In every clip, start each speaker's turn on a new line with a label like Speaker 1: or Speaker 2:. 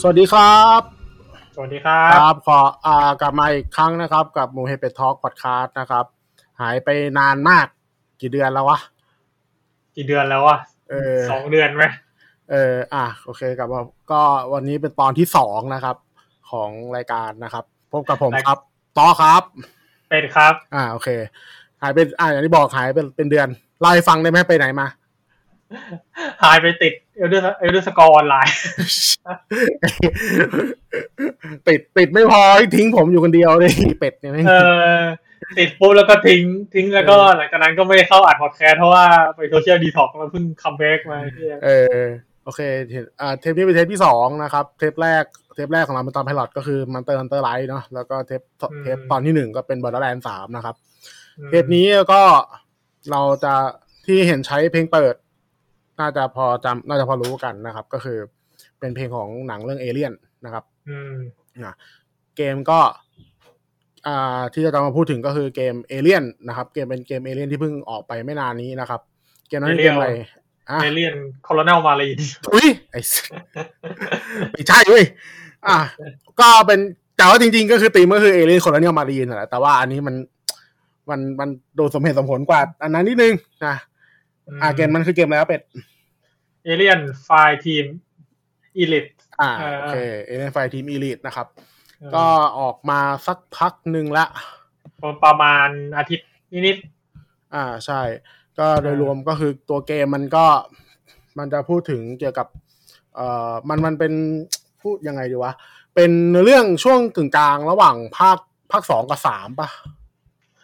Speaker 1: สวัสดีครับ
Speaker 2: สวัสดีครั
Speaker 1: ค
Speaker 2: บ
Speaker 1: รับขออ่ากลับมาอีกครั้งนะครับ กับหมูเฮเปทอล์กพอดคาสต์นะครับ หายไปนานมากกี่เดือนแล้ววะ
Speaker 2: กี่เดือนแล้วอะ
Speaker 1: เออ
Speaker 2: สองเดือนไหม
Speaker 1: เอออ่ะโอเคกลับมาก็วันนี้เป็นตอนที่สองนะครับ ของรายการนะครับพบกับผมครับต่อครับ
Speaker 2: เป็นครับ
Speaker 1: อ่าโอเค หายเป็นอ่าอย่างที่บอกหายเป็นเป็นเดือนเล่าให้ฟังได้ไหมไปไหนมา
Speaker 2: หายไปติดเอลเดอร์เอลเดอร์สกอร์ออนไล น์
Speaker 1: ติดติดไม่พอทิ้งผมอยู่คนเดียวเลยเป็ดเนี่ยแม่ง
Speaker 2: เออติดปุ๊บแล้วก็ทิ้งทิ้งแล้วก็หลังจากนั้นก็ไม่ได้เข้าอัดพอดแคสต์เพราะว่าไปโซเชียลดีท็อกซ์แล้วเพิ่งคัมแบ็กมาเหี้ย
Speaker 1: เออโอเคเห็นอ่าเทปนี้เป็นเทปที่สองนะครับ เทปแรกเทปแรกของเราเป็นตอนไพลอตก็คือมันเตอร์ฮันเตอร์ไลท์เนาะแล้วก็เทปเทปตอนที่หนึ่งก็เป็นบอร์ดแลนด์สามนะครับ เทปนี้ก็เราจะที่เห็นใช้เพลงเปิด น่าจะพอจำน่าจะพอรู้กันนะครับ ก็คือเป็นเพลงของหนังเรื่องเอเลี่ยนนะครับ
Speaker 2: อืม
Speaker 1: เกมก็อ่าที่จะมาพูดถึงก็คือเกมเอเลี่ยนนะครับ เกมเป็นเกมเอเลี่ยนที่เพิ่งออกไปไม่นานนี้นะครับ เกมนั้นคือเกมอะไรอ่ะ
Speaker 2: เอเลียนคอล o น e ลมาลีน
Speaker 1: อุ้ยไอ้สัสไม่ใช่เว้ยอ่ะก็เป็นแต่ว่าจริงๆ ก็คือตีมก็คือเอเลนคนละเนี่ยมารีนนแหละแต่ว่าอันนี้มันมันมันดูสมเหตุสมผลกว่า อันนั้นนิดนึงนะ อ่าเกมมันคือเกมอะไรวะเป็ด
Speaker 2: เอเลียนไฟทีมอีลิท
Speaker 1: อ่า
Speaker 2: เออ
Speaker 1: โอเคเอเลนไฟทีมอีลิทนะครับ ก็ออกมาสักพักหนึ่งละ
Speaker 2: ประมาณอาทิตย์นิด
Speaker 1: อ่าใช่ ก็โดย
Speaker 2: อ่าร ร
Speaker 1: วมก็คือตัวเกมมันก็มันจะพูดถึงเกี่ยวกับ เอ่อมันมันเป็น พูดยังไงดีวะ เป็นเรื่องช่วงกึ่งกลางระหว่างภาคภาคสองกับสามปะ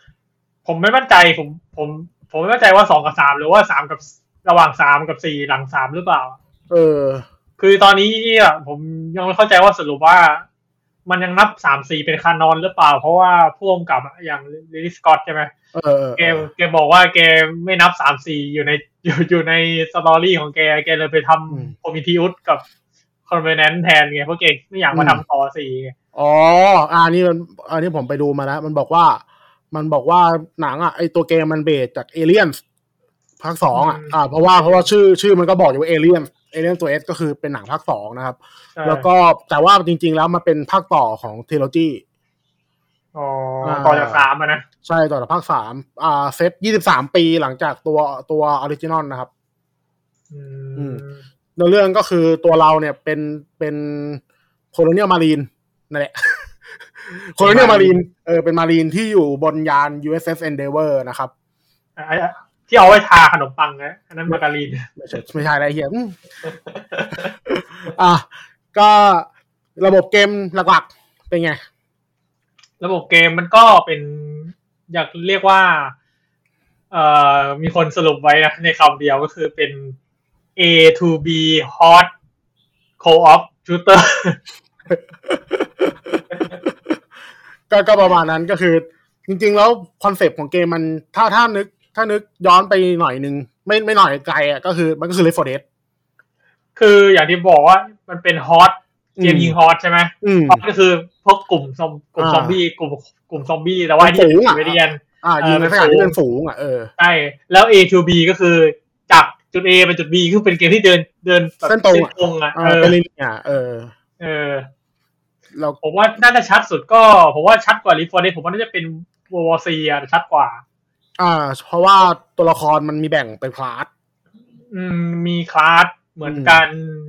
Speaker 2: ๆผมไม่มั่นใจผมผมผมไม่มั่นใจว่าสองกับสามหรือว่าสามกับระหว่างสามกับสี่หลังสามหรือเปล่า
Speaker 1: เออ
Speaker 2: คือตอนนี้เนี่ยผมยังไม่เข้าใจว่าสรุปว่า มันยังนับสามสี่เป็นคานอนหรือเปล่า เพราะว่าพ่วงกับอะอย่างลิลิสกอตใช่ไหม
Speaker 1: เออเออ
Speaker 2: เกมเกมบอกว่าเกมไม่นับสามสี่อยู่ในอยู่อยู่ในสตอรี่ของแกแกเลยไปทำโพมิทิอุสกับคอนเวนแนนแทนไงเพราะเกมไม่อยากมาทำต่อสี่ไง
Speaker 1: อ๋ออ่านี่มันอันนี้ผมไปดูมาแล้ว มันบอกว่า มันบอกว่าหนังอ่ะไอตัวเกมมันเบสจากเอเลียนภาคสองอ่ะอ่าเพราะว่าเพราะว่าชื่อชื่อมันก็บอกอยู่ว่าเอเลียนเอเลียนตัวเอสก็คือเป็นหนังภาคสองนะครับ
Speaker 2: ใช่
Speaker 1: แล้วก็แต่ว่าจริง ๆ แล้วมันเป็นภาคต่อของเทโลจี
Speaker 2: อ๋อต่อจากสามอะนะ
Speaker 1: ใช่ต่อจากภาคสามอ่าเซตยี่สิบสามปีหลังจากตัวตัวออริจินอลนะครับ
Speaker 2: อื
Speaker 1: อืม
Speaker 2: ม
Speaker 1: เนื้อเรื่องก็คือตัวเราเนี่ยเป็นเป็นโคโลเนียลมารีนนั่นแหละ โคโลเนียลมารีนเออเป็นมารีนที่อยู่บนยาน USS Endeavour นะครับ
Speaker 2: อ่ะอ่ะที่เอาไว้ทาขนมปังนะอันนั้นมาการีน
Speaker 1: ไม่ใช่ไม่ใช่อะไรเหี้ยอืม อ่ะก็ระบบเกมหลักๆ เป็นไง
Speaker 2: ระบบเกมมันก็เป็นอยากเรียกว่า เอ่อมีคนสรุปไว้นะในคำเดียวก็คือเป็น A to B hot co-op shooter
Speaker 1: ก็ก็ประมาณนั้นก็คือ จริง ๆ แล้วคอนเซปต์ของเกมมันถ้าถ้านึก ถ้านึกย้อนไปหน่อยหนึ่งไม่ไม่หน่อยไกลอ่ะก็คือมันก็คือ Left 4 Dead
Speaker 2: คืออย่างที่บอกว่ามันเป็น hot เกมยิง hot ใช่ไหม
Speaker 1: อืม
Speaker 2: hot ก็คือพวกกลุ่มซอมกลุ่ม
Speaker 1: อ่า
Speaker 2: ซอมบี้กลุ่มกลุ่มซอมบี้แต่ว่าอันนี่
Speaker 1: ฝูงอะ
Speaker 2: เวเดียน
Speaker 1: อ่า
Speaker 2: เอ่อ
Speaker 1: ยิงในสถานที่
Speaker 2: เป็นฝูง
Speaker 1: เป็นฝูงอ่ะเออ
Speaker 2: ใช่แล้ว A to B ก็คือจากจุด A ไปจุด B คือเป็นเกมที่เดินเดินแบบ
Speaker 1: เส้นตรงอะ
Speaker 2: ตรงอ่ะ
Speaker 1: อ่า
Speaker 2: เออ
Speaker 1: เป็นลิเนียร์เออ
Speaker 2: เออ
Speaker 1: แล้ว
Speaker 2: ผมว่าน่าจะชัดสุดก็ผมว่าชัดกว่าลิฟอร์เดผมว่าน่าจะเป็นวอวซีอะชัดกว่า
Speaker 1: อ่า เพราะว่าตัวละครมันมีแบ่งเป็นคลาส
Speaker 2: อืมมีคลาสเหมือนกัน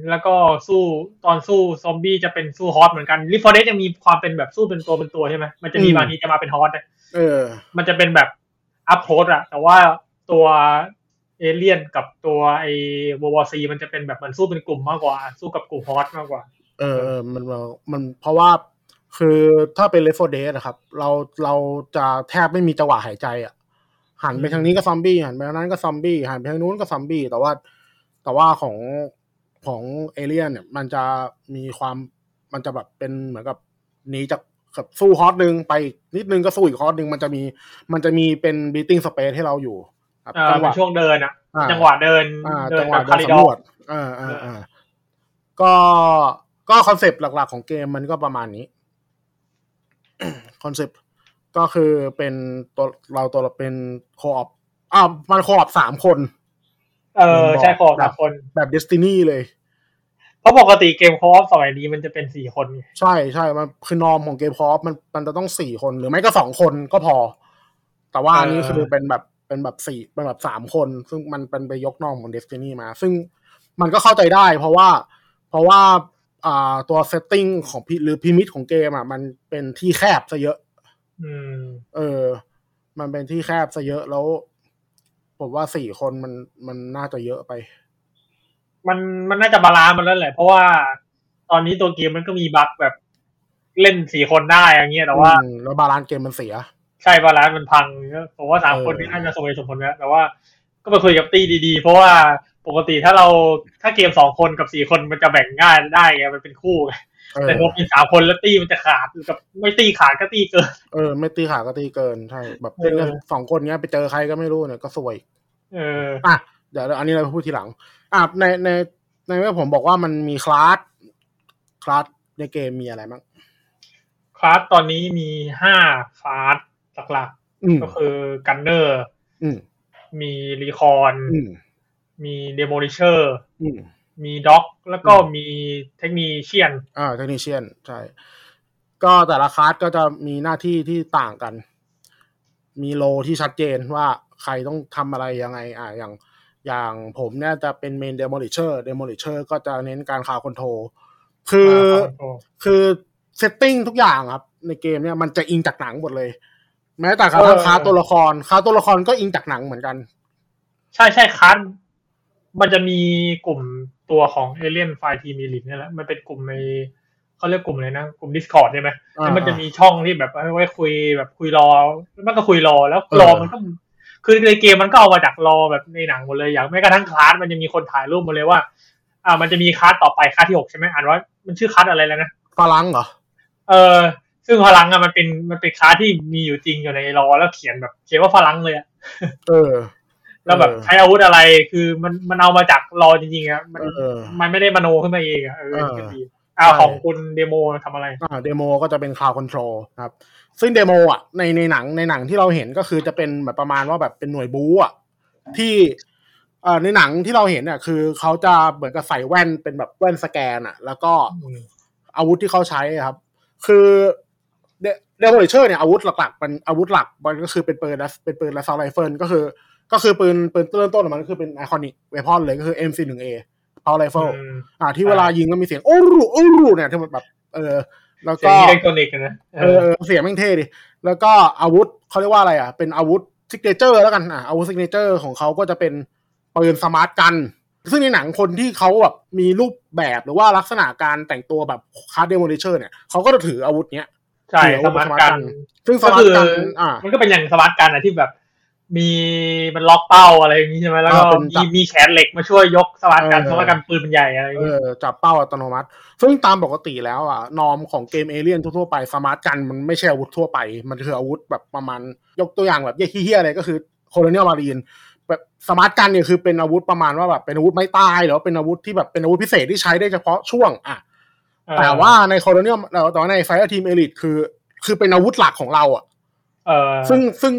Speaker 2: แล้วก็สู้ตอนสู้ซอมบี้จะเป็นสู้ฮอตเหมือนกันลิฟอร์เดยังมีความเป็นแบบสู้เป็นตัวเป็นตัวใช่ไหมมันจะมี
Speaker 1: อืม
Speaker 2: บางทีจะมาเป็นฮอตนะ
Speaker 1: เออ
Speaker 2: มันจะเป็นแบบอัพโคดอะแต่ว่าตัวเอเลียนกับตัวไอวอวซีมันจะเป็นแบบเหมือนสู้เป็นกลุ่มมากกว่า สู้กับกลุ่มฮอตมากกว่า
Speaker 1: เออเออมันมันมันเพราะว่าคือถ้าเป็น Left 4 Dead นะครับ เราเราจะแทบไม่มีจังหวะหายใจอ่ะหันไป
Speaker 2: อืม
Speaker 1: ทางนี้ก็ซอมบี้หันไปทางนั้นก็ซอมบี้หันไปทางนู้นก็ซอมบี้แต่ว่าแต่ว่าของของเอเลียนเนี่ย มันจะมีความมันจะแบบเป็นเหมือนกับหนีจากกับสู้ฮอตหนึ่งไปอีกนิดนึงก็สู้อีกฮอตหนึ่งมันจะมีมันจะมีเป็น breathing space ให้เราอยู่ครับ
Speaker 2: เออ
Speaker 1: จังห
Speaker 2: เป็น
Speaker 1: วะ
Speaker 2: ช่วงเดินอะ
Speaker 1: อ่า
Speaker 2: จังหวะเดิน
Speaker 1: อ่า
Speaker 2: เดิ
Speaker 1: จังหวะ
Speaker 2: แบบ
Speaker 1: เดิน
Speaker 2: ริด
Speaker 1: สำร
Speaker 2: อร์
Speaker 1: วจอ่าอ่าอ่าก็ก็คอนเซปต์หลัก ๆ ของเกมมันก็ประมาณนี้ คอนเซปต์ก็คือเป็นตัวเราตัวเราเป็นโคออปอ่ามันโคออปสามคน
Speaker 2: เออใช่ขอ
Speaker 1: แบบ
Speaker 2: สา
Speaker 1: บ
Speaker 2: มคน
Speaker 1: แบบเดสตินีเลย
Speaker 2: เพราะปกติเกมคอฟสมัยนี้มันจะเป็นสี่คนไง
Speaker 1: ใช่ใช่มันคือนอมของเกมพอฟมันมันจะต้องสี่คนหรือไม่ก็สองคนก็พอ แต่ว่าอันนี้คือเป็นแบบเป็นแบบสี่เป็นแบบสามคน ซึ่งมันเป็นไปยกนอมของเดสตินีมา ซึ่งมันก็เข้าใจได้ เพราะว่า เพราะว่าอ่าตัวเซตติ้งของพิหรือพิมิตของเกมอ่ะมันเป็นที่แคบซะเยอะ
Speaker 2: อืม
Speaker 1: เออ มันเป็นที่แคบซะเยอะแล้ว ผมว่าสี่คนมันมันน่าจะเยอะไป
Speaker 2: มันมันน่าจะบาลานซ์มันแล้วแหละ เพราะว่าตอนนี้ตัวเกมมันก็มีบั๊กแบบเล่นสี่คนได้อย่างเงี้ยแต่ว่า
Speaker 1: อืมแล้วบาลานซ์เกมมันเสีย
Speaker 2: ใช่บาลานซ์มันพังเนี่ยผมว่าสาม
Speaker 1: เออ
Speaker 2: คนนี้น่าจะสมเหตุสมผลนะแต่ว่าก็ไปคุยกับตี้ดีๆ เพราะว่าปกติถ้าเราถ้าเกมสองคนกับสี่คนมันจะแบ่งง่ายได้ไงมันเป็นคู่ไง
Speaker 1: เออ
Speaker 2: แต่พอเป็นสามคนแล้วตี้มันจะขาดกับไม่ตี้ขาดก็ตี้เกิน
Speaker 1: เออไม่ตีขาก็ตีเกินใช่ แบบ
Speaker 2: เออ
Speaker 1: เล่นสองคนเนี้ยไปเจอใครก็ไม่รู้เนี่ยก็สวย
Speaker 2: เออ
Speaker 1: อ่ะเดี๋ยวอันนี้เราพูดทีหลัง อ่ะในในในเมื่อผมบอกว่ามันมีคลาสคลาสในเกมมีอะไรบ้าง
Speaker 2: คลาสตอนนี้มีห้าคลาสหลัก
Speaker 1: อืม
Speaker 2: ๆ ก็คือกันเนอร์
Speaker 1: อืม
Speaker 2: มีรีคอน
Speaker 1: อืม
Speaker 2: มีเดโม l ิเชอร์
Speaker 1: อืม
Speaker 2: มีด็อก แล้วก็มีเทคนิเชียน
Speaker 1: อ่าเทคนิเชียนใช่ ก็แต่ละคลาสก็จะมีหน้าที่ที่ต่างกัน มีโลที่ชัดเจนว่าใครต้องทำอะไรยังไง อ่าอย่างอย่างผมเนี่ยจะเป็นเมนเดโมลิเชอร์เดโมลิเชอร์ก็จะเน้นการคาวคอนโทรคือ คือเซตติ้งทุกอย่างครับ ในเกมเนี่ยมันจะอิงจากหนังหมดเลย แม้แต่กระทั่ง
Speaker 2: เออ
Speaker 1: ค้าตัวละครค้าตัวละครก็อิงจากหนังเหมือนกัน
Speaker 2: ใช่ใช่คัสมันจะมีกลุ่มตัวของเอเลียนไฟทีมีลิทนี่ยแหละ มันเป็นกลุ่มในเขาเรียกกลุ่มอะไรนะ กลุ่ม Discord ใช่ไหม
Speaker 1: อ่า
Speaker 2: แล้วมันจะมีช่องที่แบบเอาไว้คุยแบบคุยรอ มันก็คุยรอแล้วรอ
Speaker 1: เออ
Speaker 2: มันก็ คือในเกมมันก็เอามาจากรอแบบในหนังหมดเลยอย่างแม้กระทั่งคลาสมันจะมีคนถ่ายรูปมาเลยว่า อ่า มันจะมีคลาสต่อไปคลาสที่หกใช่ไหมอ่านว่ามันชื่อคลาสอะไรแล้วนะ
Speaker 1: ฝรั่งเหรอ
Speaker 2: เออ ซึ่งพลังอ่ะมันเป็นมันเป็นคลาสที่มีอยู่จริงอยู่ในรอแล้วเขียนแบบเขียนว่าพลังเลยอะ
Speaker 1: เออ
Speaker 2: แล้วแบบ
Speaker 1: เออ
Speaker 2: ใช้อาวุธอะไร คือมันมันเอามาจากรอจริงๆอะมัน
Speaker 1: เออ
Speaker 2: มันไม่ได้มโนขึ้นมาเองอะเออ
Speaker 1: เออ
Speaker 2: เป็นดีอ้า
Speaker 1: ใช่
Speaker 2: ของคุณเดโมทำอะไร
Speaker 1: อ่าเดโมก็จะเป็นคลาวคอนโทรลครับ ซึ่งเดโมอ่ะในในหนังในหนังที่เราเห็นก็คือจะเป็นแบบประมาณว่าแบบเป็นหน่วยบู๊อ่ะที่เอ่อในหนังที่เราเห็นเนี่ยคือเขาจะเหมือนกับใส่แว่นเป็นแบบแว่นสแกนอ่ะ แล้วก็ อาวุธที่เขาใช้อะครับ คือเดโมเลเชอร์เนี่ยอาวุธหลักๆมันอาวุธหลักมันก็คือเป็นปืนและเป็นปืนและซาวไรเฟิลก็คือ ก็คือปืนปืนเริ่มต้นของมันก็คือเป็นไอคอนิกเวพอนเลยก็คือ M41A พาวไรเฟิลอ่า ที่เวลายิงก็มีเสียงโอ้รูโอ้รูเนี่ยที่มันแบบ เออ แล้ว
Speaker 2: เสีย
Speaker 1: ก็
Speaker 2: งอิเล็กทรอนิกส์อะนะเอ
Speaker 1: เอ
Speaker 2: อ
Speaker 1: อเสียงแม่งเท่ดิ แล้วก็อาวุธเขาเรียกว่าอะไรอ่ะ เป็นอาวุธซิกเนเจอร์แล้วกันอ่ะอาวุธซิกเนเจอร์ของเขาก็จะเป็นปืนสมาร์ทกัน ซึ่งในหนังคนที่เขาแบบมีรูปแบบหรือว่าลักษณะการแต่งตัวแบบคาร์ดเดโมเนเชอร์เนี่ยเขาก็จะถืออาวุธเนี้ย
Speaker 2: ใช่
Speaker 1: เสียง
Speaker 2: สมาร์ทกัน
Speaker 1: ซึ่งส
Speaker 2: ก็
Speaker 1: มาร์
Speaker 2: คื
Speaker 1: ท
Speaker 2: อ
Speaker 1: กันอ่า
Speaker 2: มันก็เป็นอย่างสมาร์ทกันอะที่แบบ มีมันล็อกเป้าอะไรอย่างนี้ใช่ไหมแล้วก็
Speaker 1: อ่าเป็นจั
Speaker 2: มี
Speaker 1: บ
Speaker 2: มีแขนเหล็กมาช่วยยกสมาร์ทกัน
Speaker 1: เออ
Speaker 2: สมาร์ทกันปืนมันใหญ่อะไรอย่าง
Speaker 1: เอ
Speaker 2: นี้
Speaker 1: อจับเป้าอัตโนมัติ ซึ่งตามปกติแล้วอ่ะ นอมของเกมเอเลี่ยนทั่วๆไปสมาร์ทกันมันไม่ใช่อาวุธทั่วไป มันคืออาวุธแบบประมาณ ยกตัวอย่างแบบเหี้ยๆอะไรก็คือโคโลเนียลมารีนแบบสมาร์ทกันเนี่ยคือเป็นอาวุธประมาณว่าแบบเป็นอาวุธไม่ตายหรือว่าเป็นอาวุธที่แบบเป็นอาวุธพิเศษที่ใช้ได้เฉพาะช่วงอ่ะ แต่ว่าในโคโลเนียลแต่ว่าในไฟร์ทีมเอลิทคือ คือเป็นอาวุธหลักของเราอ่ะ
Speaker 2: เออ
Speaker 1: ซึ่งซึ่ง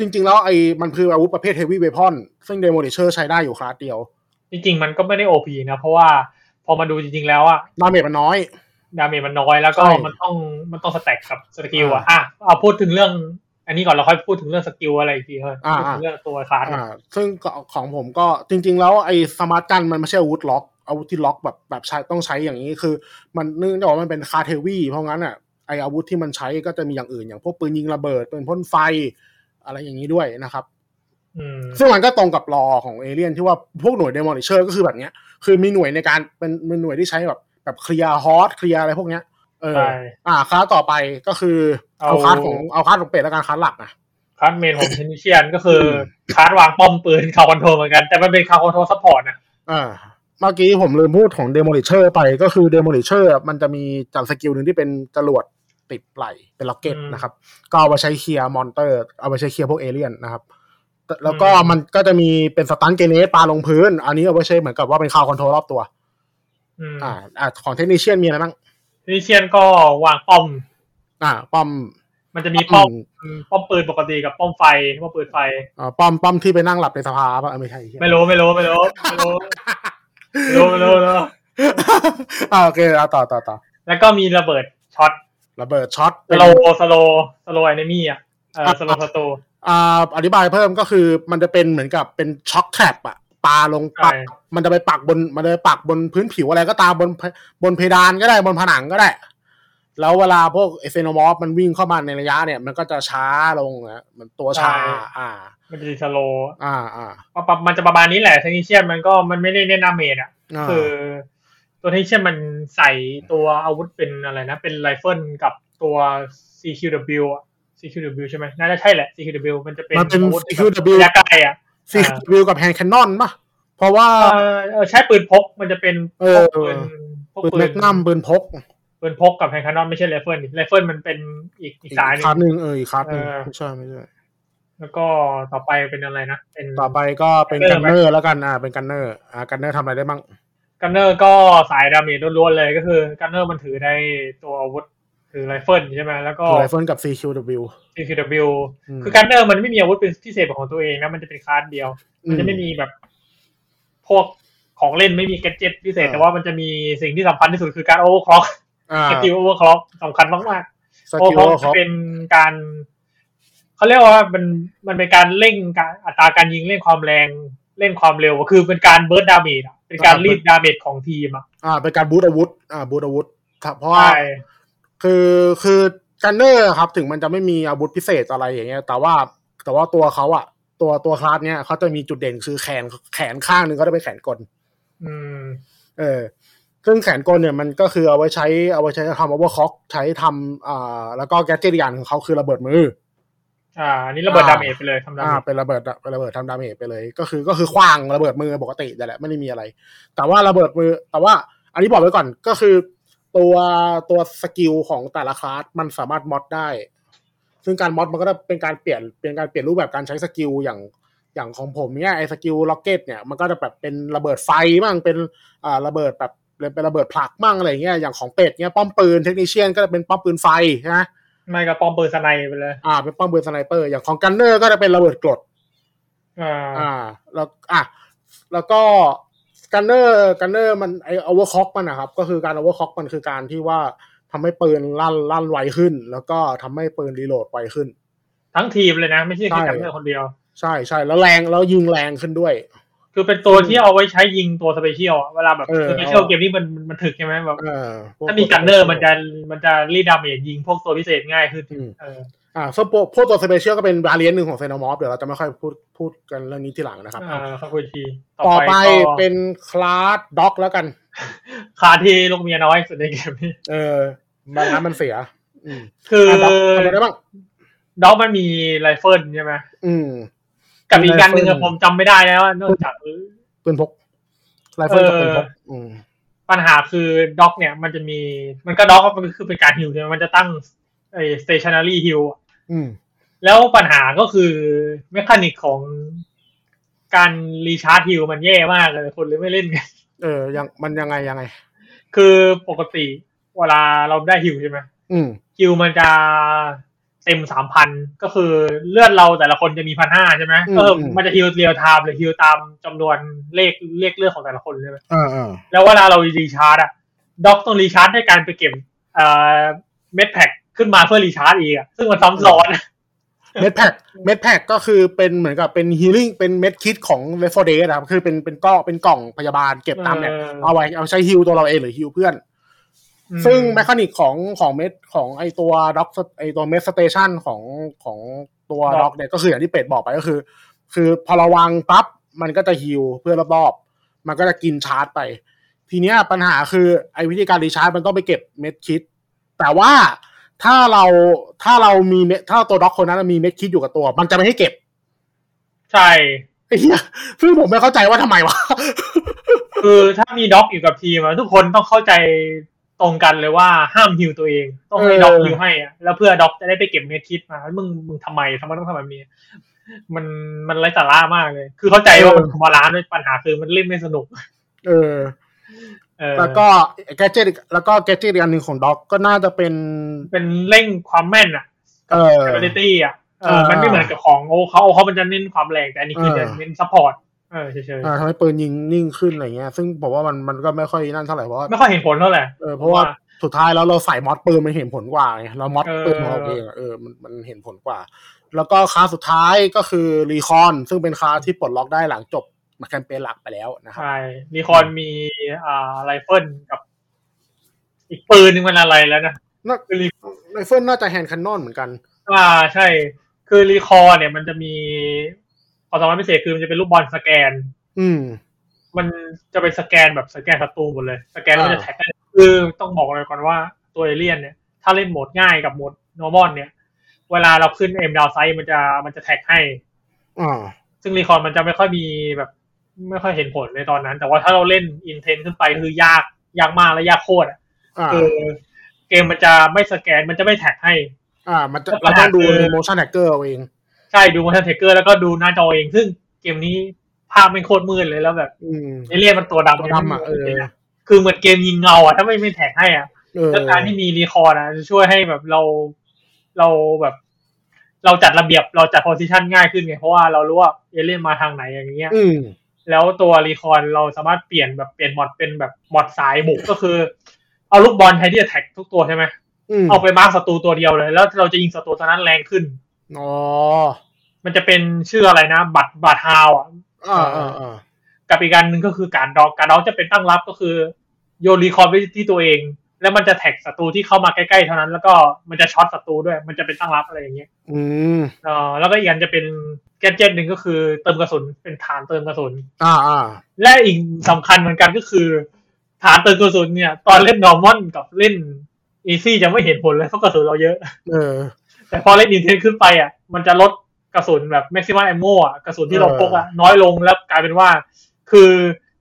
Speaker 1: จริง ๆ แล้วไอ้มันคืออาวุธประเภทเฮฟวี่เวพอนซึ่งเดโมเดเชอร์ใช้ได้อยู่คลาสเดียว
Speaker 2: จริงๆมันก็ไม่ได้โอพีนะ เพราะว่าพอมาดูจริงๆแล้วอะ
Speaker 1: ดาเมจมันน้อย
Speaker 2: ดาเมจมันน้อยแล้วก็
Speaker 1: ใช่
Speaker 2: มันต้องมันต้องสแต็กกับสกิลอะ
Speaker 1: อ่า
Speaker 2: อ่ะเอาพูดถึงเรื่อง อันนี้ก่อนเราค่อยพูดถึงเรื่องสกิลอะไรอีกทีเถอะ
Speaker 1: อ่า
Speaker 2: พูดถึงเรื่องตัวคลาส
Speaker 1: อ่าซึ่งก็ของผมก็จริง ๆ แล้วไอ้สมาร์ทกันมันไม่ใช่อาวุธล็อกอาวุธที่ล็อกแบบแบบใช้ต้องใช้อย่างนี้คือ มันเนื่องจากว่ามันเป็นคาร์เทวีเพราะงั้นอ่ะไอ้อาวุธที่มันใช้ก็จะมีอย่างอื่น อย่างพวกปืนยิงระเบิดปืนพ่นไฟ อะไรอย่างนี้ด้วยนะครับ
Speaker 2: อืม
Speaker 1: ซึ่งมันก็ตรงกับรอของเอเลียนที่ว่าพวกหน่วยเดมอนิเชอร์ก็คือแบบเนี้ยคือมีหน่วยในการเป็นเป็นหน่วยที่ใช้แบบแบบเคลียร์ฮอสเคลียร์อะไรพวกเนี้ยเออ
Speaker 2: ใช่
Speaker 1: อ่าคลาสต่อไปก็คือเอา
Speaker 2: เอา
Speaker 1: คลาสของเอาคลาสของเป็ดและการคลาสหลักนะ
Speaker 2: คัสเมนของเทนนิเชียนก็คืออ
Speaker 1: ม
Speaker 2: คัสวางป้อมปืน คาร์คอนโทรลเหมือนกัน แต่มันเป็นคาร์คอนโทรลซัพพอร์ตนะ
Speaker 1: อ่าเมื่อกี้ผมลืมพูดของ Demolition ไปก็คือ Demolition มันจะมีจับสกิลหนึ่งที่เป็นจรวดติดไหลเป็นล็อกเก็ตนะครับ ก็เอาไปใช้เคลียร์มอนเตอร์ เอาไปใช้เคลียร์พวกเอเลี่ยนนะครับแต่แล้วก็มันก็จะมีเป็นสตันเกเนสปาลงพื้น อันนี้เอาไว้ใช้เหมือนกับว่าเป็นคาวคอนโทรลรอบตัว
Speaker 2: อืม
Speaker 1: อ่าอ่าของเทคนิเชียนมีอะไรบ้าง
Speaker 2: เทนนิเชียนก็วางป้อม
Speaker 1: อ่า ป้อม
Speaker 2: มันจะมีป้อมป้อมปืนปกติกับป้อมไฟป้อมปืนไฟ
Speaker 1: อ่าป้อมป้อมที่ไปนั่งหลับในสภาป่ะเออไม่ใช่
Speaker 2: ไม่รู้ไม่รู้ไม่รู้ไม่รู้ไม่รู้ไม่รู้ไม่รู้
Speaker 1: อ่าโอเคเอาต่อต่อต่อ
Speaker 2: แล้วก็มีระเบิดช็อต
Speaker 1: ระเบิดช็อต
Speaker 2: ส
Speaker 1: เป็น
Speaker 2: โลสโลสโลแอนิมี่อ่ะเออสโลสโต
Speaker 1: อ่าอธิบายเพิ่มก็คือมันจะเป็นเหมือนกับเป็นช็อคแทบอะปาลงปัก
Speaker 2: ใช่
Speaker 1: มันจะไปปักบนมันจะไปปักบนพื้นผิวอะไรก็ตามบนเพบนเพดานก็ได้บนผนังก็ได้ แล้วเวลาพวกเอเซโนมอฟมันวิ่งเข้ามาในระยะเนี่ย มันก็จะช้าลงนะมันตัวช้า อ่า
Speaker 2: มันจะสโล
Speaker 1: อ่าอ่า
Speaker 2: มันจะประมาณนี้แหละเทคนิเชียนมันก็มันไม่ได้เน้นหนาเมดอ่ะ
Speaker 1: า
Speaker 2: คือตัวเทคนิเชียนมันใส่ตัวอาวุธเป็นอะไรนะ เป็นไรเฟิลกับตัว CQW อะ CQW ใช่ไหมน่าจะใช่แหละ CQW มันจะเป็น
Speaker 1: มันเป็น
Speaker 2: อาวุธ
Speaker 1: CQW
Speaker 2: ระยะไกลอ่ะ
Speaker 1: ซี
Speaker 2: อ่า
Speaker 1: วิวกับแฮนด์แคนนอนป่ะ เพราะว่า
Speaker 2: เออเออใช้ปืนพกมันจะเป็น
Speaker 1: เอ
Speaker 2: พ
Speaker 1: อ
Speaker 2: วกปืนพวก
Speaker 1: ปืน
Speaker 2: ปื
Speaker 1: แม
Speaker 2: น
Speaker 1: กนัมปืนพก
Speaker 2: ปืนพกกับแฮนด์คนนอนไม่ใช่ไรเฟิลไรเฟิลมันเป็นอีกอีกสายหนึ่
Speaker 1: คั
Speaker 2: ง
Speaker 1: สหนึ่งเอออีกคัสหนึ่ง
Speaker 2: เออ
Speaker 1: ไม่ใช่ไม่ใช่
Speaker 2: แล้วก็ต่อไปเป็นอะไรนะ เป็น
Speaker 1: ต่อไปก็เป็น
Speaker 2: กั
Speaker 1: กัน น
Speaker 2: เน
Speaker 1: เน
Speaker 2: อ
Speaker 1: อ
Speaker 2: ร์
Speaker 1: ร์แล้วกันอ่าเป็นกันเนอร์อ่ากันเนอร์ทำอะไรได้บ้าง
Speaker 2: กันเนอร์ก็สายดาเมจล้วนๆเลยก็คือกันเนอร์มันถือได้ตัวอาวุธถือไรเฟิลใช่ไหมแล้วก็
Speaker 1: คือไรเฟิลกับ CQW
Speaker 2: CQW
Speaker 1: อืม
Speaker 2: คือกันเนอร์มันไม่มีอาวุธเป็นพิเศษของตัวเองนะ มันจะเป็นคลาสเดียว มันจะไม่มีแบบ พวกของเล่นไม่มีแกดเจิตพิเศษ แต่ว่ามันจะมีสิ่งที่สำคัญที่สุดคือการโอเวอร์คล็อก
Speaker 1: อ่า
Speaker 2: สกิลโอเวอร์คล็อกสำคัญมาก
Speaker 1: ส
Speaker 2: ๆโอเวอ
Speaker 1: กิ
Speaker 2: ร์
Speaker 1: ล
Speaker 2: คล็อก
Speaker 1: เขา
Speaker 2: เป็นการเขาเรียกว่ามันมันเป็นการเร่งการอัตราการยิงเร่งความแรงเร่งความเร็วคือเป็นการเบิร์ดดาเมจอะเป็นการรีดดาเมจของทีมอะ
Speaker 1: อ่าเป็นการบูทอาวุธอ่าบูทอาวุธครับเพราะว่า
Speaker 2: ใช่
Speaker 1: คือคือกันเนอร์ครับถึงมันจะไม่มีอาวุธพิเศษอะไรอย่างเงี้ยแต่ว่าแต่ว่าตัวเขาอ่ะ ตัวตัวคลาสเนี้ยเขาจะมีจุดเด่นคือแขนแขนข้างหนึ่งเขาจะเป็นแขนกล
Speaker 2: อืม
Speaker 1: เออซึ่งแขนกลเนี่ยมันก็คือเอาไว้ใช้เอาไว้ใช้ทำ overclock ใช้ทำอ่าแล้วก็แกจเจตอย่างของเขาคือระเบิดมือ
Speaker 2: อ่าอันนี้ระเบิดดาเมจไปเลยทำดา
Speaker 1: อ่า
Speaker 2: เมจ
Speaker 1: เป็นระเบิดอะเป็นระเบิดทำดาเมจไปเลย ก็คือก็คือขว้างระเบิดมือปกติแต่นแหละไม่ได้มีอะไร แต่ว่าระเบิดมือ แต่ว่าอันนี้บอกไว้ก่อนก็คือ ตัวตัวสกิลของแต่ละคลาสมันสามารถมอดได้ ซึ่งการมอดมันก็จะเป็นการเปลี่ยนเป็นการเปลี่ยนรูปแบบการใช้สกิลอย่างอย่างของผมเนี่ยไอ้สกิลล็อกเก็ตเนี่ยมันก็จะแบบเป็นระเบิดไฟบ้างเป็นอ่าระเบิดแบบเป็นระเบิดผลักบ้างอะไรอย่างเงี้ยอย่างของเป็ดเนี่ยป้อมปืนเทคนิเชียนก็จะเป็นป้อมปืนไฟใช่ไหม
Speaker 2: ไม่กระปอมปืนสไนไปเลย
Speaker 1: อ่าเป็นป้อมปืนสไนเปอร์อย่างของกันเนอร์ก็จะเป็นระเบิดกรด
Speaker 2: อ่า
Speaker 1: อ่า แล้วอ่ะแล้วก็กันเนอร์กันเนอร์มันไอโอเวอร์ค็อกมันนะครับ ก็คือการโอเวอร์ค็อกมันคือการที่ว่าทำให้ปืนลั่นลั่นไวขึ้น แล้วก็ทำให้ปืนรีโหลดไวขึ้น
Speaker 2: ทั้งทีมเลยนะ ไม่ใช่แค่
Speaker 1: ใช่
Speaker 2: กันเนอร์คนเดียว
Speaker 1: ใช่ใช่แล้วแรงแล้วยิงแรงขึ้นด้วย
Speaker 2: คือเป็นตัวที่เอาไว้ใช้ยิงตัวสเปเชียลอะเวลาแบบ
Speaker 1: เออ
Speaker 2: สเปเชียลเกมนี้มันมันมันถึกใช่ไหมแบบ
Speaker 1: เออพว
Speaker 2: ถ้ามีกันเนอร์มันจะมันจะรีดดาเมจยิงพวกตัวพิเศษง่ายขึ้น
Speaker 1: อืม
Speaker 2: เออ
Speaker 1: อ่าส่วนพวกพวกตัวสเปเชียลก็เป็นบาเลียนหนึ่งของเซนอมอฟเดี๋ยวเราจะไม่ค่อยพูดพูดกันเรื่องนี้ทีหลังนะครับ
Speaker 2: อ่าขอบคุณที
Speaker 1: ต่อไป
Speaker 2: ก็
Speaker 1: เป็นคลาสด็อกแล้วกัน
Speaker 2: คาที่ลูกเมียน้อยสุดในเกมนี้
Speaker 1: เออมันน้ำมันเสีย อืม
Speaker 2: คือ
Speaker 1: อ่ะ
Speaker 2: อ
Speaker 1: ด็อกทำอะไรได้บ้าง
Speaker 2: ด็อกมันมีไรเฟิลใช่ไหม
Speaker 1: อืม
Speaker 2: กับอีกการหนึ่ง
Speaker 1: มีไร
Speaker 2: อะ
Speaker 1: เฟิล
Speaker 2: ผมจำไม่ได้แล้วนอกจาก
Speaker 1: ปืนพกไรเฟิลกับปืนพกอืม
Speaker 2: ปัญหาคือด็อกเนี่ยมันจะมีมันก็ด็อกมันก็คือเป็นการฮิลใช่ไหมมันจะตั้งไอ้ stationary heal
Speaker 1: อืม
Speaker 2: แล้วปัญหาก็คือเมคานิกของการรีชาร์จฮิลมันแย่มากเลยคนเลยไม่เล่นกัน
Speaker 1: เออ ยัง มันยังไง ยังไง
Speaker 2: คือปกติเวลาเราได้ฮิลใช่ไหม
Speaker 1: อืม
Speaker 2: ฮิลมันจะเต็มสามพันก็คือเลือดเราแต่ละคนจะมีพันห้าใช่ไหม
Speaker 1: อืม
Speaker 2: เออ
Speaker 1: อืม
Speaker 2: มันจะฮิลเรียลไทม์หรือฮิลตามจำนวนเลขเลขเลือดของแต่ละคนใช่ไหม
Speaker 1: อ่าอ่า
Speaker 2: แล้วเวลาเรารีชาร์จอะด็อกต้องรีชาร์จด้วยการไปเก็บเอ่อเม็ดแพ็กขึ้นมาเพื่อรีชาร์จอีกอะซึ่งมันซ้ำซ้อนอะ
Speaker 1: เม็ดแพ็ กเม็ดแพ็กก็คือเป็นเหมือนกับเป็นฮีลิ่ง เป็นเม็ดคิดของเวฟโฟเดนะครับ คือเป็น เป็นก้อเป็นกล่องพยาบาลเก็บตามเนี่ย เอาไว้ เอาใช้ฮิลตัวเราเองหรือฮิลเพื่อน ซึ่งแมคานิกของของเม็ดของไอตัวด็อกไอตัวเม็ดสเตชันของของตัวด็อกเนี่ยก็คืออย่างที่เป็ดบอกไปก็คือ คือพอเราวางปั๊บมันก็จะฮิลเพื่อรอบๆมันก็จะกินชาร์จไป ทีเนี้ยปัญหาคือไอวิธีการรีชาร์จมันต้องไปเก็บเม็ดคิด แต่ว่าถ้าเราถ้าเรามีเม็ดถ้าตัวด็อกคนนั้นมีเม็ดคิดอยู่กับตัว มันจะไม่ให้เก็บ
Speaker 2: ใช่
Speaker 1: ไอ้เหี้ยซึ่งผมไม่เข้าใจว่าทำไมวะ
Speaker 2: คือถ้ามีด็อกอยู่กับทีมอะทุกคนต้องเข้าใจตรงกันเลยว่าห้ามฮิวตัวเอง ต้องให้
Speaker 1: เออ
Speaker 2: ด็อกฮิวให้อะแล้วเพื่อด็อกจะได้ไปเก็บเม็ดคิดมาแล้วมึงมึงทำไมทำไมต้องทำแบบนี้มันมันไร้สาระมากเลย คือเข้าใจว่ามันมาล้านด้วยปัญหาคือมันเล่นไม่สนุก
Speaker 1: เออ
Speaker 2: เออ
Speaker 1: แล้วก็แกจิตแล้วก็แกจิตอีกอันหนึ่งของด็อกก็น่าจะเป็น
Speaker 2: เป็นเร่งความแม่นอะ
Speaker 1: เออ
Speaker 2: เออ ability อ่ะเออ
Speaker 1: อ่ามั
Speaker 2: มันไม่เหมือนกับของโอเขาโอเขามันจะเน้นความแรงแต่อันนี้คือ
Speaker 1: เออ
Speaker 2: จะเน้น support เออเฉย
Speaker 1: อ่าทำให้ปืนยิงนิ่งขึ้นอะไรเงี้ย ซึ่งผมว่ามันมันก็ไม่ค่อยนั่นเท่าไหร่เพราะว่า
Speaker 2: ๆ ไม่ค่อยเห็นผลเท่าไหร่
Speaker 1: เออเพราะว่าสุดท้ายแล้วเราใส่มอดปืนมันเห็นผลกว่าไงเรามอด
Speaker 2: เออ
Speaker 1: ปืนของเราเองอะเออมันมันเห็นผลกว่า แล้วก็คลาสสุดท้ายก็คือรีคอนซึ่งเป็นคลาสที่ปลดล็อกได้หลังจบแคมเปญหลักไปแล้วนะครับ
Speaker 2: ใช่มีคอนมีอ่าไรเฟิลกับ อีกปืนหนึงมันอะไรแล้วนะ
Speaker 1: น่าไนเฟิลน่าจะแฮนด์คันนอนเหมือนกัน
Speaker 2: อ่าใช่ คือรีคอร์เนี่ยมันจะมีความสามารถพิเศษคือมันจะเป็นลูกบอลสแกน
Speaker 1: อืม
Speaker 2: มันจะเป็นสแกนแบบสแกนศัตรูหมดเลย สแกนแล้วมัน
Speaker 1: อ่า
Speaker 2: จะแท็กได้คือต้องบอกเลยก่อนว่าตัวเอเลี่ยนเนี่ย ถ้าเล่นโหมดง่ายกับโหมดนอร์มอลเนี่ย เวลาเราขึ้นเอ็มดาวไซมันจะมันจะแท็กให้
Speaker 1: อ่า
Speaker 2: ซึ่งรีคอร์มันจะไม่ค่อยมีแบบ ไม่ค่อยเห็นผลในตอนนั้น แต่ว่าถ้าเราเล่นอินเทนขึ้นไปคือยากยากมากและยากโคตรอะ
Speaker 1: อ่า
Speaker 2: คือเกมมันจะไม่สแกนมันจะไม่แท็กให้
Speaker 1: อ่า มันจะเราต้องดูในโมชั่นแฮกเกอร์เอาเอง
Speaker 2: ใช่ดูม o ชั่นเทเกอร์แล้วก็ดูหน้าจอเอง ซึ่งเกมนี้ภาพไม่งโคตรมืดเลยแล้วแบบ
Speaker 1: อืม
Speaker 2: เอเลี่ยนมันตัวดำ
Speaker 1: ตัวดำอ่ะเออ
Speaker 2: คือเหมือนเกมยิงเงาอ่ะถ้าไม่ไม่แท็กให้อ่ะ
Speaker 1: เออ
Speaker 2: แล้วการที่มีรีคอร์ดอ่ะจะช่วยให้แบบเราเราแบบ เราจัดระเบียบเราจัดโพซิชันง่ายขึ้นไงเพราะว่าเรารู้ว่าเอเลี่ยนมาทางไหนอย่างเงี้ย
Speaker 1: อืม
Speaker 2: แล้วตัวรีคอร์ดเราสามารถเปลี่ยนแบบเปลี่ยนมอดเป็นแบบมอดสายบุกก็คือ เอาลูกบอลใช้ที่จะแท็กทุกตัวใช่ไหม
Speaker 1: อืม
Speaker 2: เอาไปมาร์กศัตรูตัวเดียวเลย แล้วเราจะยิงศัตรูตัวนั้นแรงขึ้น
Speaker 1: อ๋อ
Speaker 2: มันจะเป็นชื่ออะไรนะ บัตรบัตรฮาวอ่ะ
Speaker 1: อ่าอ่าอ่า
Speaker 2: กับอีกการหนึ่งก็คือการดอกการดอกจะเป็นตั้งรับก็คือโยนรีคอร์ดไปที่ตัวเอง แล้วมันจะแท็กศัตรูที่เข้ามาใกล้ๆเท่านั้น แล้วก็มันจะช็อตศัตรูด้วย มันจะเป็นตั้งรับอะไรอย่างเงี้ย
Speaker 1: อืม
Speaker 2: เอ่อแล้วก็อีกอันจะเป็นแกดเจ็ตหนึ่งก็คือเติมกระสุนเป็นฐานเติมกระสุน
Speaker 1: อ่าอ่า
Speaker 2: และอีกสำคัญเหมือนกันก็คือ ฐานเติมกระสุนเนี่ย ตอนเล่นนอร์มอนกับเล่นอีซี่จะไม่เห็นผลเลยเพราะกระสุนเราเยอะ
Speaker 1: เออ
Speaker 2: แต่พอเล่นอินเทนขึ้นไปอ่ะ มันจะลดกระสุนแบบ maximum ammo อ่ะกระสุนที่เราพกอ่ะน้อยลงแล้วกลายเป็นว่า คือ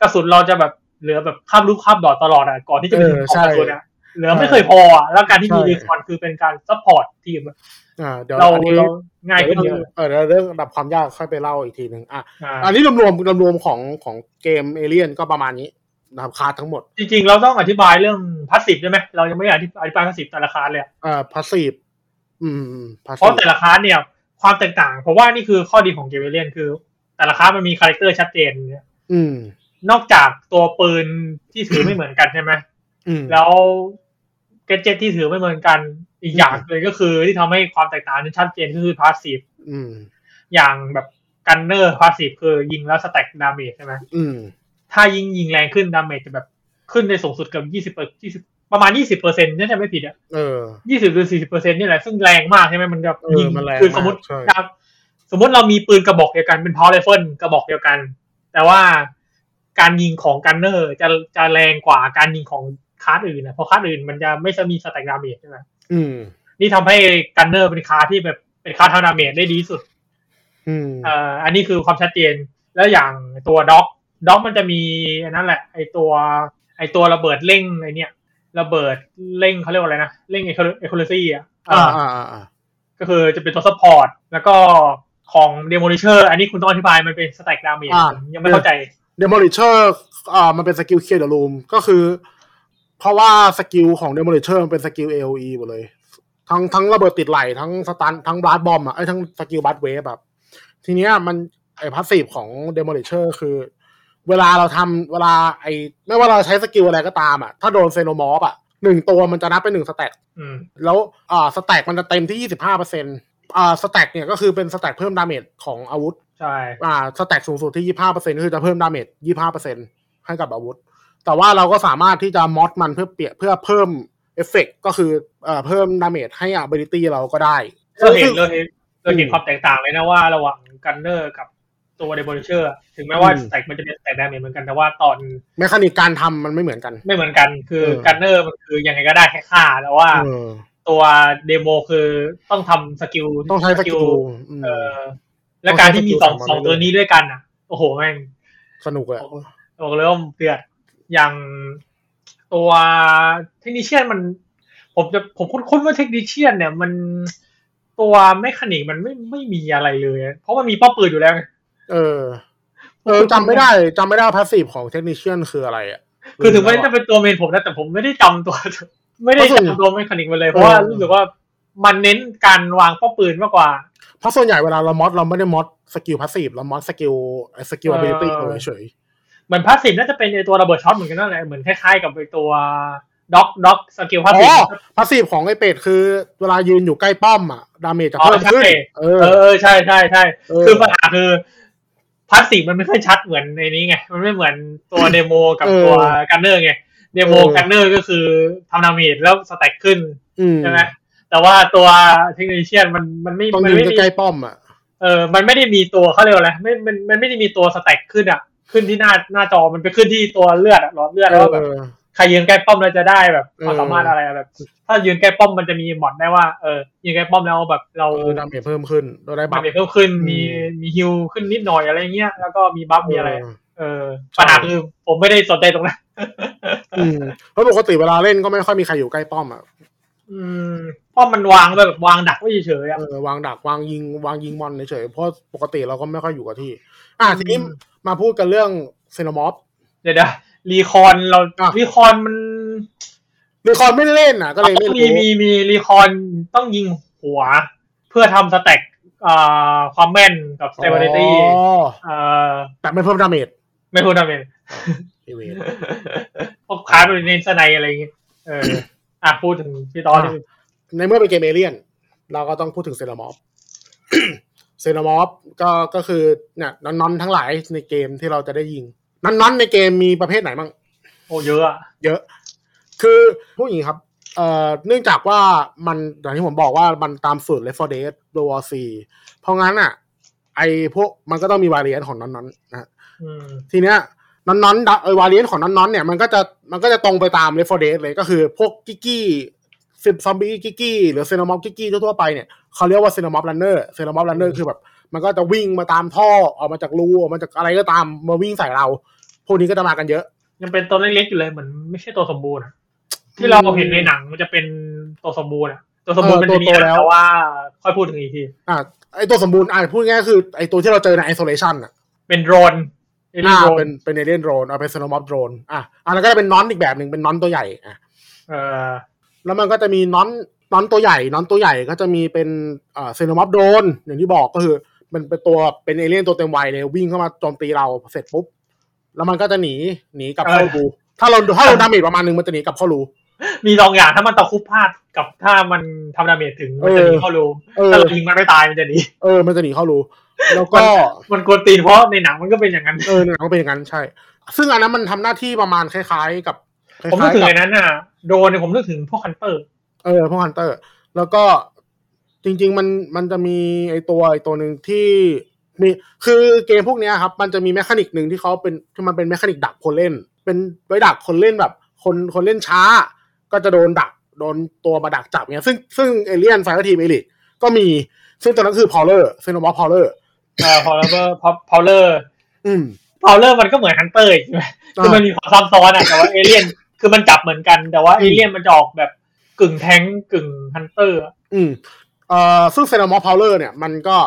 Speaker 2: กระสุนเราจะแบบเหลือแบบคาบลูกคาบดอทตลอดอ่ะก่อนที่จะเป็น
Speaker 1: เออ
Speaker 2: ของ
Speaker 1: ใช่
Speaker 2: กระสุนอ่ะเหลือไม่เคยพออ่ะแล้วการที่มี
Speaker 1: ใช่
Speaker 2: รีคอนคือเป็นการซัพพอร์ตทีมอะ
Speaker 1: อ่า เดี๋ยว
Speaker 2: เรา
Speaker 1: อันนี้
Speaker 2: เราง่ายขึ้นเย
Speaker 1: เดี๋ยว
Speaker 2: อะ
Speaker 1: เออเดี๋ยวเรื่องระดับความยากค่อยไปเล่าอีกทีหนึ่งอ่ะ
Speaker 2: อ่า
Speaker 1: อันนี้รวมรวมรวมรวมๆของของเกมเอเลียนก็ประมาณนี้นะครับคาร์ดทั้งหมด
Speaker 2: จริงๆ เราต้องอธิบายเรื่องพาสซีฟใช่ไหมเรายังไม่ได้อธิอธิบายพาสซีฟแต่ละคลาสเลยอะ
Speaker 1: เอ่อพาสซีฟอืมพาส
Speaker 2: เพ
Speaker 1: ซีฟ
Speaker 2: ราะแต่ละคลาสเนี่ยความแตกต่างเพราะว่านี่คือข้อดีของเกมเลียนคือ แต่ละคลาสมันมีคาแรคเตอร์ชัดเจนเนี่ย
Speaker 1: อืม
Speaker 2: นอกจากตัวปืนที่ถือไม่เหมือนกันใช่ไหม
Speaker 1: อืม
Speaker 2: แล้วแกจ e ตที่ถือไม่เหมือนกันอีกอย่างเลยก็คือที่ทำให้ความแตกต่างนั้นชัดเจนก็คือพาสซีฟ
Speaker 1: อืม
Speaker 2: อย่างแบบกันเนอร์พาสซีฟคือยิงแล้วสแต็กดาเมจใช่ไหม
Speaker 1: อืม
Speaker 2: ถ้ายิงยิงแรงขึ้นดาเมจจะแบบขึ้นในสูงสุดเกือบยี่สิบเปอร์ยี่สิบประมาณยี่สิบเปอร์เซ็นต์น่าจะไม่ผิดอะ
Speaker 1: เออ
Speaker 2: ยี่สิบหรือสี่สิบเปอร์เซ็นต์นี่แหละซึ่งแรงมากใช่ไหมมันแบบ
Speaker 1: เออ
Speaker 2: ยิง
Speaker 1: มันแรง
Speaker 2: คือสมมติ
Speaker 1: มากใช่
Speaker 2: ครับสมมติเรามีปืนกระบอกเดียวกันเป็นพาวเวอร์เฟิลกระบอกเดียวกัน แต่ว่าการยิงของกันเนอร์จะจะแรงกว่าการยิงของคลาสอื่นนะเพราะคลาสอื่นมันจะไม่มีสแต็กดาเมจใช่ไหม
Speaker 1: อืม
Speaker 2: นี่ทำให้กันเนอร์เป็นคาที่แบบเป็นคาทางดาเมจได้ดีที่สุด
Speaker 1: อืม
Speaker 2: เอ่ออันนี้คือความชัดเจน แล้วอย่างตัวด็อก ด็อกมันจะมีอันนั้นแหละ ไอตัว ไอตัวระเบิดเร่งไอเนี่ยระเบิดเร่งเขาเรียกว่าอะไรนะ เร่งเอคโคลซี่อ่ะเอ่
Speaker 1: อ่า
Speaker 2: อ
Speaker 1: อ่าอ่าอ่า
Speaker 2: ก็คือจะเป็นตัวซัพพอร์ต แล้วก็ของเดโม l ิเชอร์ อันนี้คุณต้องอธิบายมันเป็นสแต็กดาเมจผมยังไม่เข้าใจ
Speaker 1: เดมอลิเชอร์อ่ามันเป็นสกิลเคลียร์เดอะรูมก็คือ เพราะว่าสกิลของเดมอลิเชอร์มันเป็นสกิลเอโอหมดเลย ทั้งทั้งระเบิดติดไหลทั้งสตันทั้งบลาสบอมอ่ะไอ้ยทั้งสกิลบลาสเวฟแบบทีเนี้ยมันไอ้พาสซีฟของเดมอลิเชอร์คือ เวลาเราทำเวลาไอ้ไม่ว่าเราใช้สกิลอะไรก็ตามอ่ะ ถ้าโดนเซโนมอฟอ่ะหนึ่งตัวมันจะนับเป็นหนึ่งสแต็ก
Speaker 2: อืม
Speaker 1: แล้วอ่าสแต็กมันจะเต็มที่ 25เปอร์เซ็นต์อ่าสแต็กเนี่ยก็คือเป็นสแต็กเพิ่มดาเมจของอาวุธ
Speaker 2: ใช่
Speaker 1: อ่าสแต็กสูงสุดที่ 25เปอร์เซ็นต์คือจะเพิ่มดาเมจ25เปอร์เซ็นต์ให้กับอาวุธ แต่ว่าเราก็สามารถที่จะมอดมันเพื่อเปลี่ยนเพื่อเพิ่มเอฟเฟกต์ก็คือเอ่อเพิ่มดาเมจให้อาบิลิตี้เราก็ได้
Speaker 2: เราเห็นเราเห็นเราเห็นความแตกต่างเลยนะว่าระหว่างกันเนอร์กับตัวเดโมเชอร์ ถึงแม้ว่า
Speaker 1: อืม
Speaker 2: สแต็กมันจะเป็นสแต็กดาเมจเหมือนกันแต่ว่าตอน
Speaker 1: แมคานิกการทำมันไม่เหมือนกัน
Speaker 2: ไม่เหมือนกันคือ
Speaker 1: เออ
Speaker 2: กันเนอร์มันคือยังไงก็ได้แค่ฆ่าแต่ว่า
Speaker 1: เออ
Speaker 2: ตัวเดโมคือต้องทำสกิล
Speaker 1: ต้องใช้สกิลอืม
Speaker 2: เออและการที่มีสอง
Speaker 1: ต้องใช้สกิลส
Speaker 2: สอง
Speaker 1: องมาเรื่อย
Speaker 2: ตัวนี้ด้วยกันอ่ะ โอ้โหแม่ง
Speaker 1: สนุกอะ
Speaker 2: บอกเลยว่าเดือดอย่างตัวเทคนิเชียนมัน ผมจะผมคุ้นๆว่าเทคนิเชียนเนี่ย มันตัวแมคานิกมันไม่ไม่มีอะไรเลยอะเพราะมันมีป้อมปืนอยู่แล้วไง
Speaker 1: เออเออจำไม่ได้จำไม่ได้พาสซีฟของเทคนิชเชียนคืออะไรอะ
Speaker 2: คือถึงแม้จะเป็นตัวเมนผมนะแต่ผมไม่ได้จำตัว ไม่ได้จำตัวแมคานิกมาเลย เพราะว่ารู้สึกว่ามันเน้นการวางป้อมปืนมากกว่า
Speaker 1: เพราะส่วนใหญ่เวลาเรามอดเราไม่ได้มอดสกิลพาสซีฟเรามอดสกิลสกิลอ b i l i t y
Speaker 2: เออ
Speaker 1: เฉย
Speaker 2: เหมือนพาสซีฟน่าจะเป็นไอตัวระเบิดช็อตเหมือนกันนั่นแหละเหมือนคล้ายๆกับไอตัวด็อกด็อกสกิล
Speaker 1: ๆ
Speaker 2: พาส
Speaker 1: อ๋
Speaker 2: ซีฟ
Speaker 1: อพาสซีฟของไอเป็ดคือ เวลายืนอยู่ใกล้ป้อมอ่ะดาเมจจะเพิ่มขึ้น
Speaker 2: อ๋อใช่
Speaker 1: เอ
Speaker 2: เอ
Speaker 1: อ
Speaker 2: อเออใช่ใช่ใช่
Speaker 1: เออ
Speaker 2: คือปัญหาคือพาสซีฟมันไม่ค่อยชัดเหมือนในนี้ไง มันไม่เหมือนตัวเดโมกับ
Speaker 1: เออ
Speaker 2: ตัวกันเนอร์ไงเดโม
Speaker 1: เออ
Speaker 2: กันเนอร์ก็คือทำนาเมจแล้วสแต็กขึ้น
Speaker 1: อืม
Speaker 2: ใช่ไหมแต่ว่าตัวเทคโนโลยีมันมันไม่
Speaker 1: ต้อง
Speaker 2: มั
Speaker 1: ยืน
Speaker 2: ไม่มี
Speaker 1: ใกล้ๆป้อมอ่ะ
Speaker 2: เออมันไม่ได้มีตัวเขาเรียกว่าอะไรไม่มันมันไม่ได้มีตัวสแต็กขึ้นอ่ะ ขึ้นที่หน้าหน้าจอมันไปขึ้นที่ตัวเลือดอะหลอดเลือดแล้วแบบ ใครยืนใกล้ป้อมแล้วจะได้แบบความสามารถ
Speaker 1: เอออ
Speaker 2: อะไรอะแบบ ถ้ายืนใกล้ป้อมมันจะมีหมอดได้ว่าเออยืนใกล้ป้อมแล้วแบบเรา
Speaker 1: เออดาเมจเพิ่มขึ้นโดยได้
Speaker 2: มั
Speaker 1: บั
Speaker 2: น
Speaker 1: ฟ
Speaker 2: เด็กเพิ่มขึ้น
Speaker 1: อืม
Speaker 2: มีมีฮิลขึ้นนิดหน่อยอะไรเงี้ย แล้วก็มีบัฟมีอะไร
Speaker 1: เออ
Speaker 2: เออปัญหาคือผมไม่ได้สนใจตรงนั้น
Speaker 1: อืมเพราะปกติเวลาเล่นก็ไม่ค่อยมีใครอยู่ใกล้ป้อมอ่ะ
Speaker 2: อืมเพราะมันวางแบบวางดักไว้เฉยๆอะ
Speaker 1: เออวางดักวางยิงวางยิงมอนเฉยๆเพราะปกติเราก็ไม่ค่อยอยู่กับที่ อ่ะทีนี้มาพูดกันเรื่องเซนมอฟ
Speaker 2: เดี๋ยวเดี๋ยวรีคอนเรา
Speaker 1: อ่ะ
Speaker 2: รีคอนมัน
Speaker 1: หรือคอนไม่ได้เล่นอ่ะ ก็เลยไม่
Speaker 2: มี
Speaker 1: รู้
Speaker 2: มีมีรีคอนต้องยิงหัว เพื่อทำสแต็กอ่าความแม่นกับสเตเบลิตี้
Speaker 1: อ๋อ
Speaker 2: เอ่อ
Speaker 1: แต่ไม่เพิ่มดาเมจ
Speaker 2: ไม่พูดทำเอง
Speaker 1: อีเวน
Speaker 2: พวกขายไปในสไนอะไรอย่างเงี้ยเอออ่ะพูดถึงพี่ตอนนิดนึง
Speaker 1: ในเมื่อเป็นเกมเอเลียน เราก็ต้องพูดถึงเซนมอฟ เซนมอฟก็ก็คือเนี่ยนอนๆทั้งหลายในเกมที่เราจะได้ยิงนอนๆในเกมมีประเภทไหนบ้าง
Speaker 2: โอ้เยอะอะ
Speaker 1: เยอะ คือพูดอย่างนี้ครับ เอ่อ เนื่องจากว่ามันอย่างที่ผมบอกว่ามันตามสูตร Left 4 Dead World War 4เพราะงั้นอ่ะ ไอพวกมันก็ต้องมีวาเรียนของนั้นๆนะฮะ
Speaker 2: อืม
Speaker 1: ทีเนี้ยนั้นๆดะไอวาเรียนของนั้นๆเนี่ยมันก็จะมันก็จะตรงไปตาม Left 4 Dead เลยก็คือพวกกิกกี้ซิมซอมบี้กิกกี้หรือเซนามอฟกิกกี้ทั่วๆไปเนี่ยเขาเรียกว่าเซนามอฟรันเนอร์เซนามอฟรันเนอร์คือแบบ มันก็จะวิ่งมาตามท่อออกมาจากรูออกมาจากอะไรก็ตามมาวิ่งใส่เรา พวกนี้ก็จะมากันเยอะ
Speaker 2: ยังเป็นตัวเล็กๆอยู่เลยเหมือนไม่ใช่ตัวสมบูรณ์อะที่เราเห็นในหนังมันจะเป็นตัวสมบูรณ์อะตัวสมบูรณ์
Speaker 1: เอ
Speaker 2: มั
Speaker 1: อน
Speaker 2: จะมี
Speaker 1: ตัวโต
Speaker 2: นะ
Speaker 1: แล้ว
Speaker 2: แต่ว่าค่อยพูดถึงอีกที
Speaker 1: อ่ะไอตัวสมบูรณ์อ่ะพูดง่ายๆคือไอตัวที่เราเจอในไอโซเลชันอ่ะ
Speaker 2: เป็นโดรนเอลิ
Speaker 1: อ่า
Speaker 2: โดร
Speaker 1: เป็น
Speaker 2: น
Speaker 1: เป็นเอเลียนโดรนอ่ะเป็นเซโนมอฟโดรนอ่ะอันนั้นก็จะเป็นนอนอีกแบบหนึ่งเป็นนอนตัวใหญ่อ่ะ
Speaker 2: เออ
Speaker 1: แล้วมันก็จะมีนอนนอนตัวใหญ่นอนตัวใหญ่ก็จะมีเป็นอ่าเซโนมอฟโดรนอย่างที่บอกก็คือ มันเป็นตัวเป็นเอเลี่ยนตัวเต็มวัยเลยวิ่งเข้ามาโจมตีเราเสร็จปุ๊บแล้วมันก็จะหนีหนีกลับเข้ารูถ้าเราถ้าเราดาเมจประมาณนึงมันจะหนีกลับเข้ารู
Speaker 2: มีสองอย่างถ้ามันตะคุบพลาดกับถ้ามันทำดาเมจถึงมันจะหนีเข้ารู
Speaker 1: เออ
Speaker 2: ถ้าเรายิงมันไม่ตายมันจะหนี
Speaker 1: เออมันจะหนีเข้ารูแล้วก็
Speaker 2: มันกวนตีนเพราะในหนังมันก็เป็นอย่างนั้น
Speaker 1: เออหนังก็เป็นอย่างนั้นใช่ ซึ่งอันนั้นมันทำหน้าที่ประมาณคล้ายๆกับค
Speaker 2: ผมนึก
Speaker 1: ล้าย
Speaker 2: ถึ
Speaker 1: ๆ
Speaker 2: ง
Speaker 1: กับ
Speaker 2: ไอ้นั้นน่ะโดรนเนี่ยผมนึกถึงพวกคันเตอร์
Speaker 1: เออพวกฮันเตอร์ แล้วก็จริง ๆ มันมันจะมีไอตัวไอตัวหนึ่งที่มีคือเกมพวกเนี้ยครับ มันจะมีแมคานิกหนึ่งที่เขาเป็นที่มันเป็นแมคานิกดักคนเล่น เป็นไว้ดักคนเล่นแบบ คนคนเล่นช้า ก็จะโดนดักโดนตัวมาดักจับเนี้ยซึ่งซึ่งเอเลียนไฟทีมเอลิทก็มีซึ่งตัวนั้นคือพอลเลอร์เซโนมอฟพอลเลอร์
Speaker 2: เอ่อพอลเวอร์พอลเลอร์
Speaker 1: อืม
Speaker 2: พอลเลอร์มันก็เหมือนฮันเตอร์อีกใช่ไหม คือมัน
Speaker 1: อ่า
Speaker 2: มีความซับซ้อนอะแต่ว่าเอเลี่ยน คือมันจับเหมือนกันแต่ว่า
Speaker 1: อื
Speaker 2: เอ
Speaker 1: ม
Speaker 2: เลี่ยนมันจะออกแบบกึ่งแท้งก์กึ่งฮันเตอร์อะ
Speaker 1: อืมเอ่อซึ่งเซโนมอฟพอลเลอร์เนี่ยมันก็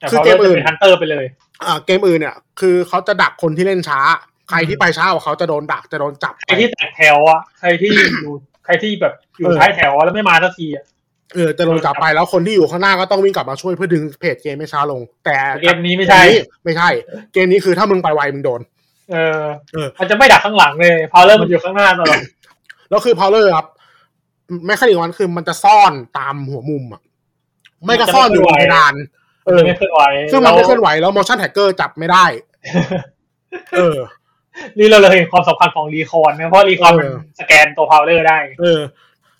Speaker 2: แต่
Speaker 1: คือ
Speaker 2: เขา
Speaker 1: เก
Speaker 2: เริ่
Speaker 1: ม
Speaker 2: ม
Speaker 1: อื่น
Speaker 2: จะเป็นฮันเตอร์ไปเลย
Speaker 1: อ่าเกมอื่นเนี่ยคือเขาจะดักคนที่เล่นช้า ใครที่ไปช้ากว่าเขาจะโดนดักจะโดนจับ
Speaker 2: ใครที่แตกแถวอะใครที่ อยู่ใครที่แบบอยู่ท้ายแถวอะแล้วไม่มาสักทีอะ
Speaker 1: เออจะโดนจับไปแล้วคนที่อยู่ข้างหน้าก็ต้องวิ่งกลับมาช่วยเพื่อดึงเพจเกมไม่ช้าลง แต่
Speaker 2: เกมนี้ไม่ใช่
Speaker 1: เกนี้ไม่ใช่ เกมนี้คือถ้ามึงไปไวมึงโดน
Speaker 2: เออ
Speaker 1: เออ
Speaker 2: มันจะไม่ดักข้างหลังเลยพอเริ่มมันอยู่ข้างหน้าตลอด
Speaker 1: แล้วคือพาวเลอร์ครับแมคานิกมันคือมันจะซ่อนตามหัวมุมอ่ะไม่ก็ซ่อนอยู่บนเพดานเออ
Speaker 2: ไม่เคลื่อนไหว
Speaker 1: ซึ่งมันไม่เคลื่อนไหวแล้ว motion tracker จับไม่ ได้ เออ
Speaker 2: นี่เราเลยเห็นความสำคัญของรีคอนนะเพราะรีคอนมัน
Speaker 1: เออ
Speaker 2: สแกนตัวพาวเลอร์ได้
Speaker 1: เออ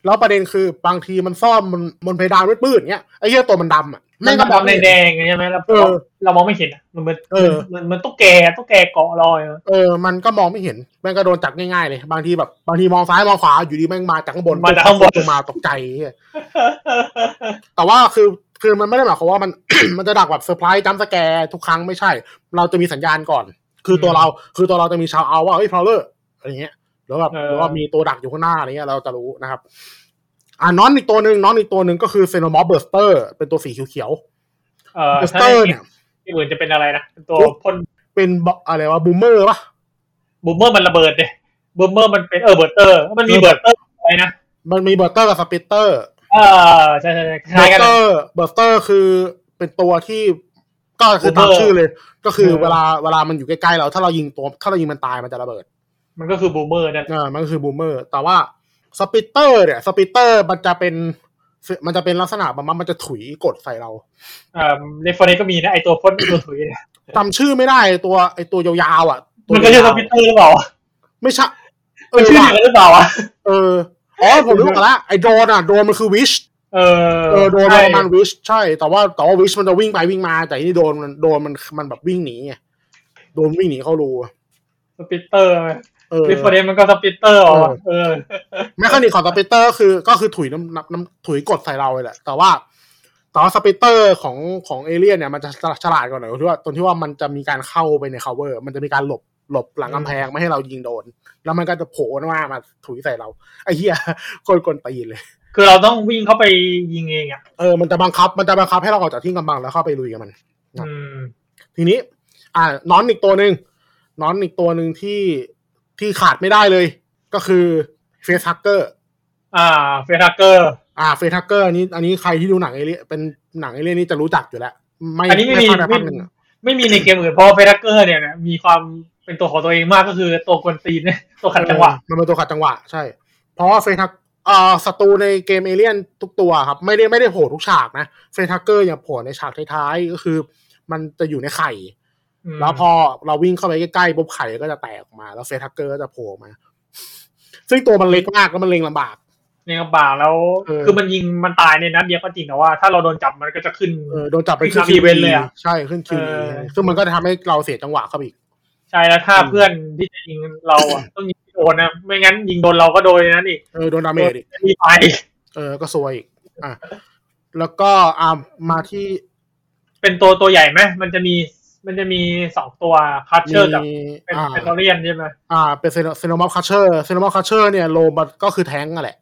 Speaker 1: แล้วประเด็นคือบางทีมันซ่อนบนบนเพดานมืดๆเงี้ยไอ้เหี้ยตัวมันดำอ่ะ
Speaker 2: มั
Speaker 1: แม่
Speaker 2: น
Speaker 1: งก็มอง
Speaker 2: ดำ
Speaker 1: ไม่เห็น
Speaker 2: แดงๆไงใช่ไหมเรา
Speaker 1: เออ
Speaker 2: เรามองไม่เห็นอะมันเหมัน
Speaker 1: เออ
Speaker 2: มันเหมันตุ๊กแกตุ๊กแกเกาะลอยอะ
Speaker 1: เออ มันก็มองไม่เห็น แม่งก็โดนจับง่ายๆเลย บางทีแบบ บางทีมองซ้ายมองขวา อยู่ดีแม่งมาจากข้างบน
Speaker 2: มาจากข้างบน
Speaker 1: ลงมาตกใจ แต่ว่าคือ คือมันไม่ได้หมายความว่ามัน มันจะดักแบบเซอร์ไพรส์จัมป์สแกร์ทุกครั้งไม่ใช่ เราจะมีสัญญาณก่อน คือตัว
Speaker 2: อืม
Speaker 1: เรา คือตัวเราจะมีชาวเอาว่า เฮ้ยพาวเลอร์ อะไรเงี้ย หรือแบบ
Speaker 2: เออ
Speaker 1: หรือว่ามีตัวดักอยู่ข้างหน้าอะไรเงี้ย เราจะรู้นะครับ อ่าน้อนอีกตัวหนึ่งน้อนอีกตัวหนึ่งก็คือเซโนมอฟเบอร์สเตอร์ เป็นตัวสีเขียว
Speaker 2: เอ่
Speaker 1: ๆ
Speaker 2: อ
Speaker 1: เบอร์ส
Speaker 2: ถ้า
Speaker 1: เตอ
Speaker 2: ใน
Speaker 1: ร์เนี่ย
Speaker 2: ที่อื่นจะเป็นอะไรนะเป็นตัว
Speaker 1: ปุ๊บ
Speaker 2: พ่น
Speaker 1: เป็นบออะไรวะบูมเมอร์ปะ
Speaker 2: บูมเมอร์มันระเบิดเนี่ยบูมเมอร์มันเป็นเออเบิร์ตเตอร์มันมีเบิร์ตเตอร์อะไรนะ
Speaker 1: มันมีเบอร์เตอร์กับสปิตเตอร์
Speaker 2: เออใช่ใช่ใช่ค
Speaker 1: เบอ
Speaker 2: ล้าย
Speaker 1: ร์
Speaker 2: กัน
Speaker 1: เตอร์เบอร์เตอร์คือ เป็นตัวที่ก็คือตามชื่อเลย ก็คือเวลาเวลามันอยู่ใกล้ๆเราถ้าเรายิงตัว ถ้าเรายิงมันตายมันจะระเบิด
Speaker 2: มันก็คือบูมเมอร์นั่น
Speaker 1: อ่ามันก็คือบูมเมอร์ แต่ว่าสปิตเตอร์เนี่ยสปิตเตอร์มันจะเป็น มันจะเป็นลักษณะประมาณมันจะถุยกดใส่เรา
Speaker 2: เอ่อในฟอร์เนก็มีนะไอตัวพ่นตัวถุยเนี่ย
Speaker 1: จำชื่อไม่ได้ตัวไอตัวยาวๆอ่ะตัว
Speaker 2: มันก็เรียกว่าพิเตอร์หรือเปล่า
Speaker 1: ไม่ใช่เอ
Speaker 2: มัน
Speaker 1: อ
Speaker 2: ชื่อ
Speaker 1: ว่ะ
Speaker 2: เดียวกันหรือเปล่าวะ
Speaker 1: เอออ๋อผมรู้กันละไอโดรนอ่ะโดรนมันคือวิช
Speaker 2: เออ
Speaker 1: เออโดน
Speaker 2: ใช่
Speaker 1: ประมาณวิชใช่ แต่ว่าแต่ว่าวิชมันจะวิ่งไปวิ่งมา แต่ที่นี่โดนมันโดนมันมันแบบวิ่งหนีไงโดนวิ่งหนีเข้ารู
Speaker 2: สปิตเตอร์
Speaker 1: เออ
Speaker 2: ในฟอร์เนมันก็สปิตเตอร์เหรอวะเออ
Speaker 1: แมคานิกของสปิตเตอร์คือก็คือถุยน้ำน้ำน้ำถุยกดใส่เราเลยแหละ แต่ว่าแต่ว่าสปิตเตอร์ของของเอเลี่ยนเนี่ยมันจะฉลาดกว่าหน่อยตรงที่ว่าตรงที่ว่ามันจะมีการเข้าไปใน cover มันจะมีการหลบหลบหลังกำแพงไม่ให้เรายิงโดน แล้วมันก็จะโผล่หน้ามาถุยใส่เราไอ้เหี้ยคนกลตีนเลย
Speaker 2: คือเราต้องวิ่งเข้าไปยิงเองอ่ะ
Speaker 1: เออมันจะบังคับมันจะบังคับให้เราออกจากที่กำบังแล้วเข้าไปลุยกับมัน
Speaker 2: อืม
Speaker 1: ทีนี้ อ่านอนอีกตัวหนึ่งนอนอีกตัวหนึ่งที่ที่ขาดไม่ได้เลย ก็คือเฟสฮักเกอร์
Speaker 2: อ่าเฟทักเกอร์
Speaker 1: อ่าเฟสฮักเกอร์นี้ อันนี้ใครที่ดูหนังเอเลี่ยนเป็นหนังเอเลี่ยนนี่จะรู้จักอยู่แล้ว ไม่
Speaker 2: อันนี้ไม่มี
Speaker 1: พลาดแภา
Speaker 2: ไม่
Speaker 1: คหนึ่งอะ
Speaker 2: ไม่มีในเกมอื่นเพราะเฟทักเกอร์เนี่ยนะมีความเป็นตัวของตัวเองมากก็คือตัวกวนตีนเนี่ยตัวขัดจังหวะ
Speaker 1: เออมันเป็นตัวขัดจังหวะ ใช่ เพราะว่าเฟสฮักอ่าศัตรูในเกมเอเลี่ยนทุกตัวครับ ไม่ได้ไม่ได้โผล่ทุกฉากนะเฟสฮักเกอร์อย่างโผล่ในฉากท้ายๆก็คือ มันจะอยู่ในไข่ แล้วพอเราวิ่งเข้าไปใกล้ๆปุ๊บไข่ก็จะแตกออกมา แล้วเฟสทักเกอร์ก็จะโผล่มา ซึ่งตัวมันเล็กมากแล้วมันเล็งลำบาก
Speaker 2: ในกระบาแล้ว
Speaker 1: เออ
Speaker 2: คือมันยิงมันตายในนัดเดียวก็จริงแต่ว่าถ้าเราโดนจับมันก็จะขึ้น
Speaker 1: เออโดนจับไป
Speaker 2: ขึ้น RV เลยอะ
Speaker 1: ใช่ขึ้นคิว
Speaker 2: เออ
Speaker 1: ซึ่งมันก็ทำให้เราเสียจังหวะเข้าไปอีก
Speaker 2: ใช่แล้วถ้า
Speaker 1: อืม
Speaker 2: เพื่อนที่จะยิงเราอ่ะ ต้องยิงโดนนะไม่งั้นยิงโดนเราก็โดนในนั้นอีก
Speaker 1: เออโดนดาเมจอีก
Speaker 2: มีไฟ
Speaker 1: เออก็ซวยอีกอ่ะแล้วก็อ่ามาที่
Speaker 2: เป็นตัวตัวใหญ่ไหมมันจะมีมันจะมีสองตัวคัตเช
Speaker 1: มี
Speaker 2: อร์กับเป็น
Speaker 1: อ่า
Speaker 2: เป็นโอเรียนใช่ไหม
Speaker 1: อ่าเป็นเซโนมอฟคัชเชอร์เซโนมอฟคัชเชอร์เนี่ยโลมันก็คือแท้งนั่นแหละ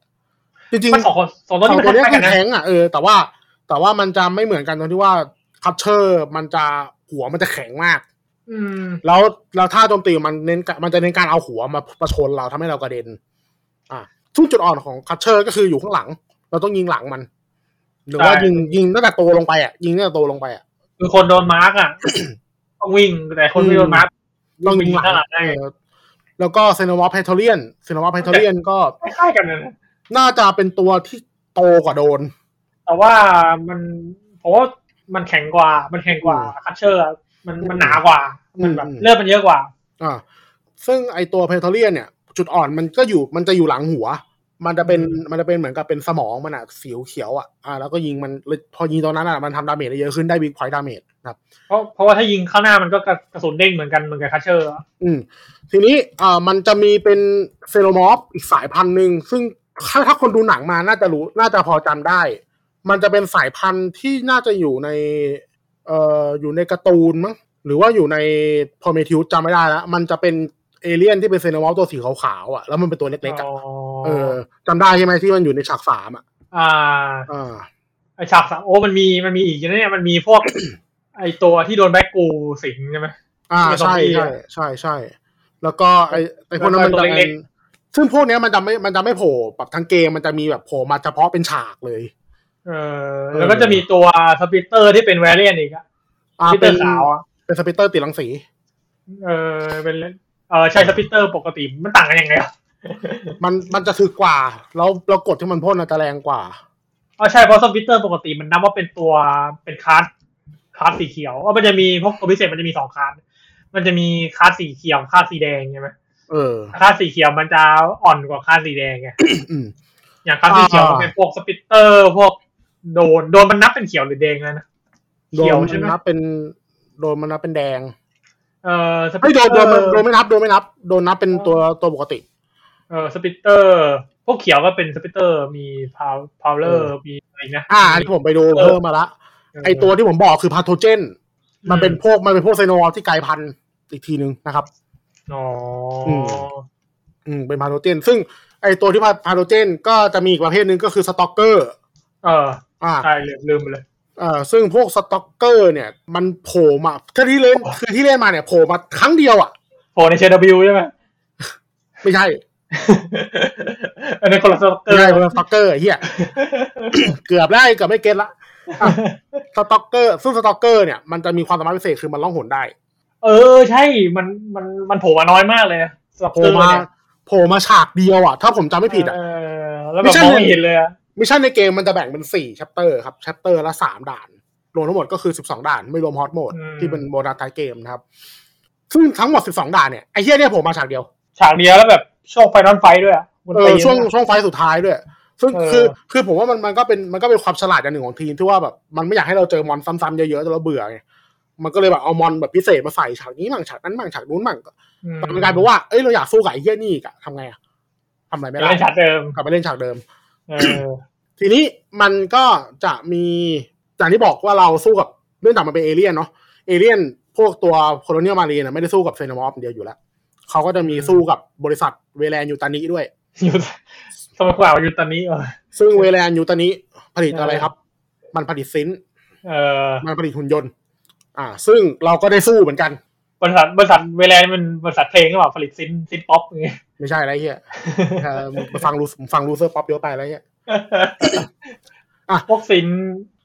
Speaker 1: จริง
Speaker 2: มัน
Speaker 1: ๆ
Speaker 2: สองคนสองตัว
Speaker 1: ส
Speaker 2: นี้
Speaker 1: อ
Speaker 2: มัน
Speaker 1: งตัวเนี้ย
Speaker 2: คล้า
Speaker 1: คื
Speaker 2: ยๆ
Speaker 1: อ
Speaker 2: กันนะ
Speaker 1: แท้งอ่ะเออแต่ว่าแต่ว่ามันจะไม่เหมือนกันตรงที่ว่าคัพเชอร์มันจะหัวมันจะแข็งมาก
Speaker 2: อืม
Speaker 1: แล้วแล้วถ้าโจมตีมันเน้นกะมันจะเน้นการเอาหัวมาประชนเราทำให้เรากระเด็น อ่ะทุกจุดอ่อนของคัพเชอร์ก็คืออยู่ข้างหลัง เราต้องยิงหลังมัน หรือว่ายิงยิงตั้งแต่โตวลงไปอ่ะยิงตั้งแต่โตวลงไปอ่ะ
Speaker 2: คือคนโดนมาร์กอ่ะ ต้องวิ่งแต่คนไม่โดนมาร์ก
Speaker 1: ต้องยิงหลัง
Speaker 2: ยิงข้างหลังได้
Speaker 1: เออแล้วก็เซโนวอฟไพทอเรียนเซโนวอฟไพทอเรียนก็
Speaker 2: คล้ายๆกันนะ
Speaker 1: น่าจะเป็นตัวที่โตกว่าโดน
Speaker 2: แต่ว่ามันผมว่ามันแข็งกว่า มันแข็งกว่าคัตเชอร์อะมันมันหนากว่า มันแบบ
Speaker 1: อืม
Speaker 2: เลือดมันเยอะกว่า
Speaker 1: อ่าซึ่งไอตัวเพทอเรียนเนี่ย จุดอ่อนมันก็อยู่มันจะอยู่หลังหัว มันจะเป็น
Speaker 2: อืม
Speaker 1: มันจะเป็นเหมือนกับเป็นสมองมันอะสีเขียวอะอ่า แล้วก็ยิงมันพอยิงตอนนั้นอะมันทำดาเมจได้เยอะขึ้นได้บิ๊กพอยต์ดาเมจครับ
Speaker 2: เพราะเพราะว่าถ้ายิงข้างหน้ามันก็กระกระสุนเด้งเหมือนกันเหมือนกับคัตเชอร์อะ
Speaker 1: อืมทีนี้อ่ามันจะมีเป็นเซโลมอฟอีกสายพันธุ์หนึ่งซึ่งถ้าถ้าคนดูหนังมาน่าจะรู้น่าจะพอจำได้ มันจะเป็นสายพันธุ์ที่น่าจะอยู่ในเอ่ออยู่ในการ์ตูนมั้งหรือว่าอยู่ในพอเมทิวจำไม่ได้แล้วมันจะเป็นเอเลี่ยนที่เป็นเซโลมอฟตัวสีขาวๆอ่ะแล้วมันเป็นตัวเล็กๆอะ
Speaker 2: อ๋อ
Speaker 1: เออจำได้ใช่ไหมที่มันอยู่ในฉากสามอ่ะ
Speaker 2: อ่า
Speaker 1: อ่า
Speaker 2: ไอฉากสามโอ้มันมีมันมีอีกนะเนี่ยมันมีพว ก ไอตัวที่โดนแบ็กกูสิงใช่ไหม
Speaker 1: อ่า
Speaker 2: ที่
Speaker 1: ใช่
Speaker 2: เป็นซอมบี้
Speaker 1: ใช่
Speaker 2: อะ
Speaker 1: ใช่ใช่แล้วก็ไอไอพวกนั้นมัน
Speaker 2: ตัว
Speaker 1: จะ
Speaker 2: เล็
Speaker 1: เป็
Speaker 2: ก
Speaker 1: นซึ่งพวกเนี้ยมันจะไม่มันจะไม่โผล่แบบทั้งเกมมันจะมีแบบโผล่มาเฉพาะเป็นฉากเลย
Speaker 2: เออ
Speaker 1: เออ
Speaker 2: แล้วก็จะมีตัวสปิตเตอร์ที่เป็นแวรเรียนอีกอะส
Speaker 1: อ่า
Speaker 2: ปิตเต
Speaker 1: เป็
Speaker 2: อน ร์ขาวอะ
Speaker 1: เป็นสปิตเตอร์ติดรังสี
Speaker 2: เออเป็นเออใช่สปิตเตอร์ปกติมันต่างกันยังไงอะ
Speaker 1: มันมันจะถือกว่า แล้วเรากดที่มันพ่นน่ะจะแรงกว่า
Speaker 2: อ๋อใช่เพราะสวิตเตอร์ปกติมันนับว่าเป็นตัวเป็นคลาสคลาสสีเขียวอ๋อมันจะมีพวกตัวพิเศษมันจะมีสองคลาสมันจะมีคลาสสีเขียวคลาสสีแดงใช่ไหม
Speaker 1: เออ
Speaker 2: คลาสสีเขียวมันจะอ่อนกว่าคลาสสีแดงไง
Speaker 1: อืม
Speaker 2: อย่างคลาสสีเขียวมันเป็นพวกสปิตเตอร์พวกโดนโดนมันนับเป็นเขียวหรือแดงแล้วนะ
Speaker 1: โด
Speaker 2: เขียวน ใช่
Speaker 1: มัน
Speaker 2: ไหม
Speaker 1: นับเป็นโดนมันนับเป็นแดง
Speaker 2: เออสปิ
Speaker 1: ไม่
Speaker 2: ต
Speaker 1: โด
Speaker 2: เตอน
Speaker 1: โดนมันโดนไม่
Speaker 2: ร์
Speaker 1: นับโดนไม่นับโดนนับเป็นตัวตัวปกติ
Speaker 2: เออสปิตเตอร์ พวกเขียวก็เป็นสปิตเตอร์มีพาวพาวเลอร์มีอะไรนะ
Speaker 1: อ่าอันที่ผมไปดูเพิ่มมาละ ไอตัวที่ผมบอกคือพาโทเจน มันเป็นพวกมันเป็นพวกไซโนวอลที่กลายพันธุ์อีกทีหนึ่งนะครับ
Speaker 2: อ๋ออ
Speaker 1: ม อืมเป็นพาโทเจน ซึ่งไอตัวที่พาพาโทเจนก็จะมีอีกประเภทหนึ่งก็คือสต็อกเกอร์
Speaker 2: เออ
Speaker 1: อ่า
Speaker 2: ใช่ลืมลืมไปเลย
Speaker 1: เอ่อซึ่งพวกสต็อกเกอร์เนี่ย มันโผล่มาคือที่เล่นคือที่เล่นมาเนี่ยโผล่มาครั้งเดียวอ่ะ
Speaker 2: โผล่ในเชนวิวใช่ ไหม
Speaker 1: ไม่ใช่
Speaker 2: อันนี้คนละสต็อกเกอ
Speaker 1: ไม่
Speaker 2: ร์
Speaker 1: ใช่เป็นสต็อกเกอร์ไอ้เฮียเกือบได้เกือบไม่เก็ตละ สต็อกเกอร์ซึ่งสต็อกเกอร์เนี่ยมันจะมีความสามารถพิเศษคือมันล่องหนได้
Speaker 2: เออ ใช่ มัน มัน มันโผล่มาน้อยมากเลยนะสำหรับ
Speaker 1: โผล่
Speaker 2: เตอร์
Speaker 1: มา
Speaker 2: เนี่ย
Speaker 1: โผล่มาฉากเดียวอ่ะ ถ้าผมจำไม่ผิดอ่ะ
Speaker 2: เออแล้วแบบ
Speaker 1: ไม่ใช่
Speaker 2: มองไม่เห็นเลยอะ
Speaker 1: มิชชั่นในเกมมันจะแบ่งเป็นสี่ชัปเตอร์ครับชัปเตอร์ละสามด่าน รวมทั้งหมดก็คือสิบสองด่าน ไม่รวมฮอตโหมดที่เป็นโบนัสท้ายเกมนะครับ ซึ่งทั้งหมดสิบสองด่านเนี่ยไอ้เหี้ยเนี่ยโผล่มาฉากเดียว
Speaker 2: ฉากเดียวแล้วแบบช่วงไฟนอลไฟด้วยอะบน
Speaker 1: เอ
Speaker 2: ตี
Speaker 1: อน ช่วงช่วงไฟล์สุดท้ายด้วย ซึ่ง
Speaker 2: เออ
Speaker 1: คือคือผมว่ามันมันก็เป็นมันก็เป็นความฉลาดอย่างหนึ่งของทีมที่ว่าแบบมันไม่อยากให้เราเจอมอนซ้ำๆเยอะๆจนเราเบื่อไงมันก็เลยแบบเอามอนแบบพิเศษมาใส่ฉากนี้มั่งฉากนั้นมั่งฉากนู้นมั่ง
Speaker 2: อืม
Speaker 1: แต่มันกลายเป็นว่าเอ้ยเราอยากสู้กับไอ้เหี้ยนี่อีกอะทำไงอะทำอะไรไม่ได้
Speaker 2: เล่นฉากเดิม
Speaker 1: กลับไปเล่นฉากเดิม
Speaker 2: เออ
Speaker 1: ทีนี้มันก็จะมีอย่างที่บอกว่าเราสู้กับเนื่องจากมันเป็นเอเลี่ยนเนาะเอเลี่ยนพวกตัวโคโลเนียลมารีนะไม่ได้สู้กับเซนมอฟเดียวอยู่แล้วเขาก็จะมี
Speaker 2: อืม
Speaker 1: สู้กับบริษัทเวแลนยูตานิด้วย
Speaker 2: อยู่สมัยกว่าอยู่ตอนนี้เออ
Speaker 1: ซึ่งเวแลนยูตานิผลิตอะไร
Speaker 2: เออ
Speaker 1: ครับ มันผลิตซินต์
Speaker 2: เออ
Speaker 1: มันผลิตหุ่นยนต์ อ่า ซึ่งเราก็ได้สู้เหมือนกัน
Speaker 2: บริษัทบริษัทเวลามันบริษัทเพลงหรือเปล่าผลิตซินซินป๊อปอย่างเงี้ย
Speaker 1: ไม่ใช่อะไรเฮียเออมึงไปฟังรูมึงฟังรูเซอร์ป๊อปเยอะไปอะไรเฮีย อ่ะ
Speaker 2: พวกสิน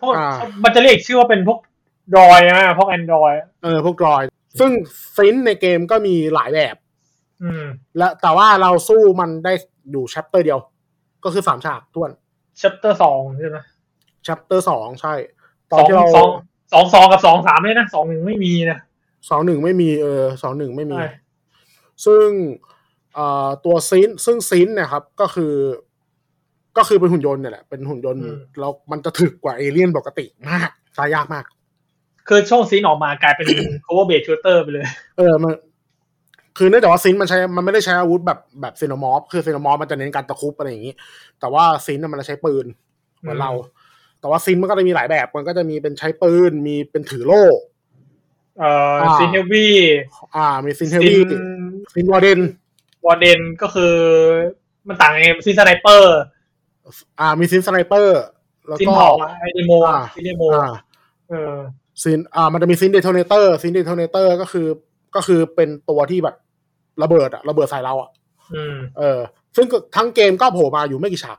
Speaker 2: พวก
Speaker 1: อ่า
Speaker 2: มันจะเรียกชื่อว่าเป็นพวกดอยนะพวกแอนดรอย
Speaker 1: เออพวกรอย ซึ่งซินต์ในเกมก็มีหลายแบบ
Speaker 2: อืม
Speaker 1: และแต่ว่าเราสู้มันได้อยู่แชปเตอร์เดียว ก็คือสามฉากท้วน
Speaker 2: ชัปเตอร์สองใช่ไหม
Speaker 1: ชัปเตอร์สองใช่ ต
Speaker 2: ส
Speaker 1: อน
Speaker 2: อง
Speaker 1: ที่เรา
Speaker 2: สองสองสองกับสองสามเลยนะสองหนึ่งไม่มีนะ
Speaker 1: สองหนึ่งไม่มีเออสองหนึ่งไม่มี
Speaker 2: ใช่
Speaker 1: ซึ่งเอ่อตัวซินซึ่งซินนะครับก็คือ ก็คือเป็นหุ่นยนต์เนี่ยแหละเป็นหุ่นยนต์แล้วมันจะถึกกว่าเอเลี่ยนปกติมากตายยากมาก
Speaker 2: คือช่วงซินออกมากลายเป็น cover base shooter ไปเลย
Speaker 1: เออมันคือเนื่องจากว่าซินมันใช้มันไม่ได้ใช้อาวุธแบบแบบซีโนมอฟคือซีโนมอฟมันจะเน้นการตะครุบอะไรอย่างนี้ แต่ว่าซินน่ะมันจะใช้ปืนเหมือนเรา แต่ว่าซินมันก็จะมีหลายแบบ มันก็จะมีเป็นใช้ปืนมีเป็นถือโล่
Speaker 2: เอ่อ
Speaker 1: อ่า
Speaker 2: ซินเฮฟวี่
Speaker 1: อ่า มีซินเท
Speaker 2: ซิ
Speaker 1: วี่
Speaker 2: น
Speaker 1: ซินวอร์เดน
Speaker 2: วอร์เดนก็คือ มันต่างไงซินสไนเปอร์
Speaker 1: อ่ามีซินสไนเปอร์ แล้ว
Speaker 2: ซิน
Speaker 1: ก็
Speaker 2: หอกไอเดโม
Speaker 1: อ่า
Speaker 2: ซินเดโม
Speaker 1: อ่า
Speaker 2: เออ
Speaker 1: ซินอ่ามันจะมีซินเดโทเนเตอร์ซินเดโทเนเตอร์ก็คือก็คือเป็นตัวที่แบบระเบิดอะระเบิดใส่เราอะ
Speaker 2: อืม
Speaker 1: เออ ซึ่งก็ทั้งเกมก็โผล่มาอยู่ไม่กี่ฉาก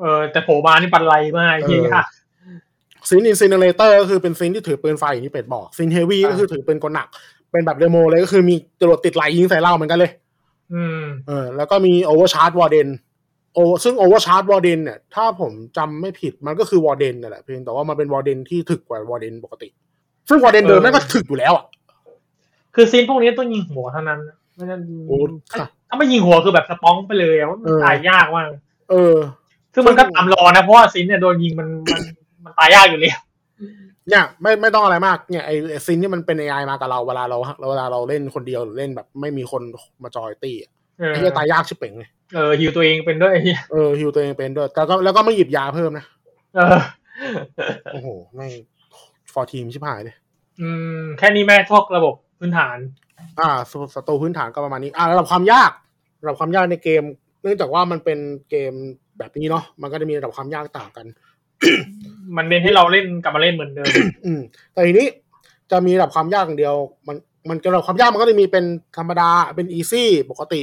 Speaker 2: เออแต่โผล่มานี่ปันไลมาก
Speaker 1: เออ
Speaker 2: ที่ค่ะ
Speaker 1: ซินอินซินเ a เตอร์ก็คือเป็นซินที่ถือปืนไฟอย่างที่เป็ดบอกซินเฮวี
Speaker 2: อ่า
Speaker 1: ก็คือถือปืนกลหนัก เป็นแบบเดโมเลยก็คือมีจรวดติดไหลยิงใส่เราเหมือนกันเลย
Speaker 2: อืม
Speaker 1: เออแล้วก็มีโอเวอร์ชาร์จวอร์เดนโอซึ่งโอเวอร์ชาร์จวอร์เดนเนี่ยถ้าผมจำไม่ผิดมันก็คือวอร์เดนนั่นแหละเพียงแต่ว่ามันเป็นวอร์เดนที่ถึกกว่าวอร์เดนปกติ ซึ่งวอร์เดนเดิมนั่นก็ถึกอยู่แล้วอ่ะ
Speaker 2: คือซีนพวกนี้ต้องยิงหัวเท่านั้นนะไม่งั้น
Speaker 1: โอ้ค่ะ
Speaker 2: ถ้าไม่ยิงหัวคือแบบสป้องไปเลยอะว่ามันตายยากมาก
Speaker 1: เออ
Speaker 2: ซึ่งมันก็ตามรอนะ เพราะว่าซีนเนี่ยโดนยิงมันมันมันตายยากอยู่เลย
Speaker 1: เนี่ยไม่ไม่ต้องอะไรมากเนี่ยไอไอ้ซินที่มันเป็น AI มากับเราเวลาเราเวลาเราเล่นคนเดียวหรือเล่นแบบไม่มีคนมาจอยตี้อะ
Speaker 2: เออ
Speaker 1: ไอ้เหี้ยตายยากชิบเป่งเลย
Speaker 2: เออฮิวตัวเองเป็นด้วยไอ้เหี้ย
Speaker 1: เออฮิวตัวเองเป็นด้วยแต่ก็แล้วก็ไม่หยิบยาเพิ่มนะ
Speaker 2: เออ
Speaker 1: โอ้โหไม่ฟอร์ทีมชิบหายเลย
Speaker 2: อืม แค่นี้แม่ทอกระบบพื้นฐาน
Speaker 1: อ่าสสตรูพื้นฐานก็ประมาณนี้ อ่าระดับความยากระดับความยากในเกม เนื่องจากว่ามันเป็นเกมแบบนี้เนาะมันก็จะมีระดับความยากต่างกัน
Speaker 2: มันเน้นให้เราเล่นกลับมาเล่นเหมือนเดิม
Speaker 1: อืมแต่ทีนี้จะมีระดับความยากอย่างเดียว มันมันระดับความยากมันก็จะมีเป็นธรรมดาเป็นอีซี่ปกติ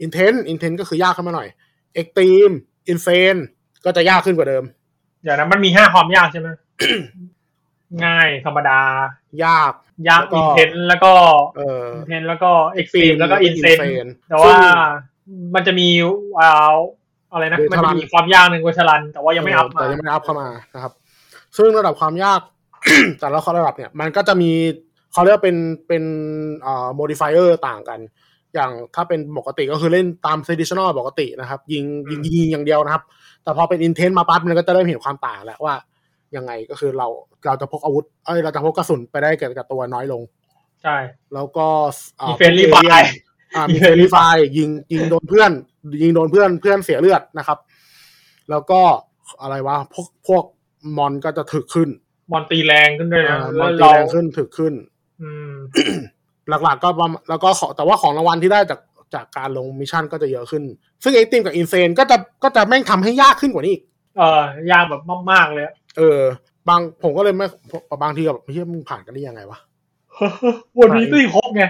Speaker 1: อินเทนอินเทนก็คือยากขึ้นมาหน่อยเอ็กตีมอินเฟนก็จะยากขึ้นกว่าเดิม
Speaker 2: เดี๋ยวนะมันมีห้าความยากใช่ไหม ง่ายธรรมดา
Speaker 1: ยาก
Speaker 2: ยาก
Speaker 1: แล้วก็
Speaker 2: อินเทนแล้วก็
Speaker 1: เออ
Speaker 2: อินเทนแล้วก็เอ็กซ์ตรีมแล้วก็อินเซน
Speaker 1: น
Speaker 2: แต่ว่ามันจะมีอ่าอะไรนะ
Speaker 1: เวท
Speaker 2: มัน
Speaker 1: ลัน
Speaker 2: จะมีความยากหนึ่งเวชรัน แต่ว่ายังไม่อัพมา
Speaker 1: แต่ยังไม่อัพเข้ามานะครับ ซึ่งระดับความยาก แต่ละข้อระดับเนี่ย มันก็จะมีเขาเรียกว่าเป็นเป็นเอ่อ modifier ต่างกัน อย่างถ้าเป็นปกติก็คือเล่นตาม traditional ปกตินะครับ ยิง
Speaker 2: อื
Speaker 1: ยิง
Speaker 2: ม
Speaker 1: ยิงอย่างเดียวนะครับ แต่พอเป็น intent มาปั๊บมันก็จะเริ่มเห็นความต่างแล้วว่ายังไงก็คือเราเราจะพกอาวุธเอ้ยเราจะพกกระสุนไปได้เกิดกับตัวน้อยลง
Speaker 2: ใช่
Speaker 1: แล้วก็อ่า
Speaker 2: มี friendly fire
Speaker 1: อ่า มีเฟรนลี่ไฟยิงยิงโดนเพื่อน ยิงโดนเพื่อนเพื่อนเสียเลือดนะครับ แล้วก็อะไรวะพวกพวกมอนก็จะถึกขึ้น
Speaker 2: มอนตีแรงขึ้นด้วยนะ
Speaker 1: อ่าม
Speaker 2: แล้
Speaker 1: อ
Speaker 2: วน
Speaker 1: ตี
Speaker 2: เรา
Speaker 1: แรงขึ้นถึกขึ้น
Speaker 2: อืม
Speaker 1: หลักๆก็ประมาณแล้วก็ขอแต่ว่าของรางวัลที่ได้จากจากการลงมิชชั่นก็จะเยอะขึ้น ซึ่งไอติมกับอินเซนก็จะก็จะแม่งทำให้ยากขึ้นกว่านี้อีก
Speaker 2: เออยากแบบมาก ๆ เลยอะ
Speaker 1: เออ บางผมก็เลยไม่บางทีก็แบบเฮ้ยมึงผ่านกันได้ยังไงวะ
Speaker 2: วันนี้ตีครบไง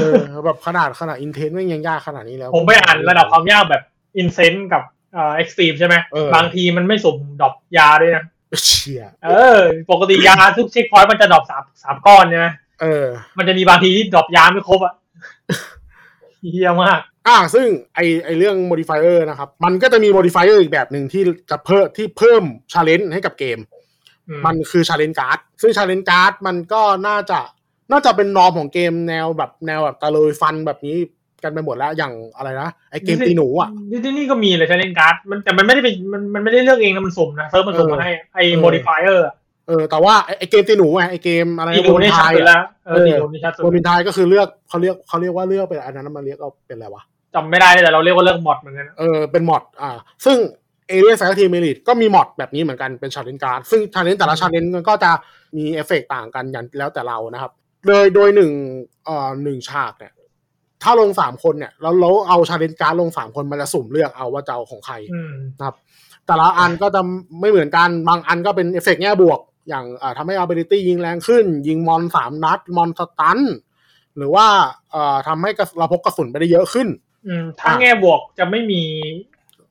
Speaker 1: เออแบบขนาดขนาดอินเทนแม่งยังยากขนาดนี้แล้ว
Speaker 2: ผมไปอ่านระดับความยากแบบอินเซนกับเอ่อ็กซ์ตรีมใช่ไหม
Speaker 1: เออ
Speaker 2: บางทีมันไม่สุ่มดรอปยาด้วยนะ
Speaker 1: เชีย
Speaker 2: เออ ปกติยาทุกเช็คพอยต์มันจะดรอปสามสามก้อนใช่ไหม
Speaker 1: เออ
Speaker 2: มันจะมีบางทีที่ดรอปยาไม่ครบอ่ะ เฮี้ยมาก
Speaker 1: อ่าซึ่งไอไอเรื่อง modifier นะครับ มันก็จะมี modifier อีกแบบหนึ่งที่จะเพิ่มที่เพิ่ม challenge ให้กับเกม
Speaker 2: อื
Speaker 1: มันคือ challenge card ซึ่ง challenge card มันก็น่าจะน่าจะเป็นนอมของเกมแนวแบบแนวแบบตะลุยฟันแบบนี้กันไปหมดแล้วอย่างอะไรนะ ไอเกมตีหนูอ่ะ
Speaker 2: ดิสนีย์ก็มีเลยใช้เล่นการ์ดมันแต่มันไม่ได้เป็นมันมันไม่ได้เลือกเองนะมันสุ่มนะเซิร์ฟมันสุ่มมาให้ไอ้
Speaker 1: เออ
Speaker 2: modifier อะ
Speaker 1: เออแต่ว่าไอ้ไอเกมตีหนูไงไอเกมอะไร
Speaker 2: ตีหนูนี่ชัดสุดแล้วเออตีหนูนี่ชัดสุด
Speaker 1: โรบินทายก็คือเลือกเขาเรียกเขาเรียกว่าเลือกเป็นอันนั้นมันเรียกเอาเป็นอะไรวะ
Speaker 2: จำไม่ได้เลยแต่เราเรียกว่าเลือกมอดเหมือนกันนะ
Speaker 1: เออเป็นมอดอ่า ซึ่งเอเรียสายทีมเอลิทก็มีมอดแบบนี้เหมือนกันเป็นชาเลนการ์ดซึ่งชาเลนแต่ละชาเลนมันก็จะมีเอฟเฟกต์ต่างกันอย่างแล้วแต่เรานะครับ โดยโดยหนึ่งเอ่อหนึ่งฉากเนี่ย ถ้าลงสามคนเนี่ยแล้วเราเอาชาเลนการ์ดลงสามคนมันจะสุ่มเลือกเอาว่าจะเอาของใคร
Speaker 2: อืม
Speaker 1: แต่ละอันก็จะไม่เหมือนกัน บางอันก็เป็นเอฟเฟกต์แง่บวก อย่างอ่าทำให้อาเบลิตี้ยิงแรงขึ้น ยิงมอนสามนัด มอนสตัน หรือว่าเอ่อทำให้กระเราพกกระสุนไปได้เยอะขึ้น
Speaker 2: อืมถ้าแง่บวกจะไม่มี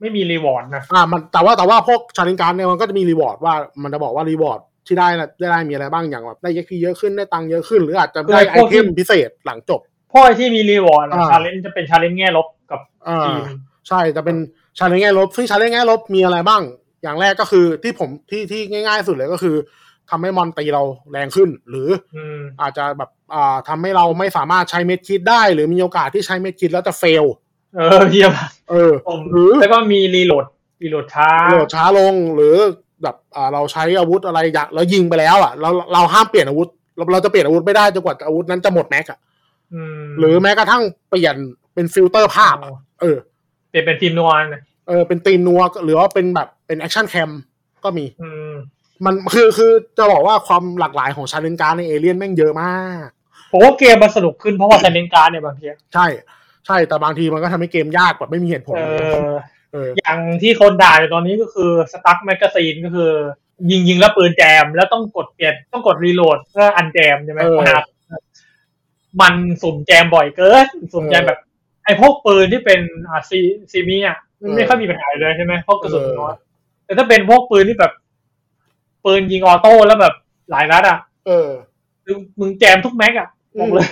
Speaker 2: ไม่มีรีวอร์ดนะ
Speaker 1: อ่ามันแต่ว่าแต่ว่าพวกชาเลนการ์ดเนี่ยมันก็จะมีรีวอร์ดว่ามันจะบอกว่ารีวอร์ดที่ได้นะได้ได้มีอะไรบ้างอย่างแบบได้เยอะขึ้นเยอะขึ้นได้ตังค์เยอะขึ้น หรืออาจจะได้ไอเทมพิเศษหลังจบ
Speaker 2: เพราะไอ้ที่มีรีวอร์ด
Speaker 1: อ่า
Speaker 2: ชาเลนจะเป็นชาเลนแง่ลบกับที
Speaker 1: อ่า
Speaker 2: ม
Speaker 1: ใช่จะเป็นชาเลนจ์แง่ลบซึ่งชาเลนจ์แง่ลบมีอะไรบ้าง อย่างแรกก็คือที่ผมที่ที่ง่าย ๆ สุดเลยก็คือทำให้มอนตีเราแรงขึ้น หรือ
Speaker 2: อืม
Speaker 1: อาจจะแบบอ่าทำให้เราไม่สามารถใช้เม็ดคิดได้ หรือมีโอกาสที่ใช้เม็ดคิดแล้วจะเฟล
Speaker 2: เออเยี่ยมมาก
Speaker 1: เออ
Speaker 2: ผม
Speaker 1: หรือ
Speaker 2: แล้วก็มีรีโหลดรีโหลดช้า
Speaker 1: โหลดช้าลงหรือแบบอ่าเราใช้อาวุธอะไรอย่างแล้วยิงไปแล้วอ่ะเราเราห้ามเปลี่ยนอาวุธ เราเราจะเปลี่ยนอาวุธไม่ได้จนกว่าอาวุธนั้นจะหมดแม็กอะ
Speaker 2: อืม
Speaker 1: หรือแม้กระทั่งเปลี่ยนเป็นฟิลเตอร์ภาพอะเออ
Speaker 2: เปลี่ยนเป็นทีมนวลนะ
Speaker 1: เออเป็นตีมนัวหรือว่าเป็นแบบเป็นแอคชั่นแคมก็มี
Speaker 2: อืม
Speaker 1: มันคือคือจะบอกว่าความหลากหลายของชาเลนการ์ดในเอเลียนแม่งเยอะมาก
Speaker 2: ผมว่าเกมมันสนุกขึ้นเพราะว่าชาเลนการ์ดเนี่ยบางที
Speaker 1: ใช่ ใช่แต่บางทีมันก็ทำให้เกมยากกว่าไม่มีเหตุผล
Speaker 2: เออ
Speaker 1: เออ
Speaker 2: อย่างที่คนด่าอยู่ตอนนี้ก็คือสตั๊กแมกกาซีนก็คือ ยิงยิงแล้วปืนแจม แล้วต้องกดเปลี่ยนต้องกดรีโหลดเพื่ออันแจมใช่ไหมครับมันสุ่มแจมบ่อยเกินสุ่มแจมแบบ ไอ้พวกปืนที่เป็นอ่าซีซีมีอ่ะมันไม่ค่อยมีปัญหาเลยใช่ไหมเพราะกระสุนน้อยแต่ถ้าเป็นพวกปืนที่แบบ ปืนยิงออโต้แล้วแบบหลายนัดอ่ะ
Speaker 1: เออ
Speaker 2: คือมึงแจมทุกแม็กอ่ะบอกเลย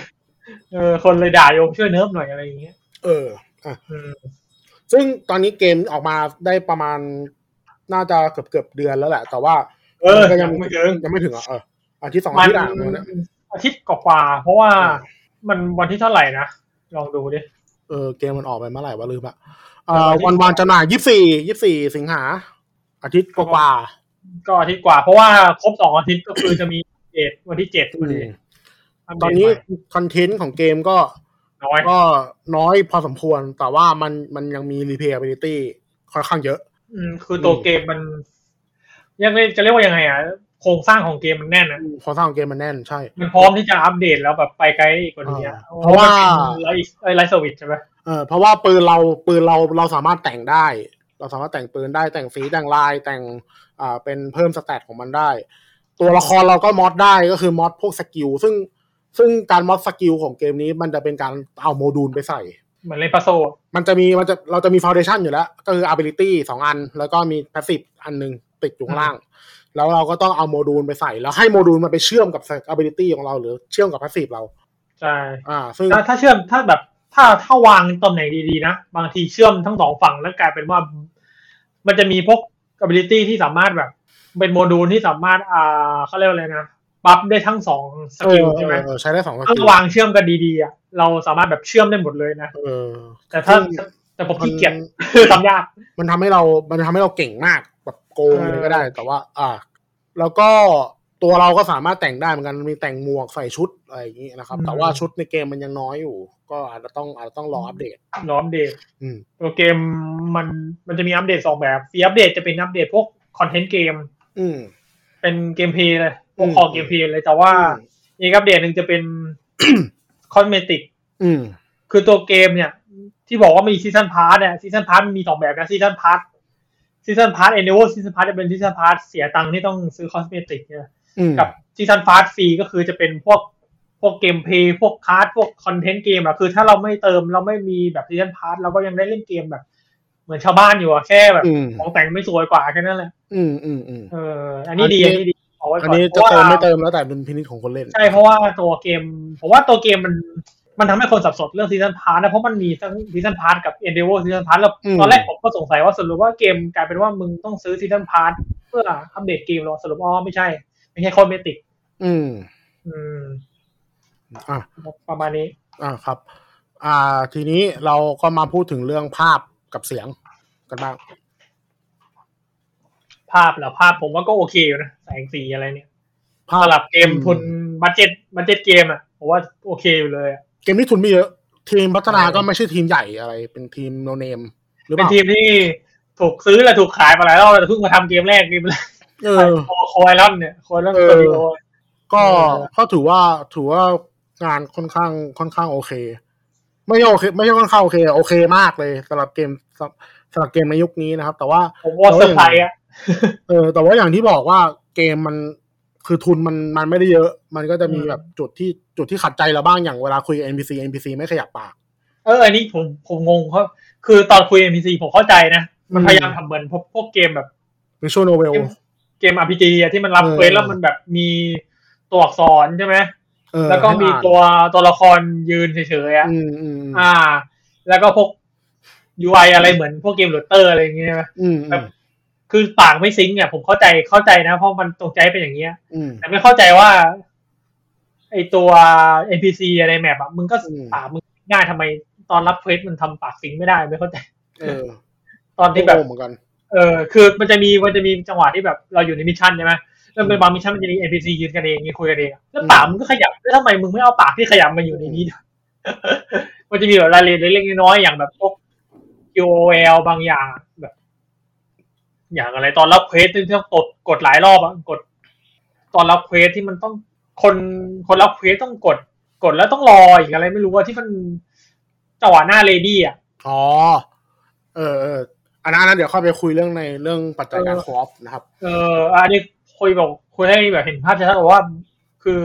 Speaker 2: เออคนเลยด่าโยมช่วยเนิร์ฟหน่อยอะไรอย่างเงี้ย
Speaker 1: เอออ่ะ
Speaker 2: อืม
Speaker 1: ซึ่งตอนนี้เกมออกมาได้ประมาณน่าจะเกือบเกือบเดือนแล้วแหละ แต่ว่า
Speaker 2: เออ
Speaker 1: มันก็
Speaker 2: ยั
Speaker 1: ยัง ง
Speaker 2: ไม่ถึง
Speaker 1: ยังไม่ถึงอ่ะเอออาทิตย์สองอา
Speaker 2: มัน
Speaker 1: ทิตย์อ่ะมันเนี่ย
Speaker 2: อาทิตย์กว่าๆเพราะว่า
Speaker 1: เออ
Speaker 2: มันวันที่เท่าไหร่นะ ลองดูดิ
Speaker 1: เออเกมมันออกไปเมื่อไหร่วะลืมอะ
Speaker 2: เอ
Speaker 1: เอ
Speaker 2: อ
Speaker 1: อ
Speaker 2: วันที่
Speaker 1: วันวันจำหน่ายยี่สี่ยี่สี่สิงหา อาทิตย์กว่าๆ
Speaker 2: ก็อาทิตย์กว่า เพราะว่าครบสองอาทิตย์ก็คือจะมีเอดวันที่เจ็ดวันนี้
Speaker 1: ตอนนี้คอนเทนต์ของเกมก็
Speaker 2: น้อย
Speaker 1: ก็น้อยพอสมควร แต่ว่ามันมันยังมี replayability ค่อนข้างเยอะ
Speaker 2: อืมคือตัวเกมมันยังไม่จะเรียกว่ายังไงอ่ะโครงสร้างของเกมมันแน่นนะ
Speaker 1: พอสร้างของเกมมันแน่นใช่
Speaker 2: มันพร้อมที่จะอัปเดตแล้วแบบไปไกลอีกกว่านี้อ
Speaker 1: อ่าเพราะว่า
Speaker 2: ไลฟ์ไลฟ์สวิตใช่ไหม
Speaker 1: เออเพราะว่าปืนเราปืนเราเราสามารถแต่งได้ เราสามารถแต่งปืนได้แต่งสีแต่งลายแต่งอ่าเป็นเพิ่มสเตตของมันได้ ตัวละครเราก็มอดได้ก็คือมอดพวกสกิลซึ่งซึ่งการมอดสกิลของเกมนี้มันจะเป็นการเอาโมดูลไปใส่
Speaker 2: เหมือนเล่นปาโซ
Speaker 1: มันจะมีมันจะเราจะมี foundation อยู่แล้ว ก็คือ ability สองอัน แล้วก็มี passive อันหนึ่งติดอยู่ข้างล่าง แล้วเราก็ต้องเอาโมดูลไปใส่ แล้วให้โมดูลมันไปเชื่อมกับ ability ของเราหรือเชื่อมกับ passive เรา
Speaker 2: ใช่
Speaker 1: อ่า ซึ่ง
Speaker 2: ถ้าถ้าเชื่อมถ้าแบบถ้าถ้าวางตำแหน่งดีๆนะ บางทีเชื่อมทั้งสองฝั่งแล้วกลายเป็นว่า มันจะมีพวก ability ที่สามารถแบบ เป็นโมดูลที่สามารถอ่าเขาเรียกว่าอะไรนะบัฟได้ทั้งสองส
Speaker 1: เอ
Speaker 2: กิ
Speaker 1: อ
Speaker 2: ลใช่ไหม
Speaker 1: เออใช้ได้สองส
Speaker 2: ถ้า
Speaker 1: กิล
Speaker 2: วางเชื่อมกันดีๆอะเราสามารถแบบเชื่อมได้หมดเลยนะ
Speaker 1: เออ
Speaker 2: แต่ถ้าแต่ผมขี้เกียจ ทำยาก
Speaker 1: มันทำให้เรา มันทำให้เราเก่งมากแบบโกง
Speaker 2: เออ
Speaker 1: เลยก็ได้ แต่ว่า อ่า แล้วก็ตัวเราก็สามารถแต่งได้เหมือนกันมีแต่งหมวกใส่ชุดอะไรอย่างนี้นะครับ แต่ว่าชุดในเกมมันยังน้อยอยู่ ก็อาจจะต้องอาจจะต้องรออัปเดต
Speaker 2: น้อมเดต
Speaker 1: อืม
Speaker 2: ตัวเกมมันมันจะมีอัปเดตสองแบบฟรีอัปเดตจะเป็นอัปเดตพวกคอนเทนต์เกม
Speaker 1: อืม
Speaker 2: เป็นเกมเพลย์เลยพวก
Speaker 1: อืม
Speaker 2: คอเกมเพลย์เลยแต่ว่า อีกอัปเดตหนึ่งจะ เป็น คอสเมติก
Speaker 1: อืม
Speaker 2: คือตัวเกมเนี่ย ที่บอกว่ามีซีซันพาร์ทเนี่ยซีซันพาร์ทมีสองแบบนะซีซันพาร์ทซีซันพาร์ทเอเนวซีซันพาร์ทจะเป็นซีซันพาร์ทเสียตังค์ที่ต้องซื้อคอสเมติกเนี่ย
Speaker 1: อืม
Speaker 2: กับซีซันพาร์ทฟรีก็คือจะเป็นพวกพวกเกมเพลย์พวกคาร์ดพวกคอนเทนต์เกมอะคือถ้าเราไม่เติมเราไม่มีแบบซีซันพาร์ทเราก็ยังได้เล่นเกมแบบ เหมือนชาวบ้านอยู่อะแค่แบบ
Speaker 1: อืม
Speaker 2: ของแต่งไม่สวยกว่าแค่นั้นแหละ
Speaker 1: อืมอืมอืม
Speaker 2: เอออันนี้ดี
Speaker 1: อั
Speaker 2: อัน
Speaker 1: นนี้
Speaker 2: นี้ดีเอาไว้ก่
Speaker 1: อั
Speaker 2: อน น
Speaker 1: นี้
Speaker 2: เพ
Speaker 1: จะ
Speaker 2: ราะว่า
Speaker 1: เติมไม่เติมแล้วแต่ดุลพินิจของคนเล่น
Speaker 2: ใช่เพราะว่าตัวเกมผมว่าตัวเกมมันมันทำให้คนสับสนเรื่องซีซันพาร์นะเพราะมันมีทั้งซีซันพาร์กับเอ็นเดเวอร์ซีซันพาร์แล้ว
Speaker 1: อืม
Speaker 2: ตอนแรกผมก็สงสัยว่าสรุปว่าเกมกลายเป็นว่ามึงต้องซื้อซีซันพาร์เพื่ออัปเดตเกมเหรอสรุปอ๋อไม่ใช่ ไม่ใช่คอมเมติก
Speaker 1: อืม
Speaker 2: อืม
Speaker 1: อ่ะ
Speaker 2: ประมาณนี้
Speaker 1: อ่าครับ อ่า ทีนี้เราก็มาพูดถึงเรื่องภาพกับเสียงกันบ้าง
Speaker 2: ภาพเหรอภาพผมว่าก็โอเคอยู่นะแสงสีอะไรเนี่ย
Speaker 1: ภาพ
Speaker 2: สำหรับเกมทุนบัตเจ็ตบัตเจ็ตเกมอ่ะผมว่าโอเคอยู่เลยอะ
Speaker 1: เกมนี้ทุนไม่เยอะ ทีมพัฒนา
Speaker 2: ใช่
Speaker 1: ก็ไม่ใช่ทีมใหญ่อะไร เป็นทีมโนเนม หรือเป
Speaker 2: เป็น
Speaker 1: ล่า
Speaker 2: ทีมที่ถูกซื้อและถูกขายมาหลายรอบแล้วแต่เพิ่งมาทำเกมแรกเกมแรก
Speaker 1: เออ
Speaker 2: โอ้โคไอรอนเนี่ยโคไอรอนสตูดิโอ
Speaker 1: ก็
Speaker 2: เออ
Speaker 1: ก็ถือว่าถือว่างานค่อนข้างค่อนข้างโอเค ไม่ใช่โอเค ไม่ใช่ค่อนข้างโอเค โอเคมากเลยสำหรับเกมสำสำหรับเกมในยุคนี้นะครับ แต่ว่า
Speaker 2: ผมว่าเซอร์ไพรส์อ่ะ
Speaker 1: เออแต่ว่าอย่างที่บอกว่าเกมมันคือทุนมันมันไม่ได้เยอะ มันก็จะมีแบบจุดที่จุดที่ขัดใจเราบ้างอย่างเวลาคุย NPC NPC ไม่ขยับปาก
Speaker 2: เอออันนี้ผมผมงงเขาคือตอนคุย NPC ผมเข้าใจนะ มัน
Speaker 1: อืม
Speaker 2: พยายามทำเหมือนพวกพวกเกมแบบ
Speaker 1: หรือช่วงโนเวล
Speaker 2: เกมเกม RPG อะที่มันรับ
Speaker 1: เออ
Speaker 2: เควสแล้วมันแบบมีตัวอักษรใช่ไหม
Speaker 1: เออ
Speaker 2: แล้วก็มี
Speaker 1: ให้อ่าน
Speaker 2: ตัวตัวละครยืนเฉยๆอ่ะ
Speaker 1: อืมอืมอืม
Speaker 2: อ่า แล้วก็พวก UI อะไรเหมือนพวกเกมโหลดเตอร์อะไรอย่างเงี้ยใช่ไหม
Speaker 1: อืม
Speaker 2: แบบ คือปากไม่ซิงค์เนี่ยผมเข้าใจเข้าใจนะ เพราะมันตรงใจเป็นอย่างเงี้ย
Speaker 1: อืม
Speaker 2: แต่ไม่เข้าใจว่า ไอตัว NPC อะไรแมปอะมึงก็
Speaker 1: อืม
Speaker 2: ปากมึงง่ายทำไมตอนรับเควสมันทำปากซิงค์ไม่ได้ไม่เข้าใจ
Speaker 1: เออ
Speaker 2: ตอน
Speaker 1: ที่
Speaker 2: ที่
Speaker 1: แบ
Speaker 2: แบบ บ
Speaker 1: เหมือนกัน
Speaker 2: เออคือมันจะมีมันจะมีจังหวะที่แบบเราอยู่ในมิชชั่นใช่ไหมแล้วเป็นบางมิชชั่นมันจะมี NPC ยืนกันเองยืนคุยกันเองอะแล้ว
Speaker 1: อืม
Speaker 2: ปากมึงก็ขยับแล้วทำไมมึงไม่เอาปากที่ขยับมาอยู่ในนี้ ด้วย มันจะมีแบบรายละเอียดเล็กๆน้อยๆอย่างแบบพวก QOL บางอย่างอะแบบ อย่างอะไรตอนรับเควสที่ต้องกดกดหลายรอบอะกด ตอนรับเควสที่มันต้องคนคนรับเควสต้องกด กดแล้วต้องรออีกอะไรไม่รู้ว่าที่มันจังหวะหน้าเลดี้อ่ะ
Speaker 1: อ๋อเออเอออันนั้นอันนั้นเดี๋ยวเข้าไปคุยเรื่องในเรื่องปัจจัยการ
Speaker 2: เออ
Speaker 1: คอฟนะครับ
Speaker 2: เอออันนี้คุยบอกคุยให้แบบเห็นภาพชัดๆบอกว่า คือ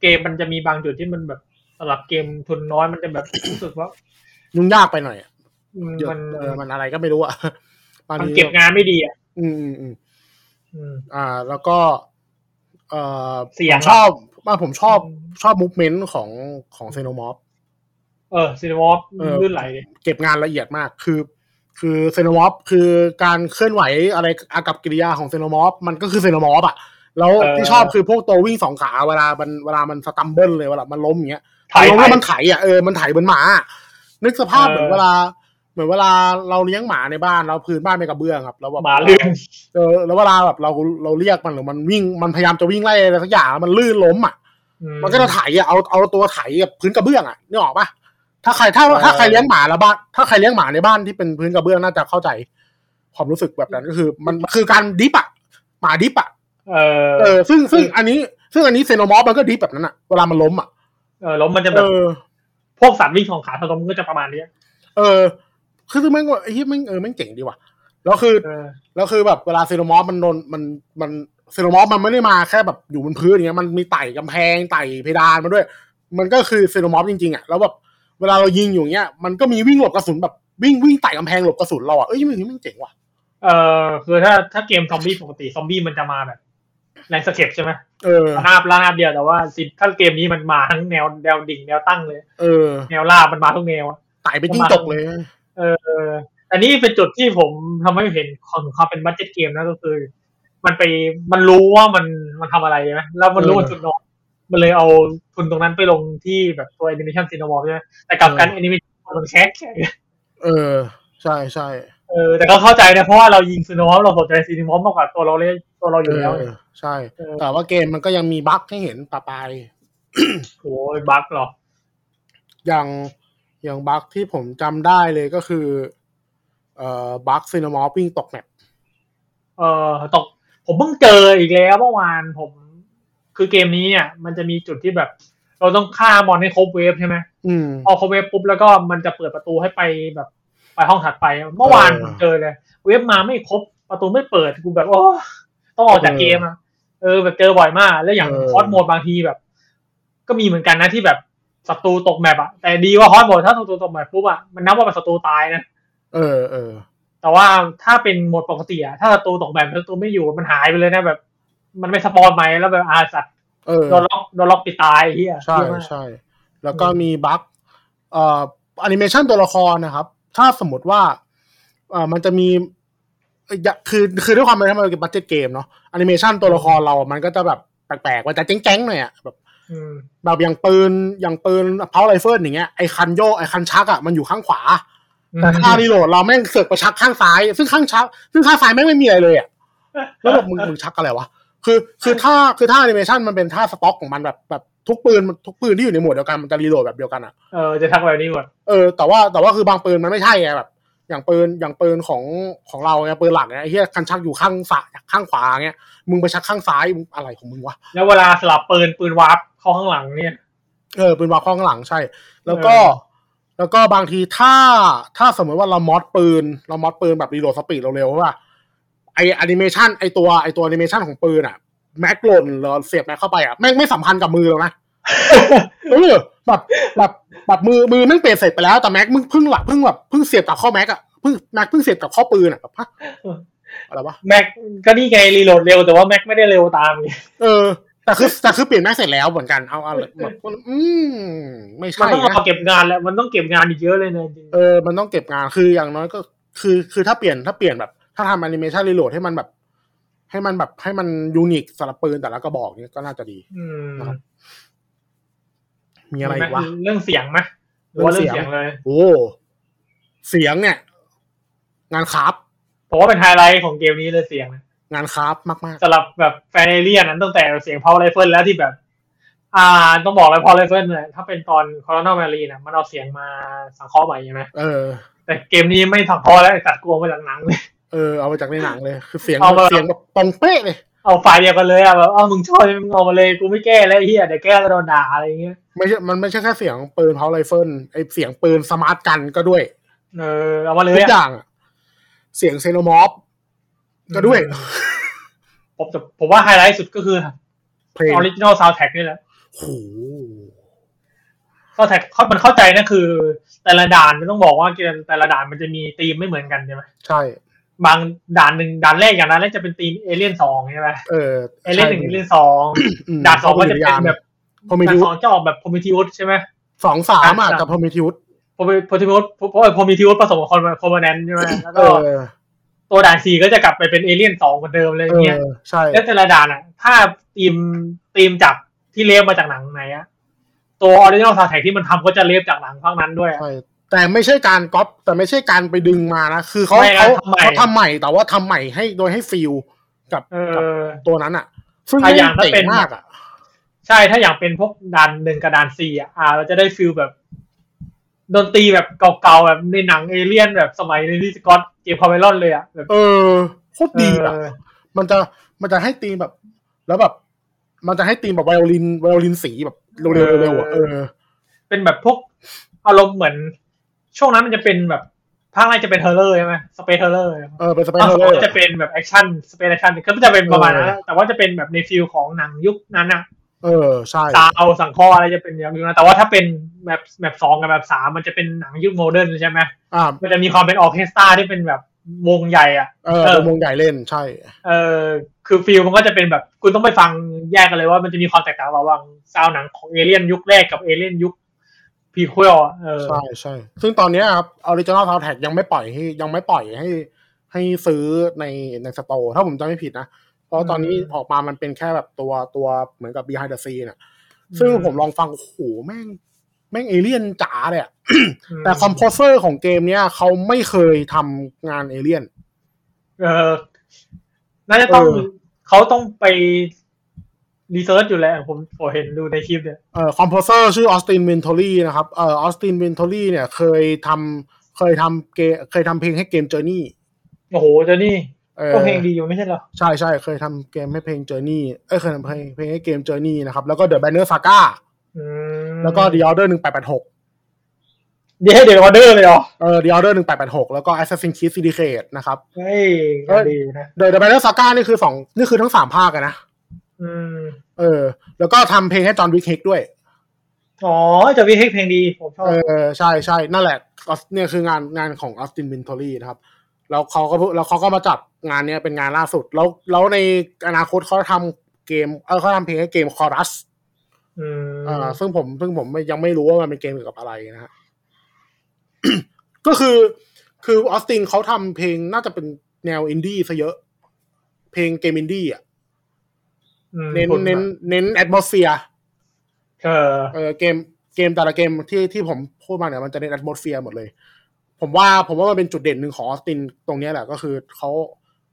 Speaker 2: เกมมันจะมีบางจุดที่มันแบบสำหรับเกมทุนน้อยมันจะแบบ รู้สึกว่า
Speaker 1: ยุ่งยากไปหน่อยอะ
Speaker 2: อืม
Speaker 1: เยอะ
Speaker 2: มัน
Speaker 1: เออมันอะไรก็ไม่รู้อะ บาง
Speaker 2: มัน
Speaker 1: ที
Speaker 2: เก็บงานไม่ดีอ่ะ
Speaker 1: อืมอืมอืม
Speaker 2: อืม
Speaker 1: อ่าแล้วก็ เอ่อ
Speaker 2: เสีย
Speaker 1: ผ
Speaker 2: ง
Speaker 1: มชอบว่าผมชอบ
Speaker 2: อืม
Speaker 1: ชอบมูฟเมนต์ของของเซโนมอฟ
Speaker 2: เออซีนวอฟ
Speaker 1: เออ
Speaker 2: ลื่นไหลเลย
Speaker 1: เก็บงานละเอียดมากคือ คือเซโนมอฟคือการเคลื่อนไหวอะไรอากับกิริยาของเซโนมอฟมันก็คือเซโนมอฟอ่ะ แล้วที่ชอบคือพวกตัววิ่งสองขาเวลามันเวลามันสตัมเบิลเลยเวลามันล้มอย่างเงี้ย
Speaker 2: ถ่าย
Speaker 1: เรา
Speaker 2: ถ่า
Speaker 1: ว่าย มันไถอ่ะเออมันไถเหมือนหมา นึกสภาพ
Speaker 2: เออ
Speaker 1: เหมือนเวลา เหมือนเวลาเราเลี้ยงหมาในบ้านเราพื้นบ้านไม่กระเบื้องครับแล้วแบบ
Speaker 2: หมาลื่น
Speaker 1: เออแล้วเวลาแบบเราเราเรียกมันหรือมันวิ่งมันพยายามจะวิ่งไล่อะไรสักอย่างมันลื่นล้มอ่ะ
Speaker 2: อื
Speaker 1: มันก็จะไถอ่ะเอาเอาตัวไถกับพื้นกระเบื้องอ่ะนึกออกปะถ้าใครถ้าถ้าใครเลี้ยงหมาแล้วบ้านถ้าใครเลี้ยงหมาในบ้านที่เป็นพื้นกระเบื้องน่าจะเข้าใจ ความรู้สึกแบบนั้นก็คือ มันมันคือการดิฟอ่ะหมาดิฟอ่ะ
Speaker 2: เออ
Speaker 1: เออซึ่งซึ่งอันนี้ซึ่งอันนี้เซโนมอฟมันก็ดิฟแบบนั้นอ่ะเวลามันล้มอ่ะ
Speaker 2: เออแล้วมันจะแบ
Speaker 1: เอบ อ
Speaker 2: พวกสัตว์วิ่งของขาทะลมก็จะประมาณเนี้ย
Speaker 1: เออ คือแม่งว่าไอ้เหี้ยแม่งเออแม่งเจ๋งดีว่ะ แล้วคือ
Speaker 2: เออ
Speaker 1: แล้วคือแบบเวลาเซโนมอฟมันโดนมันมันเซโนมอฟมันไม่ได้มาแค่แบบอยู่บนพื้นอย่างเงี้ยมันมีไต่กำแพงไต่เพดานมาด้วย มันก็คือเซโนมอฟจริงๆอ่ะแล้วแบบเวลาเรายิงอยู่อย่างเงี้ยมันก็มีวิ่งหลบกระสุนแบบวิ่งวิ่งไต่กำแพงหลบกระสุนเราอ่ะเอ้ยมันมันเจ๋งว่ะ
Speaker 2: เออคือถ้าถ้าเกมซอมบี้ปกติซอมบี้มันจะมาแบบแรงสเก็ปใช่ไหม
Speaker 1: เออ
Speaker 2: ระนาบระนาบเดียวแต่ว่าสิถ้าเกมนี้มันมาทั้งแนวแนวดิ่งแนวตั้งเลย
Speaker 1: เออ
Speaker 2: แนวลาบมันมาทุกแนวอะ
Speaker 1: ไต่ไปจิ้งจกเลย
Speaker 2: เอออันนี้เป็นจุดที่ผมทำให้เห็นของความเป็นบัตเจ็ตเกมนะก็คือ มันไปมันรู้ว่ามันมันทำอะไรใช่ไหมแล้วมันรู้
Speaker 1: เออ
Speaker 2: ว่าจุดนอนมันเลยเอาทุนตรงนั้นไปลงที่แบบตัวแอนิเมชันซีโนมอร์ใช่ไหมแต่กลับกัน
Speaker 1: เออ
Speaker 2: แอนิเมชันมันแค่
Speaker 1: เออ ใช่ใช่
Speaker 2: เออแต่ก็เข้าใจนะเพราะว่าเรายิงซีโนมอร์เราสนใจซีโนมอร์มากกว่าตัวเราเล่นตัวเราอ
Speaker 1: เอยู่ อ
Speaker 2: แล้ว
Speaker 1: ใช่ แต่ว่าเกมมันก็ยังมีบั๊กให้เห็นปะปาย
Speaker 2: โอ้ยบั๊กหรอ
Speaker 1: อย่างอย่างบั๊กที่ผมจำได้เลยก็คือ เอ่อบั๊กซีนามอฟวิ่งตกแมป
Speaker 2: เออตกผมเพิ่งเจออีกแล้วเมื่อวานผม คือเกมนี้เนี่ยมันจะมีจุดที่แบบ เราต้องฆ่ามอนให้ครบเวฟใช่ไหม
Speaker 1: อืม
Speaker 2: พอเขาเว็บปุ๊บแล้วก็มันจะเปิดประตูให้ไปแบบไปห้องถัดไป เมื่อวาน
Speaker 1: เออ
Speaker 2: เจอเลย เว็บมาไม่ครบประตูไม่เปิดกูแบบโอ้ต้องออกจากเกมอ่ะเออแบบเจอบ่อยมาก แล้วอย่าง
Speaker 1: เออ
Speaker 2: ฮอตโหมดบางทีแบบ ก็มีเหมือนกันนะที่แบบศัตรูตกแมปอะแต่ดีว่าฮอตโหมดถ้าศัตรูตกแมปปุ๊บอะมันนับว่าเป็นศัตรูตายนะ
Speaker 1: เออเออ
Speaker 2: แต่ว่าถ้าเป็นโหมดปกติอะถ้าศัตรูตกแบบศัตรูไม่อยู่มันหายไปเลยนะแบบ มันไม่สปอนไหมแล้วแบบอาสัตว์
Speaker 1: เออ
Speaker 2: โดนล็อกโดนล็อกปิดตายเฮีย
Speaker 1: ใช่
Speaker 2: เหี้ยมาก
Speaker 1: ใช่แล้วก็มีบั๊กเอ่อแอนิเมชันตัวละครนะครับ ถ้าสมมติว่าเอ่อมันจะมีเอ่ออย่าคือคือด้วยความเป็นมันเป็นบัตเจ็ตเกมเนาะแอนิเมชันตัวละครเรามันก็จะแบบแปลกๆว่าจะเจ๊งๆหน่อยอะแบบ
Speaker 2: อืม
Speaker 1: แบบอย่างปืนอย่างปืนเพาไรเฟิลอย่างเงี้ยไอคันโยกไอคันชักอะมันอยู่ข้างขวา แต่ถ้ารีโหลดเราแม่งเสือกไปชักข้างซ้าย ซึ่งข้างชักซึ่งข้างซ้ายแม่งไม่มีอะไรเลย อะแล้วแบบมึงมึงชักอะไรวะคือคือถ้าคือถ้าแอนิเมชันมันเป็นท่าสต็อกของมันแบบแบบทุกปืนทุกปืนที่อยู่ในหมวดเดียวกันมันจะรีโหลดแบบเดียวกันอะ
Speaker 2: เออจะทักแบบนี้หมด
Speaker 1: เออแต่ว่าแต่ว่าคือบางปืนมันไม่ใช่ไงแบบ อย่างปืนอย่างปืนของของเราไงปืนหลักเนี่ยไอ้เหี้ยคันชักอยู่ข้างซ้ายข้างขวาเงี้ยมึงไปชักข้างซ้ายมึงอะไรของมึงวะ
Speaker 2: แล้วเวลาสลับปืนปืนวาร์ปเข้าข้างหลังเนี่ย
Speaker 1: เออปืนวางข้างหลังใช่ แล้วก็
Speaker 2: เออ
Speaker 1: แล้วก็บางทีถ้าถ้าสมมติว่าเรามอดปืน เรามอดปืนแบบรีโหลดสปีดเร็วๆใช่ป่ะไอแอนิเมชันไอตัวไอตัวแอนิเมชันของปืนอะแม็กหล่นเราเสียบแม็กเข้าไปอะแม่งไม่สัมพันธ์กับมือ เรานะ เออแบบแบบแบบมือมือแม่งเปลี่ยนเสร็จไปแล้วแต่แม็กมึงเพิ่งหลับเพิ่งแบบเพิ่งเสียบกับข้อแม็กอะเพิ่งแม็กเพิ่งเสียบกับข้อปืนอะแบบฮะอะไรวะ
Speaker 2: แม็กก็นี่ไงรีโหลดเร็วแต่ว่าแม็กไม่ได้เร็วตามไง
Speaker 1: เออแต่คือแต่คือเปลี่ยนแม็กเสร็จแล้วเหมือนกันเอาเอาแบบอืมไม่
Speaker 2: มัน
Speaker 1: ใช่
Speaker 2: ต้อง
Speaker 1: นะ
Speaker 2: รอเก็บงานแล้วมันต้องเก็บงานอีกเยอะเลยเนี่ยจริง
Speaker 1: เออมันต้องเก็บงานคืออย่างน้อยก็คือคือถ้าเปลี่ยนถ้าเปลี่ยนแบบ ถ้าทำแอนิเมชันรีโหลดให้มันแบบ ให้มันแบบให้มันยูนิคสำหรับปืนแต่ละกระบอกเนี้ยก็น่าจะดี
Speaker 2: อืม
Speaker 1: ครับ มีอะไรอีกวะ
Speaker 2: เรื่องเสียงไหมหรือว่าเรื่องเสียงเลย
Speaker 1: โอ้เสียงเนี่ย งานคราฟ
Speaker 2: ผมว่าเป็นไฮไลท์ของเกมนี้เลยเสียงนะ
Speaker 1: งานคราฟมากๆ
Speaker 2: สำหรับแบบแฟนเอเรียนนั้นตั้งแต่เสียงพาวไรเฟิลแล้วที่แบบ อ่าต้องบอกเลยพาวไรเฟิลเนี่ยถ้าเป็นตอนคอร์นอลแมรีนะมันเอาเสียงมาสังเคราะห์ใหม่ใช่ไหม
Speaker 1: เออ
Speaker 2: แต่เกมนี้ไม่สังเคราะห์แล้วไอ้สัตว์กลัวมาจากหนังเลย
Speaker 1: เออ เอามาจากในหนังเลย คือเสียง
Speaker 2: เอามา
Speaker 1: เสียงแบบตรงเป๊ะเลย
Speaker 2: เอาไฟล์เดียวกันเลยอะแบบอ้าวมึงชอบมึงเอามาเลยกูไม่แก้แล้วไอ้เฮียเดี๋ยวแก้ก็โดนด่าอะไรอย่างเงี้ย
Speaker 1: ไม่ใช่ มันไม่ใช่แค่เสียงปืนเพาไรเฟิลไอเสียงปืนสมาร์ทกันก็ด้วย
Speaker 2: เออเอามาเลย
Speaker 1: ทุกอ
Speaker 2: อะ
Speaker 1: ย่างอะเสียงเซโนมอฟก็ด้วย
Speaker 2: ผมแต่ผมว่าไฮไลท์สุดก็คือ
Speaker 1: เพลง
Speaker 2: ออริจินอลซาวด์แท็กนี่แหละ
Speaker 1: โห
Speaker 2: ซาวด์แท็กเขามันเข้าใจนะคือ แต่ละด่านมันต้องบอกว่าเกมแต่ละด่านมันจะมีธีมไม่เหมือนกันใช่ไหม
Speaker 1: ใช่
Speaker 2: บางด่านหนึ่งด่านแรกอย่างนั้นแรกจะเป็นทีมเอเลี่ยนสองใช่ไหม
Speaker 1: เออ
Speaker 2: เอเลี่ยนหนึ่งเอเลี่ยนสอง ด่านสองก็จะเป็นแบบ
Speaker 1: พอมิ
Speaker 2: ด่าน
Speaker 1: ทิว
Speaker 2: สองจะออกแบบพรมิทิวสใช่ไหม
Speaker 1: สองสามอ่ะ
Speaker 2: อ่ะ
Speaker 1: กับพอมิทิว
Speaker 2: พรมิพรมิทิวสเพราะพรมิทิวสผสมกับคอมคอมแนนใช่ไหมแล้ว
Speaker 1: เอ
Speaker 2: ก็
Speaker 1: อ
Speaker 2: ตัวด่านสี่ก็จะกลับไปเป็นเอเลี่ยนสองเหมือนเดิมเลย
Speaker 1: เอ
Speaker 2: เนี่ย
Speaker 1: อ ใช่
Speaker 2: แล้วแต่ละด่านอ่ะ ถ้าทีมทีมจากที่เลฟมาจากหนังไหนอะตัวออริจินอลซาวแท็กที่มันทำก็จะเลฟจากหนังภาคนั้นด้วยอะ
Speaker 1: ใช่ แต่ไม่ใช่การก๊อป แต่ไม่ใช่การไปดึงมานะ คือเขา
Speaker 2: ไม่นะ
Speaker 1: เขา
Speaker 2: ทำใหม่
Speaker 1: เขาทำใหม่ แต่ว่าทำใหม่ให้โดยให้ฟิลกับ
Speaker 2: เอ
Speaker 1: กับ
Speaker 2: อ
Speaker 1: ตัวนั้นอ่ะ ซึ่ง
Speaker 2: อ่ะอย่างถ้า
Speaker 1: เจ๋ง
Speaker 2: เป็น
Speaker 1: มากอ่ะ
Speaker 2: ใช่ถ้าอย่างเป็นพวกด่านหนึ่งกับด่านสี่อะอ่า เราจะได้ฟิลแบบดนตรีแบบเก่าๆแบบในหนังเอเลี่ยนแบบสมัยในนิสกอตเจมส์คาเมรอนเลยอะแบบ
Speaker 1: เออโคตรดีอ่ะ
Speaker 2: เออ
Speaker 1: มันจะมันจะให้ตีมแบบ แล้วแบบ มันจะให้ตีมแบบไวโอลินไวโอลินสีแบบเร็วๆเร็วๆอ่ะเออ
Speaker 2: เป็นแบบพวกอารมณ์เหมือน ช่วงนั้นมันจะเป็นแบบภาคแรกจะเป็นเฮอร์เลอร์ใช่ไหมสเปซเฮอร์เลอร์
Speaker 1: เออเป็นสเป
Speaker 2: ภาค
Speaker 1: เชี
Speaker 2: ส
Speaker 1: ยล
Speaker 2: อง
Speaker 1: เล
Speaker 2: ก็จะเป็นแบบแอคชั่นสเปซแอคชั่นก็จะเป็นประมาณนั้นนะแต่ว่าจะเป็นแบบในฟิลของหนังยุคนั้นอะ
Speaker 1: เออ ใช่
Speaker 2: ซาวสังเคราะห์อะไรจะเป็นอย่างนี้นะแต่ว่าถ้าเป็นแบบแบบสองกับแบบสามมันจะเป็นหนังยุคโมเดิร์นใช่ไหม
Speaker 1: อ่า
Speaker 2: มันจะมีความเป็นออร์เคสตราที่เป็นแบบวงใหญ่อะ
Speaker 1: เออ
Speaker 2: เออ
Speaker 1: เป็นวงใหญ่เล่นใช่
Speaker 2: เออคือฟิลมันก็จะเป็นแบบคุณต้องไปฟังแยกกันเลยว่ามันจะมีความแตกต่างระหว่างซาวด์หนังของเอเลี่ยนยุคแรกกับเอเลี่ยนยุคพีควลเออ
Speaker 1: ใช่ใช่ ซึ่งตอนเนี้ยครับออริจินอล u n d t แท็กยังไม่ปล่อยให้ยังไม่ปล่อยให้ ให้ซื้อในในสตอร์ถ้าผมจำไม่ผิดนะ เพราะตอนนี้ออกมามันเป็นแค่แบบตัวตัวเหมือนกับ behind the scene อ่ะ ซึ่งผมลองฟัง โอ้โห แม่ง แม่งเอเลี่ยนจ๋าเลยอ่ะ แต่คอมโพเซอร์ของเกมเนี้ยเขาไม่เคยทำงานเอเลี่ยน
Speaker 2: เออน่าจะต้อง
Speaker 1: เออ
Speaker 2: เขาต้องไปรีเสิร์ชอยู่แล้วผมผมเห็นดูในคลิปเนี่ย
Speaker 1: เอ่อคอมโพเซอร์ชื่อออสตินวินทอรี่นะครับเอ่อออสตินวินทอรี่เนี่ยเคยทำเคยทำเกมเคยทำเพลงให้เกมเจอร์นี่
Speaker 2: โอ้โหเจอนี่
Speaker 1: เออ
Speaker 2: ก็เพลงดีอยู่ไม่ใช่เหรอ
Speaker 1: ใช่ใช่เคยทำเกมให้เพลงเจอร์นี่เอ้ยเคยทำเพลงเพลงให้เกมเจอร์นี่นะครับ แล้วก็เดอะแบนเนอร์ซาก้า
Speaker 2: อืม
Speaker 1: แล้วก็ดีออเดอร์หนึ่งแปดแปดหก
Speaker 2: เดี๋ยวให้เดี๋ยวออเดอร์เลยเหรอ
Speaker 1: เออดีออเดอร์หนึ่งแปดแปดหกแล้วก็ Assassin's Creed Syndicate นะครับ
Speaker 2: เฮ้ยดีนะ
Speaker 1: เดอะแบนเนอร์ซาก้านี่คือสองนี่คือทั้งสามภาคอะนะ
Speaker 2: อืม
Speaker 1: เออแล้วก็ทำเพลงให้จอห์นวิกเฮกด้วย
Speaker 2: อ๋อจะวิเฮกเพลงดี ผมชอบ
Speaker 1: เออใช่ใช่นั่นแหละเนี่ยคืองานงานของอ u สตินวินทอรี่นะครับ แล้วเขาก็แล้วเขาก็มาจัดงานเนี้ยเป็นงานล่าสุด แล้วแล้วในอนาคตเขาทำเกมเออเขาทำเพลงให้เกมคอรัส
Speaker 2: อืม
Speaker 1: อ่าซึ่งผมซึ่งผมไม่ยังไม่รู้ว่ามันเป็นเกมเกี่ยวกับอะไรนะ ฮะ ก็คือคือออสตินเขาทำเพลงน่าจะเป็นแนวอินดี้ซะเยอะ เพลงเกมอินดี้อ่ะ
Speaker 2: ม
Speaker 1: เน้น
Speaker 2: ผม
Speaker 1: เน้นเน้นแอดมอสเฟีย
Speaker 2: เออ
Speaker 1: เออเกมเกมแต่ละเกมที่ที่ผมพูดมาเนี่ยมันจะเน้นแอดมอสเฟียหมดเลย ผมว่าผมว่ามันเป็นจุดเด่นหนึ่งของออสตินตรงเนี้ยแหละก็คือเขา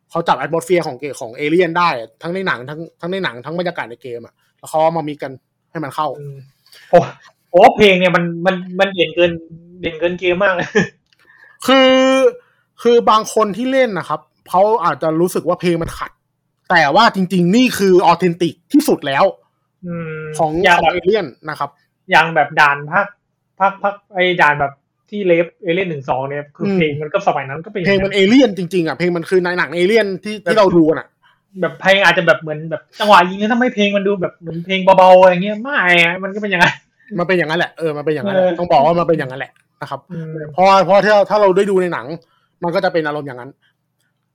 Speaker 1: เขาจับแอดมอสเฟียของเกมของเอเลียนได้ ทั้งในหนังทั้งทั้งในหนังทั้งบรรยากาศในเกมอ่ะแล้วเขาเอามามีกันให้มันเข้า
Speaker 2: อืมโอ้โอ้เพลงเนี่ยมันมันมันเด่นเกินเด่นเกินเกมมากเลย
Speaker 1: คือคือบางคนที่เล่นนะครับเขาอาจจะรู้สึกว่าเพลงมันขัด แต่ว่าจริง ๆ นี่คือออเทนติกที่สุดแล้ว
Speaker 2: อืม
Speaker 1: ของ
Speaker 2: ย่าง
Speaker 1: ขอ
Speaker 2: แบ
Speaker 1: ง
Speaker 2: บ
Speaker 1: เอเลียนนะครับ
Speaker 2: อย่างแบบด่านภาคภาคภาคไอ้ด่านแบบที่เลฟเอเลนหนึ่งสองเนี่ยคืออ
Speaker 1: ม
Speaker 2: เพลงมันก็สมัยนั้นก็เป็นอ
Speaker 1: เพล
Speaker 2: ย่าง ง
Speaker 1: มั
Speaker 2: นั้น น
Speaker 1: เอเลียนจริงๆอ่ะเพลงมันคือในหนังเอเลียนที่ที่เราดูกันอ่ะ
Speaker 2: แบบเพลงอาจจะแบบเหมือนแบบจังหวะยิงแล้วทำให้เพลงมันดูแบบเหมือนเพลงเบาๆอะไรเงี้ยไม่อะมันก็เป็นอย่างนั้น
Speaker 1: มันเป็นอย่างนั้นแหละ เออ มันเป็นอย่างนั้นแหละ
Speaker 2: เออ
Speaker 1: ต้องบอกว่ามันเป็นอย่างนั้นแหละนะครับ
Speaker 2: อืม
Speaker 1: เพราะว่าเพราะถ้าถ้าเราได้ดูในหนัง มันก็จะเป็นอารมณ์อย่างนั้น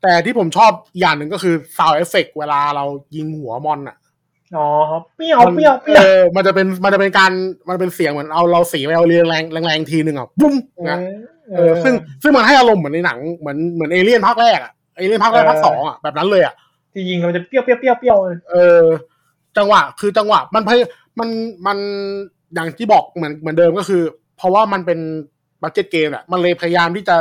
Speaker 1: แต่ที่ผมชอบอย่างหนึ่งก็คือ sound effect เวลาเรายิงหัวมอนอ่ะ
Speaker 2: อ๋อเปรี้ยว
Speaker 1: มัน
Speaker 2: เปรี้ยวเปรี้ยว
Speaker 1: เออมันจะเป็น มันจะเป็นการ มันเป็นเสียงเหมือนเอาเราสีไปเอาเรียงแรงแรงๆทีหนึ่งอ่ะ ปุ้มนะ
Speaker 2: เออ
Speaker 1: เออ ซึ่งซึ่งมันให้อารมณ์เหมือนในหนัง เหมือนเหมือนเอเลี่ยนภาคแรกอ่ะ เอเลี่ยนภาคแรก
Speaker 2: เออ
Speaker 1: ภาคสองอ่ะ แบบนั้นเลยอ่ะ
Speaker 2: ที่ยิงแล้วมันจะเปรี้ยวเปรี้ยวเปรี้ยวเปรี้ยวเลย
Speaker 1: เออ จังหวะ คือจังหวะ มันพยมันมันอย่างที่บอกเหมือนเหมือนเดิมก็คือ เพราะว่ามันเป็นบัคเก็ตเกมอะมันเลยพยายามที่จะ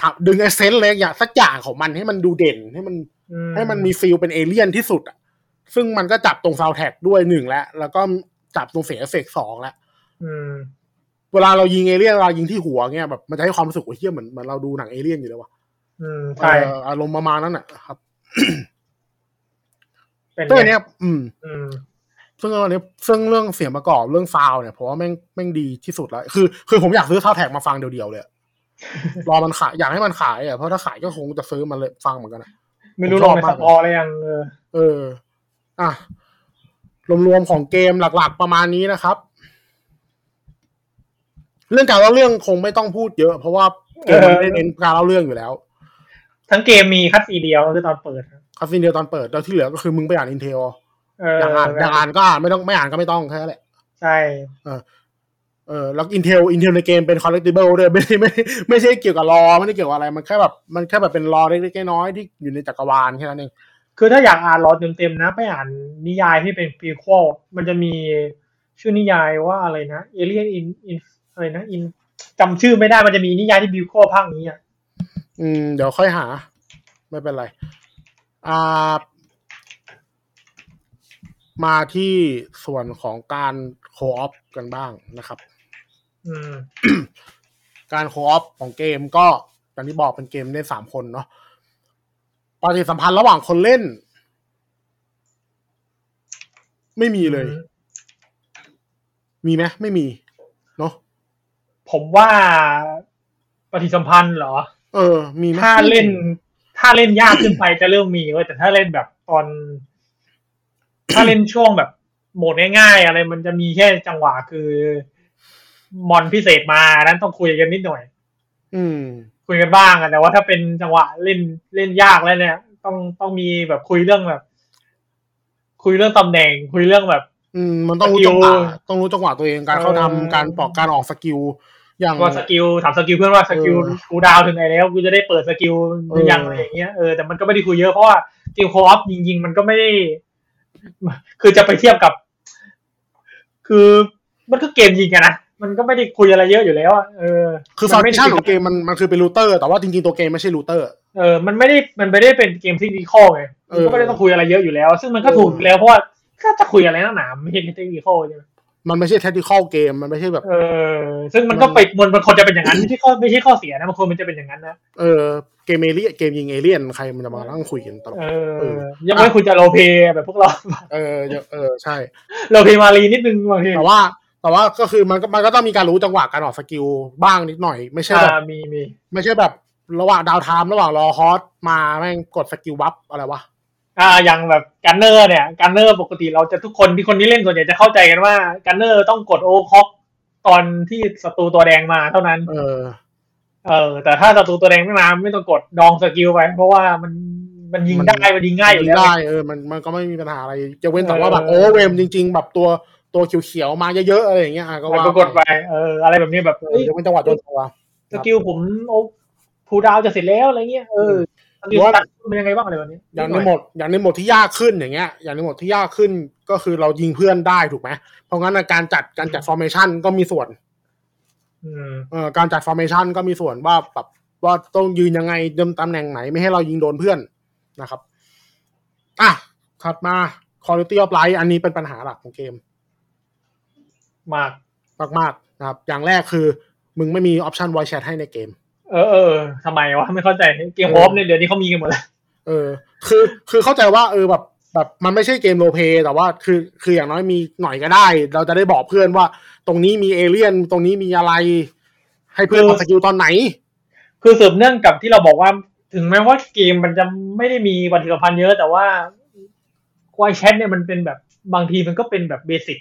Speaker 1: ทำดึงเอเซนต์เลยอย่างสักอย่างของมันให้มันดูเด่น ให้มัน
Speaker 2: อื
Speaker 1: ให้มันมีฟิลเป็นเอเลี่ยนที่สุดอะซึ่งมันก็จับตรงซาวแท็กด้วยหนึ่งแล้ว แล้วก็จับตรงเสียงเอฟเฟกต์สองแล้ว
Speaker 2: อืม
Speaker 1: เวลาเรายิงเอเลี่ยนเรายิงที่หัวเงี้ยแบบมันจะให้ความรู้สึกว่าเฮียเหมือนเหมือนเราดูหนังเอเลี่ยนอยู่เลยว่ะ
Speaker 2: อืมใช่
Speaker 1: เอออารมณ์ประมาณนั้นอ่ะครับ
Speaker 2: เป็นไง
Speaker 1: ตัวเนี้ยอืม
Speaker 2: อืม
Speaker 1: ซึ่งอันนี้ซึ่งเรื่องเสียงประกอบเรื่องซาวด์เนี่ยผมว่าแม่งแม่งดีที่สุดแล้ว คือ คือผมอยากซื้อซาวด์แท็กมาฟังเดียวๆเลยอะ รอมันขายอยากให้มันขายอ่ะเพราะถ้าขายก็คงจะซื้อมันเลยฟังเหมือนกันอะ
Speaker 2: ไม่รู้
Speaker 1: ผม
Speaker 2: ล
Speaker 1: ชอ
Speaker 2: ง
Speaker 1: บ
Speaker 2: ใน
Speaker 1: มา
Speaker 2: ส
Speaker 1: ก
Speaker 2: กอร์อะไรยังเออ
Speaker 1: เออ อ่ะ รวมๆของเกมหลักๆประมาณนี้นะครับ เรื่องการเล่าเรื่องคงไม่ต้องพูดเยอะ เพราะว่าเกมมันไม่ได้เน้นการเล่าเรื่องอยู่แล้ว
Speaker 2: ทั้งเกมมีคัดซีนเดียวคือตอนเปิดครับ
Speaker 1: คาสินเดียวตอนเปิดแล้วที่เหลือก็คือมึงไปอ่านอินเทล
Speaker 2: เอออย
Speaker 1: อากอ่านอยากอ่านก็อ่านไม่ต้องไม่อ่านก็ไม่ต้องแค่นั้นแหละ
Speaker 2: ใช่
Speaker 1: เออแล้วอินเทลอินเทลในเกมเป็น collectible ด้วย ไม่ได้ไม่ไม่ใช่เกี่ยวกับรอไม่ได้เกี่ยวกับอะไรมันแค่แบบมันแค่แบบเป็นรอเล็กๆน้อยๆที่อยู่ในจักรวาลแค่นั้นเอง
Speaker 2: คือถ้าอยากอ่านรอเต็มๆนะไปอ่านนิยายที่เป็นพรีควอลมันจะมีชื่อนิยายว่าอะไรนะเอเลียนอินอินอะไรนะอินจำชื่อไม่ได้มันจะมีนิยายที่บิวโคภาคนี้อ่ะ
Speaker 1: อืมเดี๋ยวค่อยหา ไม่เป็นไร อ่า มาที่ส่วนของการโคออฟกันบ้างนะครับ
Speaker 2: อืม
Speaker 1: การโคออฟของเกมก็อย่างที่บอกเป็นเกมเล่นสามคนเนาะปฏิสัมพันธ์ระหว่างคนเล่น ไม่มีเลย มีไหมไม่มีเนาะ
Speaker 2: ผมว่าปฏิสัมพันธ์เหรอ
Speaker 1: เออ มีไหม
Speaker 2: ถ้าเล่น ถ้าเล่นยากขึ้นไปจะเริ่มมีเว้ยแต่ถ้าเล่นแบบตอน ถ้าเล่นช่วงแบบโหมดง่ายๆอะไรมันจะมีแค่จังหวะคือมอนพิเศษมาอันนั้นต้องคุยกันนิดหน่อย
Speaker 1: อืม
Speaker 2: คุยกันบ้างอะแต่ว่าถ้าเป็นจังหวะเล่นเล่นยากแล้วเนี่ย ต้องต้องมีแบบคุยเรื่องแบบ คุยเรื่องตำแหน่ง คุยเรื่องแบบ
Speaker 1: อืม มันต้องรู้
Speaker 2: สกิ
Speaker 1: จั
Speaker 2: ล
Speaker 1: งหวะต้องรู้จังหวะตัวเองการเข้าทำ
Speaker 2: เออ
Speaker 1: การปอกการออกสกิล อย่าง
Speaker 2: ว่าสกิลถามสกิลเพื่อนว่าสกิล
Speaker 1: เออ
Speaker 2: กูดาวถึงไหนแล้วกูจะได้เปิดสกิลหรือยัง
Speaker 1: เอออ
Speaker 2: อะไรอย่างเงี้ยเออแต่มันก็ไม่ได้คุยเยอะเพราะว่าเกมโคออฟจริง ๆ มันก็ไม่ได้คือจะไปเทียบกับ คือมันก็เกมยิงกันนะมันก็ไม่ได้คุยอะไรเยอะอยู่แล้วอะเออ
Speaker 1: คือฟาว
Speaker 2: มัไม่
Speaker 1: เด
Speaker 2: ได้
Speaker 1: ชั่นของเกมมันมันคือเป็นรูเตอร์ แต่ว่าจริงๆตัวเกมไม่ใช่รูเตอร์
Speaker 2: เออมันไม่ได้มันไม่ได้เป็นเกมที่ดีคอไงมันก็ไม่ได้ต้องคุยอะไรเยอะอยู่แล้ว ซึ่งมันก็ถูกอยู่แล้วเพราะว่าก็จะคุยอะไรนักหนาไม่ใช่เทคนิคอลใช่ไหม
Speaker 1: มันไม่ใช่แทคติคอลเกมมันไม่ใช่แบบ
Speaker 2: เออซึ่งมันก็ไปมันมันควรจะเป็นอย่างนั้นไม่ใช่ข้อไม่ใช่ข้อเสียนะมันควรมันจะเป็นอย่างนั้นนะ
Speaker 1: เออเกมเอเลียเกมยิงเอเลียนใครมันจะมานั่งคุยกันตลอด
Speaker 2: เอ
Speaker 1: เอ
Speaker 2: อ
Speaker 1: อ
Speaker 2: ยังไม่คุณจะโรลเพลย์แบบพวกเรา
Speaker 1: เออเยอะเออใช่
Speaker 2: โรลเพลย์มารีนิดนึงบางที
Speaker 1: แต่ว่าแต่ว่าก็คือมันก็มันก็ต้องมีการรู้จังหวะการออกสกิลบ้างนิดหน่อย ไม่ใช่แบบ
Speaker 2: อ่ามีมี
Speaker 1: ไม่ใช่แบบระหว่างดาวไทม์ระหว่างรอฮอตมาแม่งกดสกิลวับอะไรวะ
Speaker 2: อ่าอย่างแบบกันเนอร์เนี่ยกันเนอร์ปกติเราจะทุกคนที่คนที่เล่นส่วนใหญ่จะเข้าใจกันว่ากันเนอร์ต้องกดโอคอก ตอนที่ศัตรูตัวแดงมาเท่านั้น
Speaker 1: เออ
Speaker 2: เออ แต่ถ้าศัตรูตัวแดงไม่มาไม่ต้องกดดองสกิลไป เพราะว่ามันมันยิง
Speaker 1: มัน
Speaker 2: ได้มันยิงง่ายอยู่แล้ว
Speaker 1: ได้เออมันมันก็ไม่มีปัญหาอะไรจะเว้นแต่ว่า
Speaker 2: เออ
Speaker 1: แบบโอเวอร์เวมจริง ๆ แบบตัวตัวเขียวๆมาเยอะๆอะไรอย่างเงี้ยอ่ะก็
Speaker 2: มัน
Speaker 1: ว่า
Speaker 2: ก็กดไปเอออะไรแบบนี้แบบ
Speaker 1: เอ
Speaker 2: เอ้
Speaker 1: อยยกเว้นจังหวะโดนตัว
Speaker 2: สกิลผมโอ้ผูดาวจะเสร็จแล้วอะไรเงี้ยเออสกิล
Speaker 1: ว่า
Speaker 2: ตัดเป็นยังไงบ้างอะไรแบบนี้
Speaker 1: อย่างในโหมดอย่างในโหมดที่ยากขึ้นอย่างเงี้ย อย่างในโหมดที่ยากขึ้นก็คือเรายิงเพื่อนได้ถูกไหมเพราะงั้นนะการจัดการจัด formation ก็มีส่วน
Speaker 2: อืม
Speaker 1: เอ่อการจัด formation ก็มีส่วนว่าแบบว่าต้องยืนยังไงยืนตำแหน่งไหนไม่ให้เรายิงโดนเพื่อนนะครับ อ่ะ ถัดมา quality of life อันนี้เป็นปัญหาหลักของเกม
Speaker 2: มาก
Speaker 1: มากๆนะครับ อย่างแรกคือ มึงไม่มี option voice chat ให้ในเกม
Speaker 2: เออเออทำไมวะไม่เข้าใจเกมโฮปเนี่ยเดี๋ยวนี้เขามีกันหมดแล้ว
Speaker 1: เออ คือ คือเข้าใจว่า เออ แบบ แบบ มันไม่ใช่เกมโรลเพลย์แต่ว่า คือ คือ อย่างน้อย มี หน่อยก็ได้ เราจะได้บอกเพื่อนว่า ตรงนี้มีเอเลี่ยน ตรงนี้มีอะไร ให้เพื่อน
Speaker 2: คือ
Speaker 1: ทำสกิลตอนไหน
Speaker 2: คือสืบเนื่องกับที่เราบอกว่า ถึงแม้ว่าเกมมันจะไม่ได้มีปฏิสัมพันธ์เยอะ แต่ว่าควายแชทเนี่ยมันเป็นแบบบางทีมันก็เป็นแบบเบสิก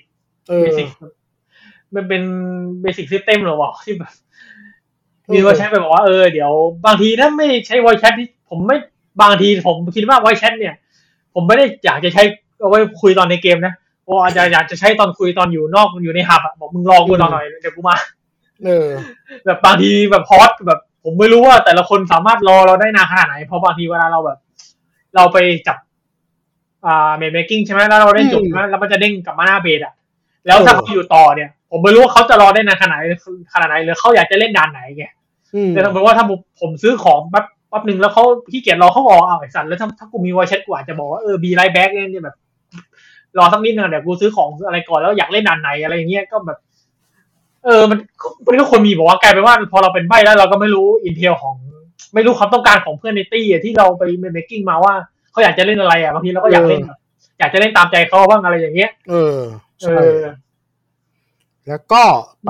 Speaker 1: เออ
Speaker 2: เบสิกมันเป็นเบสิกซิสเต็มหรอวะที่แบบ
Speaker 1: เออ
Speaker 2: มีวายแชทไปบอกว่าเออเดี๋ยว บางทีถ้าไม่ใช้วายแชทที่ผมไม่บางทีผมคิดว่าวายแชทเนี่ย ผมไม่ได้อยากจะใช้เอาไว้คุยตอนในเกมนะผมอาจจะอยากจะใช้ตอนคุยตอนอยู่นอกอยู่ในหับอะบอกมึงรอกูหน่อยเดี๋ยวกูมา
Speaker 1: เออ
Speaker 2: แบบบางทีแบบพอดแบบ ผมไม่รู้ว่าแต่ละคนสามารถรอเราได้นานขนาดไหน เพราะบางทีเวลาเราแบบ เราไปจับ อ่าเมดเมกิ้งใช่ไหมแล้วเราได้จบ
Speaker 1: อืม
Speaker 2: ใช่ไหมแล้วมันจะเด้งกลับมาหน้าเบสอ่ะ แล้วถ้า
Speaker 1: เออ
Speaker 2: เขาอยู่ต่อเนี่ย ผมไม่รู้ว่าเขาจะรอได้นานขนาดไหนขนาดไหนหรือเขาอยากจะเล่นด่านไหนไง
Speaker 1: อืม
Speaker 2: แต่สมมติว่าถ้าผมผมซื้อของแป๊บแป๊บหนึ่งแล้วเขาขี้เกียจรอเขารอเอาไอ้สัตว์แล้วถ้าถ้ากูมีวอยเช็ดกูอาจจะบอกว่าเออบีไลแบ็กเนี่ยแบบ รอสักนิดนึงเดี๋ยวกูซื้อของอะไรก่อนแล้วอยากเล่นด่านไหนอะไรอย่างเงี้ยก็แบบ เออ มันมันก็ควรมีบอกว่ากลายเป็นว่าพอเราเป็นใบแล้วเราก็ไม่รู้อินเทลของ ไม่รู้ความต้องการของเพื่อนในตี้อะที่เราไปเมคกิ้งมาว่าเขาอยากจะเล่นอะไรอ่ะบางทีเราก็อยากเล่นแบบอยากจะเล่นตามใจเขาบ้างอะไรอย่างเงี้ย
Speaker 1: เออ
Speaker 2: เอ
Speaker 1: ใช่
Speaker 2: อ
Speaker 1: แล้วก็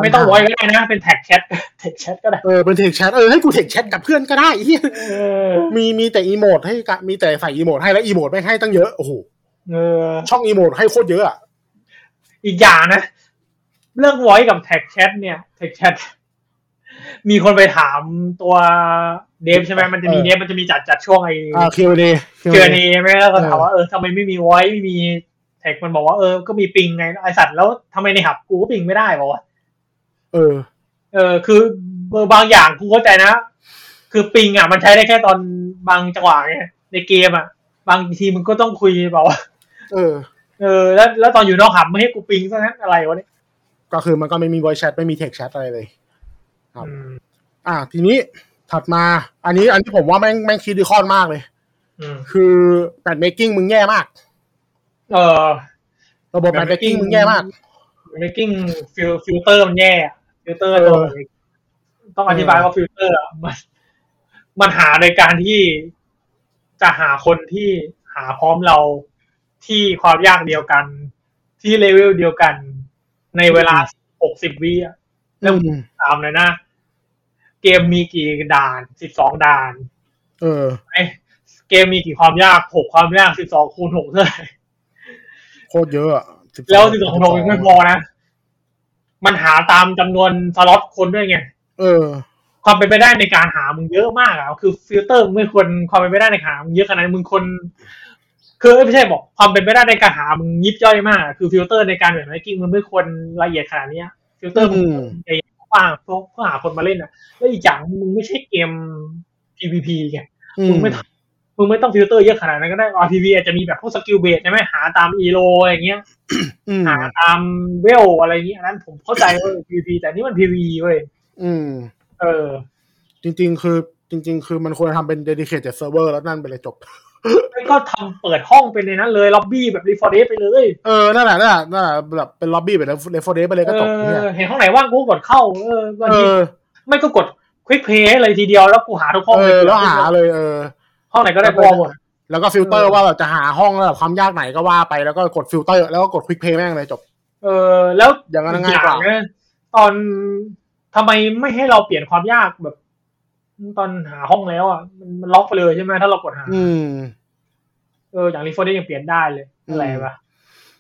Speaker 2: ไม่ต้อง
Speaker 1: ปัญหา
Speaker 2: ไว้ก็ได้นะเป็นแท็กแชท แท็กแชทก็ได้
Speaker 1: เออเป็นเทคแชทเออให้กูเทคแชทกับเพื่อนก็ได้ไอ้ เหี้ย
Speaker 2: เออ
Speaker 1: มีมีแต่อีโมดให้กะมีแต่ใส่อีโมดให้แล้วอีโมดไม่งให้ตั้งเยอะโอ้โห
Speaker 2: เออ
Speaker 1: ช่องอีโมดให้โคตรเยอะอะ
Speaker 2: อีกอย่างนะ เรื่องไว้กับแท็กแชทเนี่ยแท็กแชท มีคนไปถามตัวเดฟใช่ไหมมันจะมีเดฟมันจะมีจัดจัดช่วงไอ
Speaker 1: อ่าเคียวเดย์
Speaker 2: เจอนี้ไหมแล้วก็ถามว่าเออทำไมไม่มีไว้ไม่มีแท็กมันบอกว่าเออก็มีปิงไงไอสัตว์แล้วทำไมในหับกูก็ปิงไม่ได้บอกว่า
Speaker 1: เออ
Speaker 2: เออคือเออบางอย่างกูเข้าใจนะ คือปิงอ่ะมันใช้ได้แค่ตอนบางจังหวะไงในเกมอ่ะ บางทีมันก็ต้องคุยบอกว่า
Speaker 1: เออ
Speaker 2: เออแล้วแล้วตอนอยู่นอกหับไม่ให้กูปิงซะงั้นอะไรวะเนี่ย
Speaker 1: ก็คือมันก็ไม่มี voice chat ไม่มี text chat อะไรเลย ครับ
Speaker 2: อืม
Speaker 1: อ่า ทีนี้ถัดมา อันนี้อันที่ผมว่าแม่งแม่งคิดดีคอนมากเลย
Speaker 2: อืม
Speaker 1: คือแมทเมคกิ้งมึงแย่มาก
Speaker 2: เออ
Speaker 1: ระบบแมทเมคกิ้งมึงแย่มาก
Speaker 2: making ฟิลฟิลเตอร์มันแย่อะฟิลเตอร์ตัว
Speaker 1: เออ
Speaker 2: ต้องอธิบายว่าฟิลเตอร์อะมันมันหาในการที่จะหาคนที่หาพร้อมเราที่ความยากเดียวกัน ที่เลเวลเดียวกัน ในเวลา 60 วิอะ
Speaker 1: อืม
Speaker 2: ตามเลยนะ เกมมีกี่ด่าน 12 ด่าน
Speaker 1: เออ
Speaker 2: เอ้ยเกมมีกี่ความยากหกความยาก 12 คูณหกเท่าไหร่
Speaker 1: โคตรเยอะอะ12
Speaker 2: แล้ว 12คูณหกยังไม่พอนะ มันหาตามจำนวนสล็อตคนด้วยไง
Speaker 1: เออ
Speaker 2: ความเป็นไปได้ในการหามึงเยอะมากอะคือฟิลเตอร์มึงไม่ควรความเป็นไปได้ในการหามึงเยอะขนาดนั้นมึงคนคือเอ้ยไม่ใช่บอกความเป็นไปได้ในการหามึงยิบย่อยมากอะคือฟิลเตอร์ในการแบบไมกิ้งมึงไม่ควรละเอียดขนาดเนี้ยฟิลเตอร์มึง
Speaker 1: อืม
Speaker 2: ใหญ่กว้างเพื่อเพื่อหาคนมาเล่นนะแล้วอีกอย่างมึงไม่ใช่เกม PVP ไง
Speaker 1: อื
Speaker 2: มึงไม่ต้องมึงไม่ต้องฟิลเตอร์เยอะขนาดนั้นก็ได้ RPV อาจจะมีแบบพวกสกิลเบสใช่ไหมหาตามอีโลอะไรเงี้ย
Speaker 1: อืม
Speaker 2: หาตามเวลอะไรเงี้ยอันนั้นผมเข้าใจเว้ย PVP แต่นี่มัน PVE เว้ย
Speaker 1: อืม
Speaker 2: เออ
Speaker 1: จริงๆ คือจริง ๆ คือมันควรทำเป็น dedicated server แล้วนั่นไปเลยจบ
Speaker 2: มันก็ทำเปิดห้องเป็นในนั้นเลย ล็อบบี้แบบรีฟอร์เดสไปเลย
Speaker 1: เออ นั่นแหละนั่นแหละนั่นแหละแบบเป็นล็อบบี้แบบเลฟโฟเดสไปเลยก็
Speaker 2: เอ
Speaker 1: จบเนี่ย
Speaker 2: อเห็นห้องไหนว่างกูก็กดเข้า เออบาง
Speaker 1: เอ
Speaker 2: ที
Speaker 1: อ
Speaker 2: ไม่ก็กดควิกเพลย์เลยทีเดียวแล้วกูหาทุกห้อง
Speaker 1: เออ
Speaker 2: ย
Speaker 1: แล้วหาเลย เออ
Speaker 2: ห้องไหนก็ได้พอหมด
Speaker 1: แล้วก็ฟิลเตอ
Speaker 2: เอ
Speaker 1: ร์
Speaker 2: อ
Speaker 1: ว่าแบบจะหาห้องแล้วแบบความยากไหนก็ว่าไปแล้วก็กดฟิลเตอร์ แล้วก็กดควิกเพย์แม่งเลยจบ
Speaker 2: เออ แล้ว
Speaker 1: อย่างนั้นง่าย
Speaker 2: อก
Speaker 1: ว่า
Speaker 2: นะตอนทำไมไม่ให้เราเปลี่ยนความยากแบบ ตอนหาห้องแล้วอ่ะมันมันล็อกไปเลยใช่ไหมถ้าเรากดหา
Speaker 1: อืม
Speaker 2: เอออย่างรีฟอร์เดสยังเปลี่ยนได้เลยอะไรวะ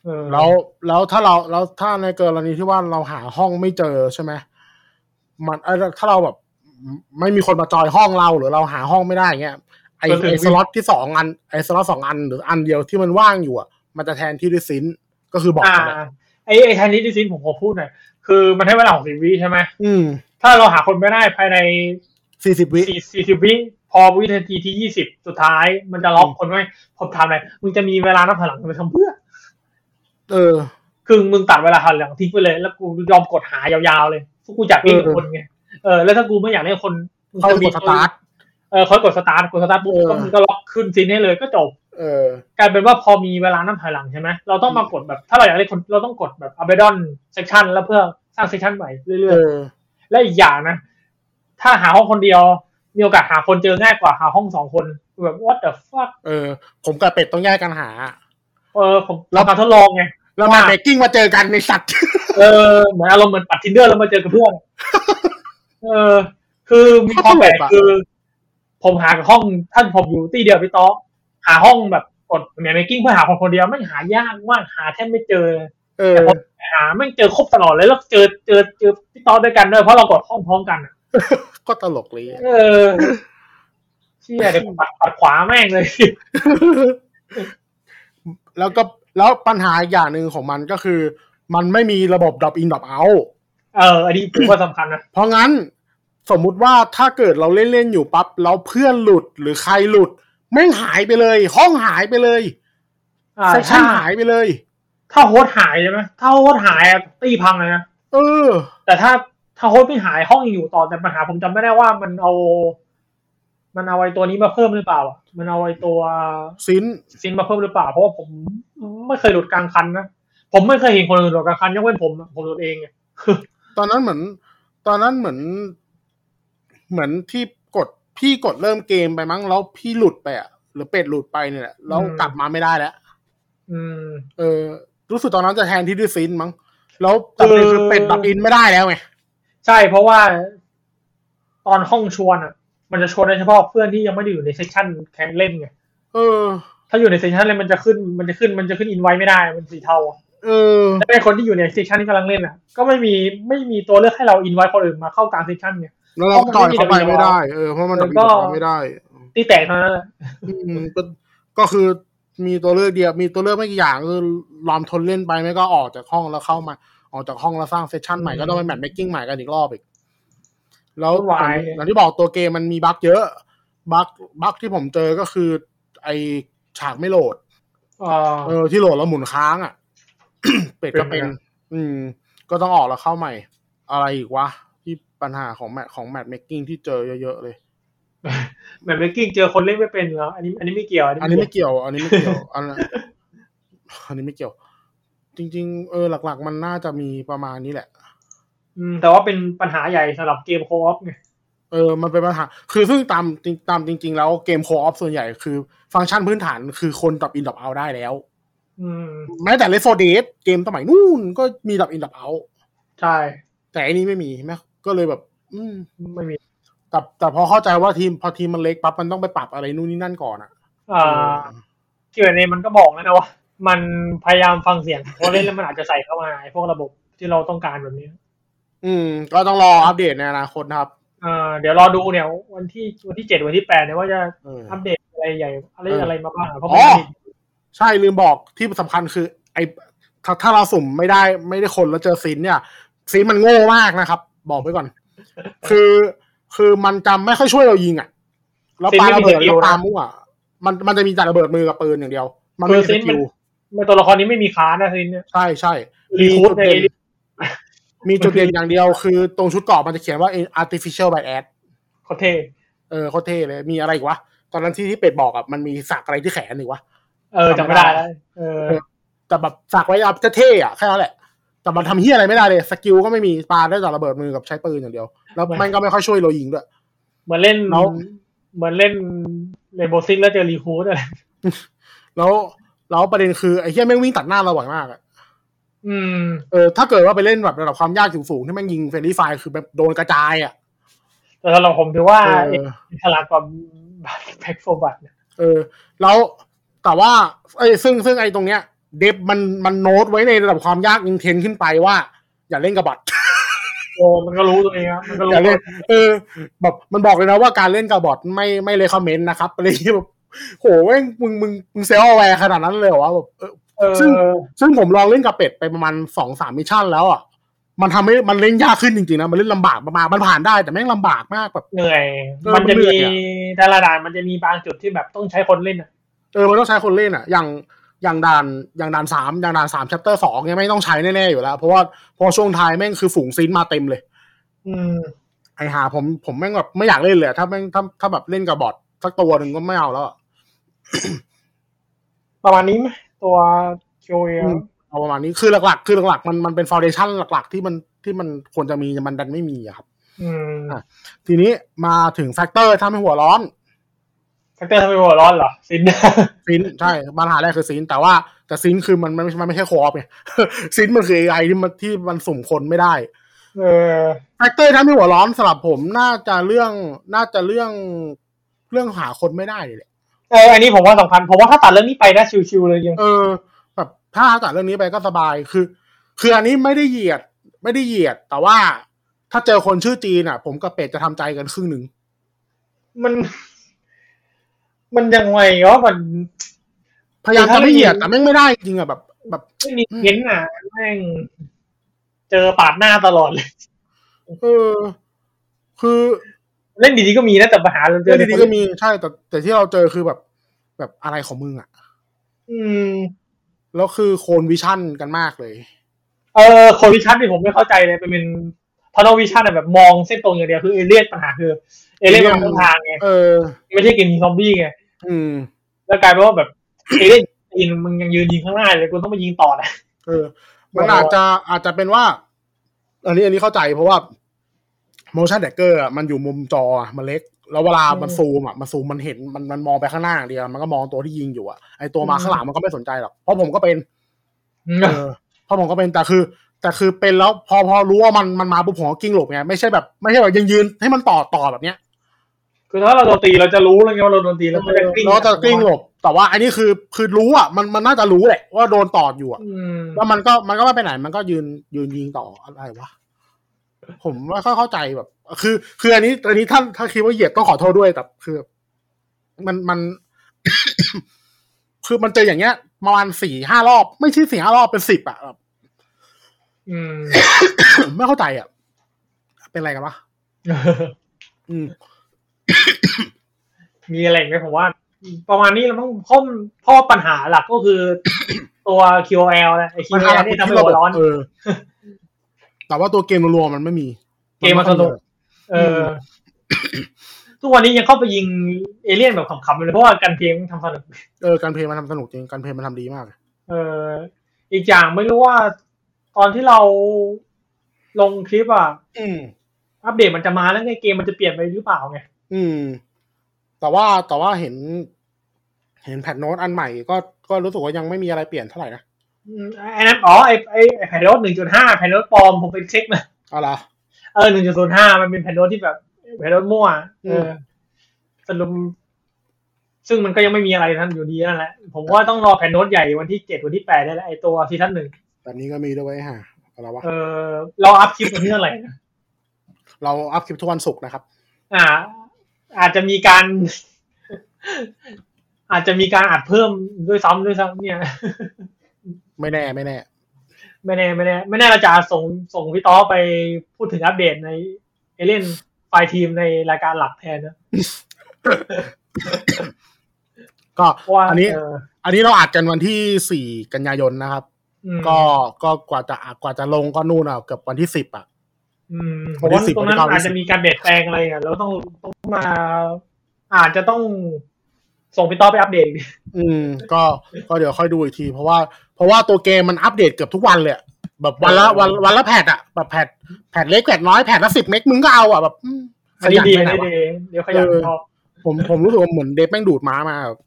Speaker 2: เออ
Speaker 1: แล้วแล้วถ้าเราแล้วถ้าในกรณีที่ว่าเราหาห้องไม่เจอใช่ไหมมันเอ้ยถ้าเราแบบไม่มีคนมาจอยห้องเราหรือเราหาห้องไม่ได้อย่างเงี้ยไอไอสล็อตที่สองอันไอสล็อตสองอันหรืออันเดียวที่มันว่างอยู่อ่ะมันจะแทนที่ด้วยซินก็คือบอก
Speaker 2: อ่า
Speaker 1: แหละ
Speaker 2: ไอไอทันนี้ดิซินผมขอพูดหน่อยคือมันให้เวลาของสิบวิใช่ไหม
Speaker 1: อืม
Speaker 2: ถ้าเราหาคนไม่ได้ภายใน
Speaker 1: สี่สิบวิ
Speaker 2: สี่สี่สิบวิพอวินาทีที่ยี่สิบสุดท้าย มันจะล็อกคนไว้ผมถามหน่อยมึงจะมีเวลานับถอยหลังไปทำเพื่อ
Speaker 1: เออ
Speaker 2: คือมึงตัดเวลาหันหลังทิ้งไปเลย แล้วกูยอมกดหายาวๆเลยเพราะกูอยากเล่นกับคนไงเออแล้วถ้ากูไม่อยากเล่นกับคนมึง
Speaker 1: เข้าไปกดสตาร์ท
Speaker 2: เออเขากดสตาร์ทกดสตาร์ทปุ๊บ
Speaker 1: เออ
Speaker 2: ก็มึงก็ล็อกขึ้นซีนให้เลยก็จบ
Speaker 1: เออ
Speaker 2: กลายเป็นว่าพอมีเวลานับถอยหลังใช่ไหมเราต้องมากดแบบ ถ้าเราอยากเล่นคนเราต้องกดแบบอัลเบดอนเซกชันแล้วเพื่อสร้างเซกชันใหม่เรื่
Speaker 1: เอ
Speaker 2: อย
Speaker 1: อ
Speaker 2: ๆและอีกอย่างนะ ถ้าหาห้องคนเดียว มีโอกาสหาคนเจอง่ายกว่าหาห้องสองคนแบบ what the fuck
Speaker 1: เออ ผมกับเป็ดต้องแยกกันหา
Speaker 2: เออผมเรามาทดลองไง
Speaker 1: แล้วมาเบกกิ้งมาเจอกันในสัตว์
Speaker 2: เออเหมือนอารมณ์เหมือนปัดทินเดอร์แล้วมาเจอกับเพื่ อน เออ คือมีความแปล
Speaker 1: ตล
Speaker 2: ก
Speaker 1: กอะ
Speaker 2: คือ ผมหากับห้องท่านผมอยู่ที่เดียวพี่ต๊อกหาห้องแบบกดแมนเมกิ้งเพื่อหาคนคนเดียวไม่งหายากมากหาแทบไม่เจอ
Speaker 1: เออ
Speaker 2: หาไม่งเจอครบตลอดเลยแล้วเจอเจอเจอพี่ต๊อกด้วยกันด้วยเพราะเรากดห้องพร้อมกันอะ
Speaker 1: ก็ตลกเลย อะ
Speaker 2: เออเชี่ยเดี๋ยวผมปัดปัดขวาแม่งเลย
Speaker 1: แล้วก็แล้วปัญหาอีกอย่างหนึ่งของมันก็คือ มันไม่มีระบบ drop in drop out
Speaker 2: เอออันนี้ผมว่าสำคัญนะ
Speaker 1: เพราะงั้นสมมุติว่าถ้าเกิดเราเล่น ๆ อยู่ปั๊บแล้วเพื่อนหลุดหรือใครหลุดแม่งหายไปเลย ห้องหายไปเลย
Speaker 2: อ่า
Speaker 1: เซสชั่
Speaker 2: ถ้าน
Speaker 1: หายไปเลย
Speaker 2: ถ้าโฮสต์หายใช่ไหมถ้าโฮสต์หายอะตีพังเลยนะ
Speaker 1: เออ
Speaker 2: แต่ถ้าถ้าโฮสต์ไม่หายห้องยังอยู่ต่อแต่ปัญหาผมจำไม่ได้ว่ามันเอา มันเอาไอ้ตัวนี้มาเพิ่มหรือเปล่าอะมันเอาไอ้ตัว
Speaker 1: ซิน
Speaker 2: ซินมาเพิ่มหรือเปล่า เพราะว่าผมไม่เคยหลุดกลางคันนะผมไม่เคยเห็นคนอื่นหลุดกลางคันยกเว้นผมอะผมหลุดเองไง
Speaker 1: ตอนนั้นเหมือน ตอนนั้นเหมือน เหมือนที่กดพี่กดเริ่มเกมไปมั้งแล้วพี่หลุดไปอะหรือเป็ดหลุดไปเนี่ยแหละแล้วกลับมาไม่ได้แล้ว
Speaker 2: อืม
Speaker 1: เออรู้สึกตอนนั้นจะแทนที่ด้วยซินมั้งแล้วแต่ประเด็นคือ
Speaker 2: เออ
Speaker 1: เป็ดดับอินไม่ได้แล้วไง
Speaker 2: ใช่เพราะว่าตอนห้องชวนอ่ะ มันจะชวนได้เฉพาะเพื่อนที่ยังไม่ได้อยู่ในเซสชั่นแข่งเล่นไง
Speaker 1: เออ
Speaker 2: ถ้าอยู่ในเซสชั่นเล่นมันจะขึ้นมันจะขึ้นมันจะขึ้นอินไว้ไม่ได้มันสีเทาอะ
Speaker 1: เออ
Speaker 2: แล้วในคนที่อยู่ในเซสชันที่กำลังเล่นอ่ะ ก็ไม่มีไม่มีตัวเลือกให้เราอินไว้คนอื่นมาเข้ากลางเซสชันเนี่ย
Speaker 1: แล้วเราต่อยเข้าไปไม่ได้เออเพราะมัน
Speaker 2: แล้
Speaker 1: ดั
Speaker 2: ว
Speaker 1: บ
Speaker 2: ก็
Speaker 1: อินไม่ได้
Speaker 2: ตีแตกเท่านั้นแหละ
Speaker 1: อืมก็ก็คือมีตัวเลือกเดียว มีตัวเลือกไม่กี่อย่างคือลอมทนเล่นไปไม่ก็ออกจากห้องแล้วเข้ามา ออกจากห้องแล้วสร้างเซสชันใหม่ก็ต้องไปแมทเมคกิ้งใหม่กันอีกรอบอีก แล้วอย่างที่บอกตัวเกมมันมีบั๊กเยอะบั๊กบั๊กที่ผมเจอก็คือ ไอฉากไม่โหลด
Speaker 2: เออ
Speaker 1: เออที่โหลดแล้วหมุนค้างอ่ะ เป็ดก็
Speaker 2: เป็
Speaker 1: เป็น น
Speaker 2: เหมือนกัน
Speaker 1: อืม ก็ต้องออกแล้วเข้าใหม่ อะไรอีกวะ ที่ปัญหาของแมทของแมทเมคกิ้งที่เจอเยอะๆเลย
Speaker 2: แบบเบกกิ้งเจอคนเล่นไม่เป็นเหรออันนี้อันนี้ไม่เกี่ยวอันนี้
Speaker 1: อันนี้ไม่เกี่ยว อันนี้ไม่เกี่ยว อันนั้น อันนี้ไม่เกี่ยว จริง ๆ เออหลักๆ มันน่าจะมีประมาณนี้แหละ
Speaker 2: อืมแต่ว่าเป็นปัญหาใหญ่สำหรับเกมโคออฟไง
Speaker 1: เออ มันเป็นปัญหา คือซึ่งตามจริงตามจริง ๆ แล้วเกมโคออฟส่วนใหญ่คือฟังก์ชันพื้นฐานคือคนดับอินดับเอาได้แล้ว
Speaker 2: อืม
Speaker 1: แม้แต่เลโซเดสเกมสมัยนู่นก็มีดับอินดับเอา
Speaker 2: ใช่
Speaker 1: แต่อันนี้ไม่มีแม่ก็เลยแบบ อืม
Speaker 2: ไม่มี
Speaker 1: แต่แต่พอเข้าใจว่าทีมพอทีมมันเล็กปั๊บมันต้องไปปรับอะไรนู่นนี่นั่นก่อนอ่ะ
Speaker 2: อ่าเกี่ยวในมันก็บอกแล้วนะว่า มันพยายามฟังเสียงคนเล่นแล้วมันอาจจะใส่เข้ามาไอ้พวกระบบที่เราต้องการแบบนี้
Speaker 1: อืม ก็ต้องรออัปเดตในอนาคตนะครับ
Speaker 2: เออเดี๋ยวรอดูเนี่ยวันที่วันที่เจ็ดวันที่แปดเนี่ยว่าจะ
Speaker 1: เออ
Speaker 2: อัปเดตอะไรใหญ่อะไร
Speaker 1: เอออ
Speaker 2: อะไรมาบ้างเพราะ
Speaker 1: อ๋
Speaker 2: มัน
Speaker 1: อ
Speaker 2: มี
Speaker 1: ใช่ลืมบอกที่สำคัญคือ ไอถ้าถ้าเราสุ่มไม่ได้ไม่ได้คนแล้วเจอซินเนี่ยซินมันโง่มากนะครับ บอกไว้ก่อน คือคือมันจำไม่ค่อยช่วยเรายิงอ่ะแล้วปาระเบิดแล้วปามั่วมันมันจะมีแต่ระเบิดมือกับปืนอย่างเดียว มันไม่มีสกิล
Speaker 2: มันตัวละครนี้ไม่มีค้านะทีนี้
Speaker 1: ใช่ใช่
Speaker 2: รี
Speaker 1: มี
Speaker 2: คู
Speaker 1: จุด
Speaker 2: ดใน
Speaker 1: เด่นมีจุดเด่นอย่างเดียวคือตรงชุดเกราะมันจะเขียนว่า artificial bias
Speaker 2: คอนเทนต์
Speaker 1: เออโคตรเท่เลยมีอะไรอีกวะ ตอนนั้นที่ที่เป็ดบอกอ่ะมันมีสักอะไรที่แขนอีกวะ
Speaker 2: เออจำไม่ได้แล้วเออ
Speaker 1: เออ แต่แบบสักไว้อัพจะเท่อะแค่นั้นแหละ แต่มันทำเฮียอะไรไม่ได้เลยสกิลก็ไม่มีปาได้แต่ระเบิดมือกับใช้ปืนอย่างเดียว แล้วมันก็ไม่ค่อยช่วยเรายิงด้วย
Speaker 2: เหมือนเล่น
Speaker 1: แล้ว
Speaker 2: เหมือนเล่นเรนโบซิกแล้วเจอรีคูดอะไร
Speaker 1: แล้วแล้วประเด็นคือไอ้เฮียแม่งวิ่งตัดหน้าเราบ่อยมากอะ
Speaker 2: อืม
Speaker 1: เออถ้าเกิดว่าไปเล่นแบบระดับความยากสูงๆที่แม่งยิงเฟรนดี้ไฟร์คือแบบโดนกระจายอะ
Speaker 2: แต่สำหรับผมถือว่า
Speaker 1: เออ
Speaker 2: ฉลาดกว่าบัตแพ็กโฟบัต
Speaker 1: เออแล้วแต่ว่าไอ้ยซึ่งซึ่งไอ้ตรงเนี้ย เดฟมันมันโน้ตไว้ในระดับความยากอินเทนขึ้นไปว่า อย่าเล่นกับบัตร
Speaker 2: โอ้มันก็รู้ตัวเองครับมันก็ รู้
Speaker 1: อย่าเล่นเออแบบมันบอกเลยนะว่าการเล่นกับบอทไม่ไม่เลยคอมเมนต์นะครับอะไรอย่างเงี้ยแบบโหแม่งมึงมึงมึงเซลล์แวร์ขนาดนั้นเลยเหรอวะแบบเออ
Speaker 2: เออ
Speaker 1: ซึ่ง ซึ่งผมลองเล่นกับเป็ดไปประมาณสองสามมิชชั่นแล้วอ่ะมันทำให้มันเล่นยากขึ้นจริงๆนะมันเล่นลำบากมากๆมันผ่านได้แต่แม่งลำบากมากแบบ
Speaker 2: เหนื่อย
Speaker 1: เออ
Speaker 2: มันจะ
Speaker 1: มันเหนื่
Speaker 2: มี
Speaker 1: อยอะ
Speaker 2: ดาราดานมันจะมีบางจุดที่แบบต้องใช้คนเล่นอะ
Speaker 1: เออมันต้องใช้คนเล่นอ่ะ อย่างอย่างด่านอย่างด่านสามอย่างด่านสามแชปเตอร์สองเนี่ยไม่ต้องใช้แน่ๆอยู่แล้ว เพราะว่าพอช่วงท้ายแม่งคือฝูงซีนมาเต็มเลย
Speaker 2: อืม
Speaker 1: ไอหาผมผมแม่งแบบไม่อยากเล่นเลยอะถ้าแม่งถ้าถ้าแบบเล่นกับบอทสักตัวหนึ่งก็ไม่เอาแล้วอะ
Speaker 2: ประมาณนี้ไหมตัว QA
Speaker 1: อืม เอาประมาณนี้คือหลักๆ คือหลักๆมันมันเป็นฟ u n เดชั่นหลักๆ ที่มันที่มันควรจะมีมันดันไม่มีอะครับ
Speaker 2: อืม
Speaker 1: อ่ะ ทีนี้มาถึงแฟกเตอร์ทำให้หัวร้อน
Speaker 2: แฟกเตอร์ทำไมหัวร้อนเหรอซิน
Speaker 1: ซินใช่ปัญหาแรกคือซินแต่ว่าแต่ซินคือมันมันไม่มันไม่ใช่คอปไง ซินมันคือ AI ที่มันที่มันสุ่มคนไม่ได้
Speaker 2: เออ
Speaker 1: แฟกเตอร์ทำให้หัวร้อนสำหรับผมน่าจะเรื่องน่าจะเรื่องเรื่องหาคนไม่ได้เลยแหละ
Speaker 2: เออ อันนี้ผมว่าสำคัญ ผมว่าถ้าตัดเรื่องนี้ไปนะชิวๆเลยยัง
Speaker 1: เออ แบบถ้าตัดเรื่องนี้ไปก็สบายคือ คืออันนี้ไม่ได้เหยียด ไม่ได้เหยียด แต่ว่าถ้าเจอคนชื่อจีนอ่ะ ผมกับเป็ดจะทำใจกันครึ่งหนึ่ง
Speaker 2: มัน มันยังไงวะมัน
Speaker 1: พยายามจะไม่เหยียด
Speaker 2: คือถ้า
Speaker 1: แต่แม่งไม่ได้จริงอะแบบแบบ
Speaker 2: ไม่มีเห็นอ่ะแม่งเจอปาดหน้าตลอดเลย
Speaker 1: เออ คือ
Speaker 2: เล่นดีๆก็มีนะแต่ปัญหาเราเจ
Speaker 1: เรื่อ
Speaker 2: อง
Speaker 1: ดีๆก็มีใช่แต่แต่ที่เราเจอคือแบบ แบบอะไรของมึงอะ
Speaker 2: อืม
Speaker 1: แล้วคือโคนวิชั่นกันมากเลย
Speaker 2: เออคนวิชั่นนี่ผมไม่เข้าใจเลยมันเป็นพานอวิชั่นอะแบบมองเส้นตรงอย่างเดียวคือเอเลี่ยนปัญหาคือเอเลี่ยนมันเป็นทางไง
Speaker 1: เออ
Speaker 2: ไม่ใช่กินซอมบี้ไง
Speaker 1: อืม
Speaker 2: แล้วกลายเป็นว่าแบบเอเล่นยิงมึงยังยืนยิงข้างหน้าเลยกูต้องไปยิงต่อนะ
Speaker 1: เออ มันอาจจะอาจจะเป็นว่า อันนี้อันนี้เข้าใจเพราะว่า motion tracker อะมันอยู่มุมจออะมันเล็ก แล้วเวลามันซูมอ่ะมันซูมมันเห็นมันมันมองไปข้างหน้าอย่างเดียวมันก็มองตัวที่ยิงอยู่อ่ะไอตัวมาข้างหลังมันก็ไม่สนใจหรอกเพราะผมก็เป็น เออพอผมก็เป็นแต่คือ แต่คือเป็นแล้วพอพอรู้ว่ามันมันมาปุ๊บผมก็กิ้งหลบไงไม่ใช่แบบไม่ใช่แบบยังยืนให้มันต่อต่อแบบเนี้ย
Speaker 2: คือถ้าเราโดนตีเราจะรู้แล้วไงว่าเราโดนตีแล้วมันจะกลิ้ง
Speaker 1: แล้วจะกิ้งหลบ แต่ว่าอันนี้คือคือรู้อ่ะมันมันน่าจะรู้แหละว่าโดนต่ออยู่อ่ะ
Speaker 2: อืม
Speaker 1: แล้วมันก็มันก็ไม่ไปไหนมันก็ยืนยืนยิงต่ออะไรวะผมไม่ค่อยเข้าใจแบบ คือ คืออันนี้อันนี้ท่านถ้าคิดว่าเหยียดต้องขอโทษด้วยแต่คือ มันมัน คือมันเจออย่างเงี้ยประมาณสี่ห้ารอบ ไม่ใช่สี่ห้ารอบเป็นสิบอ่ะแบบ
Speaker 2: อืม
Speaker 1: ไม่เข้าใจอ่ะ เป็นอะไรกันวะอืม
Speaker 2: มีอะไรอีกไหมผมว่า ประมาณนี้เราต้องเพ่อพ่อปัญหาหลักก็คือ ตัว QL นะไอ
Speaker 1: มัน
Speaker 2: QL
Speaker 1: อะไร
Speaker 2: นี่ทำให้
Speaker 1: ที่
Speaker 2: หั
Speaker 1: เรา
Speaker 2: วร้อน
Speaker 1: เออ แต่ว่าตัวเกมรวมๆมันไม่มี
Speaker 2: เกมมันสนุก เออ ทุกวันนี้ยังเข้าไปยิงเอเลี่ยนแบบขำๆเลยเพราะว่ากันเพลงมันทำสนุก
Speaker 1: เออการเพลย์มันทำสนุกจริงการเพลย์มันทำดีมาก
Speaker 2: เอออีกอย่างไม่รู้ว่าตอนที่เราลงคลิปอ่ะ
Speaker 1: อืม
Speaker 2: อัปเดตมันจะมาแล้วไงเกมมันจะเปลี่ยนไปหรือเปล่าไง
Speaker 1: อืม แต่ว่าแต่ว่าเห็น เห็นแพทโน้ตอันใหม่ก็ก็รู้สึกว่ายังไม่มีอะไรเปลี่ยนเท่าไหร่นะ
Speaker 2: อืมไอ้นั้นอ๋อไอ้ไอ้แผ่นโน้ตหนึ่งจุดห้าแผ่นโน้ตปลอมผมไปเช็คมา
Speaker 1: เอาล่ะ
Speaker 2: เออหนึ่งจุดศูนย์ห้ามันเป็นแผ่นโน้ตที่แบบแผ่นโน้ตมั่วเออ
Speaker 1: ม
Speaker 2: อสรุปซึ่งมันก็ยังไม่มีอะไรท่านอยู่ดีนั่นแหละ ผมว่าต้องรอแผ่นโน้ตใหญ่วันที่เจ็ดวันที่แปดได้แล้วไอ้ตัวซีซั่นหนึ่ง
Speaker 1: แบบนี้ก็มีด้วยเวยฮะเอาละวะ
Speaker 2: เออเราอัพคลิปวันที่เท่าไหร่นะ
Speaker 1: เราอัพคลิปทุกวันศุกร์นะครับ
Speaker 2: อ่า อาจจะมีการ อาจจะมีการอัดเพิ่มด้วยซ้ำด้วยซ้ำเนี่ย
Speaker 1: ไม่แน่ไม่แน่
Speaker 2: ไม่แน่ไม่แน่ไม่แน่เราจะส่งส่งพี่ต้อไปพูดถึงอัปเดตในเอเลนไฟทีมในรายการหลักแทนนะ
Speaker 1: ก็
Speaker 2: เพราะว่า
Speaker 1: อันนี้
Speaker 2: เออ
Speaker 1: อันนี้เราอัดกันวันที่สี่กันยายนนะครับ
Speaker 2: อืม
Speaker 1: ก็ก็กว่าจะอ่ะกว่าจะลงก็นู่นอ่ะเกือบวันที่สิบอ่ะ
Speaker 2: อืมผ
Speaker 1: วั
Speaker 2: ม
Speaker 1: นที่
Speaker 2: ว่า
Speaker 1: สิบ
Speaker 2: ตรง
Speaker 1: วันที่
Speaker 2: นั้น
Speaker 1: เก้า
Speaker 2: อาจจะมีการเปลี่ยนแปลงอะไรอ่ะแล้วต้องต้องมา อาจจะต้องส่งพี่ต้อไปอัปเดตอีก
Speaker 1: อืม ก็ก็เดี๋ยวค่อยดูอีกที เพราะว่าเพราะว่าตัวเกมมันอัปเดตเกือบทุกวันเลยอะแบบวันละวันวันละแพทอ่ะแบบแพทแพทเล็กแพทน้อยแพทละสิบเมกมึงก็เอาอ่ะแบบอืม
Speaker 2: อันนี้ดี
Speaker 1: ไป
Speaker 2: อัน
Speaker 1: ไหน
Speaker 2: นี้
Speaker 1: วะ
Speaker 2: ดีเดี๋ยวขยัน
Speaker 1: เออ
Speaker 2: ชอบ
Speaker 1: ผมผมรู้สึกว่าเหมือนเดฟแม่งดูดม้ามาแบบ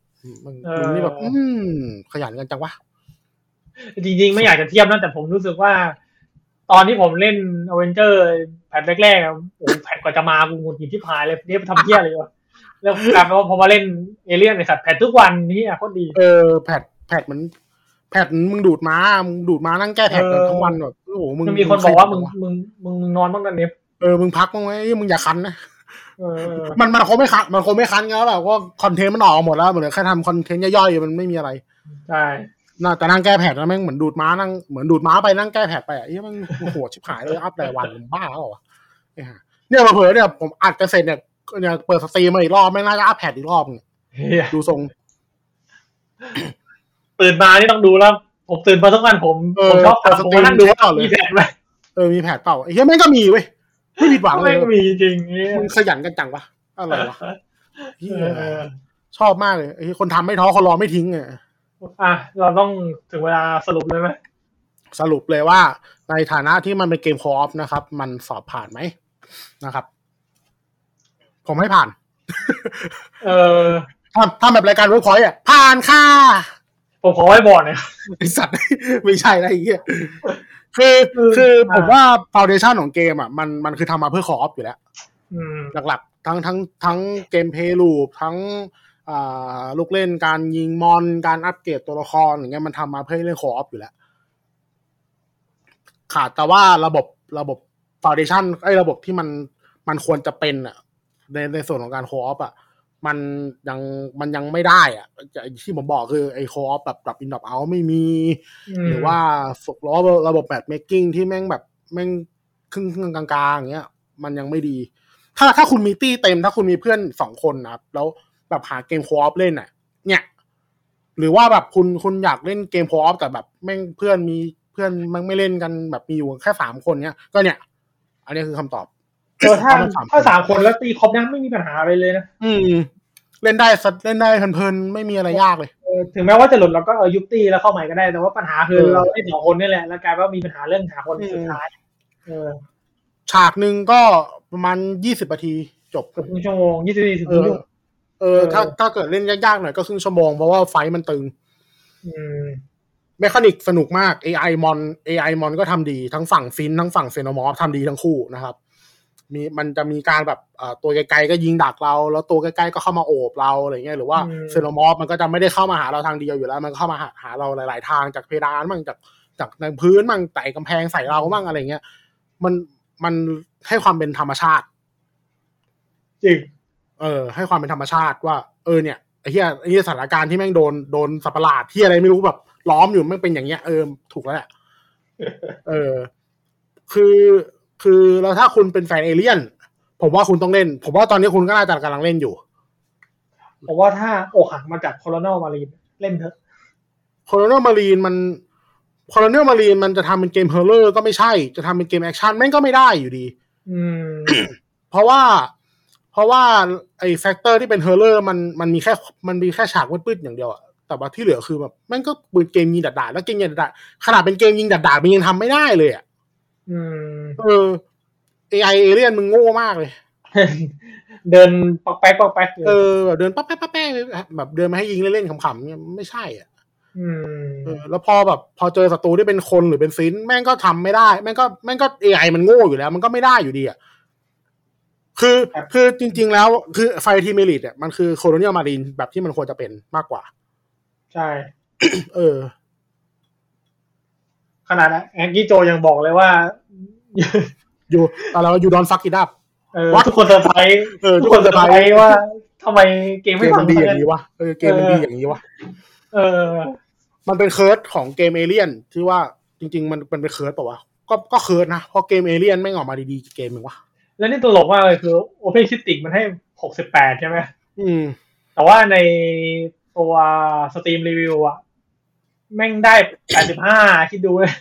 Speaker 1: มึง
Speaker 2: เออ
Speaker 1: มึงนี่แบบ อืม ขยันกันจังวะ
Speaker 2: จริงๆไม่อยากจะเทียบนะแต่ผมรู้สึกว่า ตอนที่ผมเล่นอเวนเจอร์แผ่นแรกๆอะโอ้โหแผ่นกว่าจะมากูหงุดหงิดที่พายเลยเนี่ยทำเที้ยเลยวะแล้วกลายเป็นว่าพอมาเล่นเอเลี่ยนไอสัตว์แผ่นทุกวันนี่อะโคตรดี
Speaker 1: เออแพทแพทมัน แพทมึงดูดม้ามึงดูดม้านั่งแก้แพทกันทั้งวันแบบโอ้โหมึง
Speaker 2: มันมีคนบอกว่ามึงมึงมึงนอนบ้างกันเนี้ย
Speaker 1: เออมึงพักมั้างไหมมึงอย่าคันนะ
Speaker 2: เออ
Speaker 1: มันมันคงไม่คันมันคงไม่คันแล้วแหละว่าคอนเทนต์มันออกหมดแล้วเหมือนแค่ทำคอนเทนต์ย่อยๆมันไม่มีอะไร
Speaker 2: ใช่
Speaker 1: น่าแต่นั่งแก้แผดนะแม่งเหมือนดูดม้านั่งเหมือนดูดม้าไปนั่งแก้แผดไปอ่ะเอ้ยมันโหดชิบหายเลยอัพแต่วันบ้าแล้วเหรอวะเนี่ยฮะเนี่ยมาเผยเนี่ยผมอัดกันเสร็จเนี่ยเนี่ยเปิดสตรีมมาอีกรอบไม่งน่าจะอัพแผดอีกรอบหนึ่ง
Speaker 2: เฮีย
Speaker 1: ดูทรง
Speaker 2: ตื่นมานี่ต้องดูแล้ว ผมตื่นมาทุกวันผม
Speaker 1: เออ
Speaker 2: ผมชอบ
Speaker 1: เปิดส
Speaker 2: ทำผม
Speaker 1: ตรีม
Speaker 2: ก็นั่งดู
Speaker 1: เช็คก่
Speaker 2: ว่า
Speaker 1: อนเลย
Speaker 2: มีแผนไหม
Speaker 1: เออมีแผดเปล่าไอ้เหี้ยแม่งก็มีเว้ยไม่ผิดหวังเล
Speaker 2: ไม่
Speaker 1: ย
Speaker 2: มีจริงเนี่ย
Speaker 1: มึงขยันกันจังวะอะไรวะเหี้ย
Speaker 2: เออ
Speaker 1: ชอบมากเลยไอ้คนทำไม่ท้อคนรอไม่ทิ้งอ่ะ
Speaker 2: อ่ะเราต้องถึงเวลาสรุปเลยไหม
Speaker 1: สรุปเลยว่าในฐานะที่มันเป็นเกมคออฟนะครับ มันสอบผ่านไหมนะครับ ผมให้ผ่าน
Speaker 2: เออ
Speaker 1: ถ้าถ้าแบบรายการเวิร์กพอยต์อ่ะ ผ่านค่ะ
Speaker 2: ผมขอไว้บอร์ดเนี่อย
Speaker 1: ไอสัตว์ ไม่ใช่นะไอ้เหี้ยคือคือ
Speaker 2: อ่า
Speaker 1: ผมว่าฟาวเดชันของเกมอ่ะมันมันคือทำมาเพื่อคออฟอยู่แล้ว
Speaker 2: อืม
Speaker 1: หลักๆ ทั้งทั้งทั้งเกมเพลย์ลูปทั้งอ่าลูกเล่นการยิงมอนการอัปเกรดตัวละครอย่างเงี้ยมันทำมาเพื่อให้เล่นคออฟอยู่แล้ว ขาดแต่ว่าระบบระบบฟาวเดชันไอ้ระบบที่มันมันควรจะเป็นอะในในส่วนของการโคออฟอะมันยังมันยังไม่ได้อะอย่างที่ผมบอกคือไอ้โคออฟแบบดับอินดับเอาไม่มี หรือว่าฝึกล้อระบบแมทเมคกิ้งที่แม่งแบบแม่งครึ่งๆกลางๆอย่างเงี้ย มันยังไม่ดี ถ้าถ้าคุณมีตี้เต็ม ถ้าคุณมีเพื่อนสองคนนะครับ แล้วแบบหาเกมคอฟเล่นอ่ะ เนี่ย หรือว่าแบบคุณคุณอยากเล่นเกมคอฟแต่แบบแม่งเพื่อนมีเพื่อนมันไม่เล่นกันแบบมีอยู่แค่สามคนเนี้ย ก็เนี่ย อันนี้คือคำตอบ
Speaker 2: เออถ้า
Speaker 1: เอามาสาม
Speaker 2: ถ้าสามคนแล้วตีครบนะไม่มีปัญหาอะไรเลยนะ
Speaker 1: อืม เล่นได้สักเล่นได้เพลินๆไม่มีอะไรยากเลย
Speaker 2: เออถึงแม้ว่าจะหลุดเราก็เออยุบตีแล้วเข้าใหม่ก็ได้ แต่ว่าปัญหาคือ
Speaker 1: เออ
Speaker 2: เราได้สองคนนี่แหละ แล้วกลายว่ามีปัญหาเรื่องหาคน
Speaker 1: อืม
Speaker 2: สุดท้าย เออ
Speaker 1: ฉากหนึ่งก็ประมาณยี่สิบนาทีจบ
Speaker 2: เกือบครึ่งชั่วโมงยี่สิบนาทีถึง
Speaker 1: เอ
Speaker 2: ค
Speaker 1: อ
Speaker 2: รึ่งชั่วโมง
Speaker 1: เออ ถ้า
Speaker 2: เออ
Speaker 1: ถ้าเกิดเล่นยากๆหน่อยก็ครึ่งชั่วโมงเพราะว่าไฟท์มันตึง
Speaker 2: อืม
Speaker 1: เมคานิกสนุกมาก AI มอน AI มอนก็ทำดีทั้งฝั่งฟินทั้งฝั่งเฟโนมอฟทำดีทั้งคู่นะครับ มีมันจะมีการแบบเอ่อตัวไกลๆก็ยิงดักเรา แล้วตัวใกล้ๆก็เข้ามาโอบเราอะไรเงี้ยหรือว่าเฟโนมอฟมันก็จะไม่ได้เข้ามาหาเราทางเดียวอยู่แล้ว มันก็เข้ามาหาหาเราหลายๆทางจากเพดานมั่งจากจากในพื้นมั่งไต่กำแพงใส่เรามั่งอะไรเงี้ยมันมันให้ความเป็นธรรมชาติ
Speaker 2: จริง
Speaker 1: เออให้ความเป็นธรรมชาติว่า เออเนี่ยไอ้เหี้ยไอ้เหี้ยสถานการณ์ที่แม่งโดนโดนสัตว์ประหลาดที่อะไรไม่รู้แบบล้อมอยู่แม่งเป็นอย่างเงี้ยเออถูกแล้วแหละ เออ คือคือแล้วถ้าคุณเป็นแฟนเอเลี่ยน ผมว่าคุณต้องเล่น ผมว่าตอนนี้คุณก็น่าจะกำลังเล่นอยู่
Speaker 2: ผมว่าถ้าอกหักมาจากโคโรนามารีนเล่นเถอะ
Speaker 1: โคโ o เนลมารีนมันโคโ o เนลมารีนมันจะทำเป็นเกมเฮอร์เลอร์ก็ไม่ใช่ จะทำเป็นเกมแอคชั่นแม่งก็ไม่ได้อยู่ดี
Speaker 2: อื ม
Speaker 1: เพราะว่า เพราะว่าไอ้แฟกเตอร์ที่เป็นเฮอร์เลอร์มันมันมีแค่มันมีแค่ฉากมืดๆอย่างเดียวอะแต่ว่าที่เหลือคือแบบแม่งก็ปืนเกมยิงดัดดาดแล้วเกมยิงดัดดาดขนาดเป็นเกมยิงดัดดาดมันยังทำไม่ได้เลยอะ
Speaker 2: อืม
Speaker 1: เออ AI เอเลียนมึงโง่มากเลย
Speaker 2: เดินปอกแป๊กปอกแป๊กอยู่
Speaker 1: เออแบบเดินปั๊บแป๊บปั๊บแป๊บแบบเดินมาให้ยิงเล่นๆขำๆเนี่ยไม่ใช่อ่ะ
Speaker 2: ม
Speaker 1: เออแล้วพอแบบพอเจอศัตรูที่เป็นคนหรือเป็นซินแม่งก็ทำไม่ได้แม่งก็แม่งก็ AI มันโง่อยู่แล้ว มันก็ไม่ได้อยู่ดีอ่ะคือคือจริง ๆ แล้วคือไฟทีเมลิตอ่ะมันคือโคโลเนียลมารีนแบบที่มันควรจะเป็นมากกว่า
Speaker 2: ใช่
Speaker 1: เออ
Speaker 2: ขนาดแองกี้โจยังบอกเลยว่า
Speaker 1: อยู่อะไรวะอยู่ดอนฟักกิดับ
Speaker 2: เออ
Speaker 1: What?
Speaker 2: ทุกคนเซอร์ไพรส์
Speaker 1: เออ
Speaker 2: ทุกคนเซอร์ไพรส์ว่าทำไมเกม
Speaker 1: เก
Speaker 2: ไม่
Speaker 1: ม
Speaker 2: ฟั
Speaker 1: มั
Speaker 2: ง
Speaker 1: นดีอย่างนี้วะเออเกมมันดีอย่างนี้วะ
Speaker 2: เออ
Speaker 1: มันเป็นเคิร์สของเกมเอเลียนที่ว่าจริง ๆ มันมันเป็นเคิร์สเปล่าวะก็ก็เคิร์สนะเพราะเกมเอเลียนไม่งออกมาดีๆกี่เกมหนึ่งวะ
Speaker 2: แล้วนี่ตลกมากเลยคือโอเพนคิติกมันให้ 68 ใช่ไหม
Speaker 1: อืม
Speaker 2: แต่ว่าในตัวสตรีมรีวิวอะแม่งได้ 85 คิดดูเลย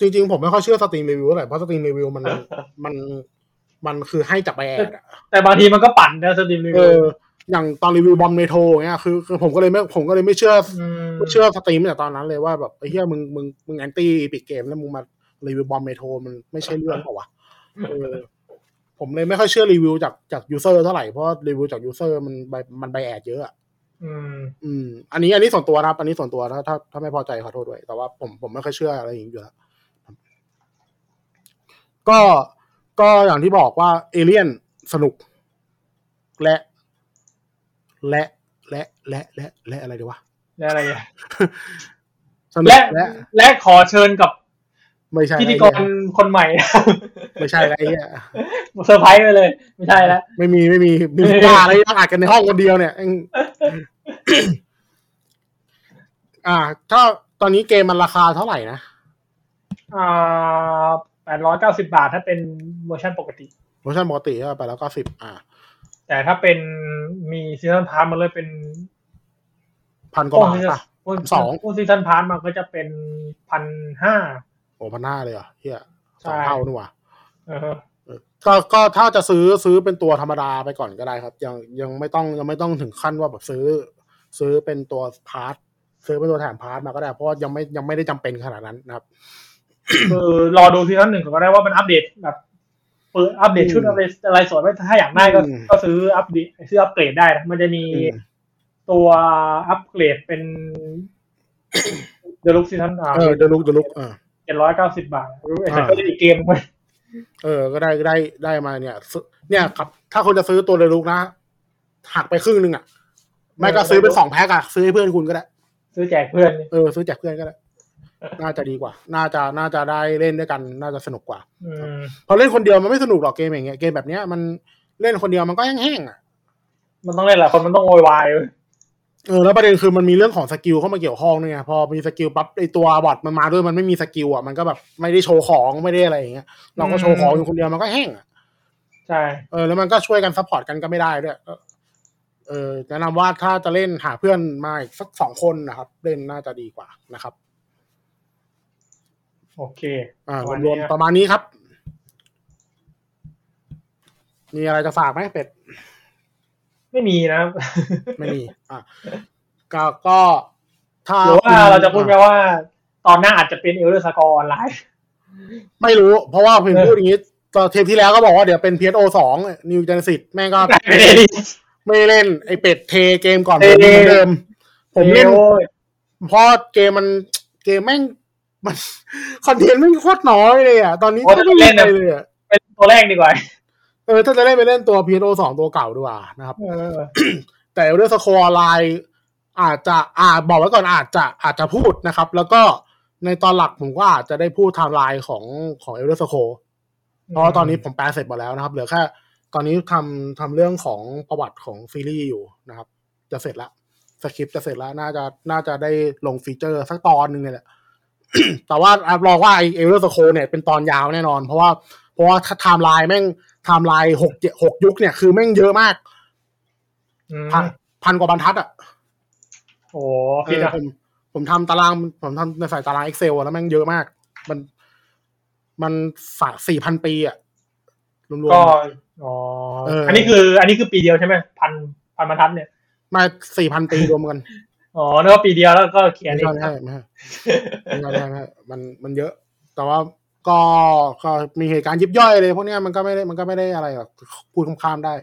Speaker 1: จริงๆ ผมไม่ค่อยเชื่อสตรีมรีวิวเท่าไหร่เพราะสตรีมรีวิวมันมันมันคือให้จากไปแอดอะ
Speaker 2: แต่บางทีมันก็ปั่นนะสตรีมรี
Speaker 1: เอ
Speaker 2: วิ
Speaker 1: อ
Speaker 2: ว
Speaker 1: อย่างตอนรีวิวบอมเมโทเงี้ยคือคือผมก็เลยไม่ผมก็เลยไม่เชื่อ
Speaker 2: ม
Speaker 1: ไม่เชื่อสตรีมแต่ตอนนั้นเลยว่าแบบไอ้เหี้ยมึงมึงมึงแอนตี้ปิดเกมแล้วมึงมารีวิวบอมเมโทมันไม่ใช่เรื่องเปล่าวะเออผมเลยไม่ค่อยเชื่อรีวิวจากจากยูเซอร์เท่าไหร่เพราะรีวิวจากยูเซอร์มันใบมันใบแอดเยอะอะ
Speaker 2: อืม
Speaker 1: อืมอันนี้อันนี้ส่วนตัวนะครับ อันนี้ส่วนตัวถ้าถ้าถ้าไม่พอใจขอโทษด้วย แต่ว่าผมผมไม่ค่อยเชื่ออะไรอย่างนี้อยู่แล้วก็ก็อย่างที่บอกว่าเอเลียนสนุก และ และและและและและอะไรดีวะ
Speaker 2: แล้วอะไรอะ
Speaker 1: สนุก
Speaker 2: และ
Speaker 1: และ
Speaker 2: และขอเชิญกับ
Speaker 1: ไม่ใช่
Speaker 2: พิธีกรคนใหม่
Speaker 1: ไม่ใช่อะไรเงี้ย
Speaker 2: เซอร์ไพรส์ไปเลย ไม่ใช่แล้ว
Speaker 1: ไม่มีไม่มีมีบ้าอะไรนั่งอัดกันในห้องคนเดียวเนี่ย อืมอ่าถ้าตอนนี้เกมมันราคาเท่าไหร่นะ
Speaker 2: อ่าแปดร้อยเก้าสิบาทถ้าเป็นเวอร์ชันปกติ
Speaker 1: เวอร์ชันปกติก็ไปแล้วก็สิบอ่า
Speaker 2: แต่ถ้าเป็นมีซีซันพาร์ทมันเลยเป็น
Speaker 1: พันกว่าบาทป่ะ
Speaker 2: พวก
Speaker 1: สอง
Speaker 2: พวกซีซันพาร์ทมันก็จะเป็นพันห้า
Speaker 1: โอ้พันห้าเลยเหรอเฮียส
Speaker 2: ใช่
Speaker 1: องเท่านี่หว่า ก็ก็ถ้าจะซื้อซื้อเป็นตัวธรรมดาไปก่อนก็ได้ครับ ยังยังไม่ต้องยังไม่ต้องถึงขั้นว่าแบบซื้อ ซื้อเป็นตัวพาร์ทซื้อเป็นตัวแถมพาร์ทมาก็ได้ เพราะว่ายังไม่ยังไม่ได้จำเป็นขนาดนั้นนะครับ
Speaker 2: คือรอดูซีซั่นหนึ่งก่อนก็ได้ว่ามันอัปเดตแบบเปิดอัปเดตชุด
Speaker 1: อืม
Speaker 2: อะไรอะไรสวยไหมถ้าอยากได้ก็
Speaker 1: อืม
Speaker 2: ก็ซื้ออัปเดตซื้ออัปเกรดได้นะมันจะมี
Speaker 1: อืม
Speaker 2: ตัวอัปเกรดเป็นเดลุกซีซั่นอ่า
Speaker 1: เออเดลุกเดลุกเออ
Speaker 2: เจ็ดร้อยเก้าสิบบาทไอ้สัตว์
Speaker 1: อ่า
Speaker 2: ก็ได้อีกเกมเว้ย
Speaker 1: เออก็ได้ได้ได้มาเนี่ยซื้อเนี่ยครับ ถ้าคุณจะซื้อตัวเดลุกนะหักไปครึ่งหนึงอ่ะไม่ก็ซื้อเป็นสองแพ็คอะซื้อให้เพื่อนคุณก็ได้
Speaker 2: ซื้อแจกเพื่อน
Speaker 1: เออซื้อจากเพื่อนก็ได้ น่าจะดีกว่า น่าจะน่าจะได้เล่นด้วยกัน น่าจะสนุกกว่า
Speaker 2: อืม
Speaker 1: พอเล่นคนเดียวมันไม่สนุกหรอกเกมอย่างเงี้ยเกมแบบเนี้ยมันเล่นคนเดียวมันก็แห้งๆอ่ะ
Speaker 2: มันต้องเล่นหลายคนมันต้องโวยวายเว้ย
Speaker 1: เออแล้วประเด็นคือมันมีเรื่องของสกิลเข้ามาเกี่ยวข้องด้วยไงพอมีสกิลปั๊บไอตัวบอทมันมาด้วยมันไม่มีสกิลอ่ะมันก็แบบไม่ได้โชว์ของไม่ได้อะไรอย่างเงี้ยเราก็โชว์ของอยู่คนเดียวมันก็แห้งอ่ะ
Speaker 2: ใช่
Speaker 1: เออแล้วมันก็ช่วยกันซัพพอร์ตกันก็ไม่ได้ด้วยก็เออแนะนำว่าถ้าจะเล่นหาเพื่อนมาอีกสักสองคนนะครับ เล่นน่าจะดีกว่านะครับ
Speaker 2: โอเค
Speaker 1: อ่า
Speaker 2: ประมาณ
Speaker 1: รวม
Speaker 2: นี้นะ
Speaker 1: ๆประมาณนี้ครับ มีอะไรจะฝากไหมเป็ด
Speaker 2: ไม่มีนะครับ
Speaker 1: ไม่มี อ่ะ ก็ก็ถ้า
Speaker 2: หรือว่าเราจะพูด
Speaker 1: อ่
Speaker 2: แค่ว่า ตอนหน้าอาจจะเป็นเอลเดอร์สกอร์ออนไลน์
Speaker 1: ไม่รู้ เพราะว่าผม
Speaker 2: เออ
Speaker 1: พูดอย่างนี้ตอนเทปที่แล้วก็บอกว่าเดี๋ยวเป็น PSO สองนิวเจนซิตแม่งก็
Speaker 2: ไม่ได้ดิ
Speaker 1: ไม่เล่นไอเป็ดเทเกมก่อนผ
Speaker 2: เท
Speaker 1: มเหมือนเดิม ผมเล่น
Speaker 2: โอ้ย
Speaker 1: เพราะเกมมันเกมแม่งมัน คอนเทนต์แม่งโคตรน้อยเลยอ่ะ ตอนนี้
Speaker 2: โอ้ย
Speaker 1: ก็ไม่
Speaker 2: เล่
Speaker 1: เล่น
Speaker 2: นอะ
Speaker 1: เลยอะ
Speaker 2: เป็นตัวแรกดีกว่า
Speaker 1: เออถ้าจะเล่นไปเล่นตัว PSO สองตัวเก่าดีกว่านะครับ
Speaker 2: เออ
Speaker 1: แต่เรื่องสโคอร์ไลน์อาจจะอ่าบอกไว้ก่อนอาจจะอาจจะพูดนะครับ แล้วก็ในตอนหลักผมก็อาจจะได้พูดไทม์ไลน์ของของเอลเดอร์สโค เพราะว่าตอนนี้ผมแปลเสร็จหมดแล้วนะครับ เหลือแค่ตอนนี้ทำทำเรื่องของประวัติของซีรีส์อยู่นะครับ จะเสร็จละสคริปต์จะเสร็จแล้วน่าจะน่าจะได้ลงฟีเจอร์สักตอนหนึ่งเนี่ยแหละ แต่ว่ารับรองว่าไอเอเวอร์สโคเนี่ยเป็นตอนยาวแน่นอน เพราะว่าเพราะว่าถ้าไทม์ไลน์แม่งไทม์ไลน์หกเจ็ดหกยุคเนี่ยคือแม่งเยอะมาก
Speaker 2: อืม
Speaker 1: พันพันกว่าบรรทัดอ่ะ
Speaker 2: โอ้
Speaker 1: เอ
Speaker 2: พี่
Speaker 1: อ
Speaker 2: นะ
Speaker 1: ผมผมทำตารางผมทำในสายตาราง Excel อะแล้วแม่งเยอะมาก มันมันฝากสี่พันปีอ่ะรวมๆ
Speaker 2: ก็อ๋อ
Speaker 1: เอออั
Speaker 2: อันนี้คือ อันนี้คือปีเดียวใช่ไหมพันพันบรรทัดเนี่ย
Speaker 1: มาสี่พันปีรวมกัน
Speaker 2: อ๋อนึกว่าปีเดียวแล้วก็เขียน
Speaker 1: ไม่
Speaker 2: อีก
Speaker 1: ใช่ไม่ใช่ไม่ใช่ไม่ใช่ไม่ใช่ไม่ใช่มันมันเยอะ แต่ว่าก็ก็มีเหตุการณ์ยิบย่อยเลยพวกเนี้ยมันก็ไม่ได้มันก็ไม่ได้อะไรหรอกพูดข้ามๆได้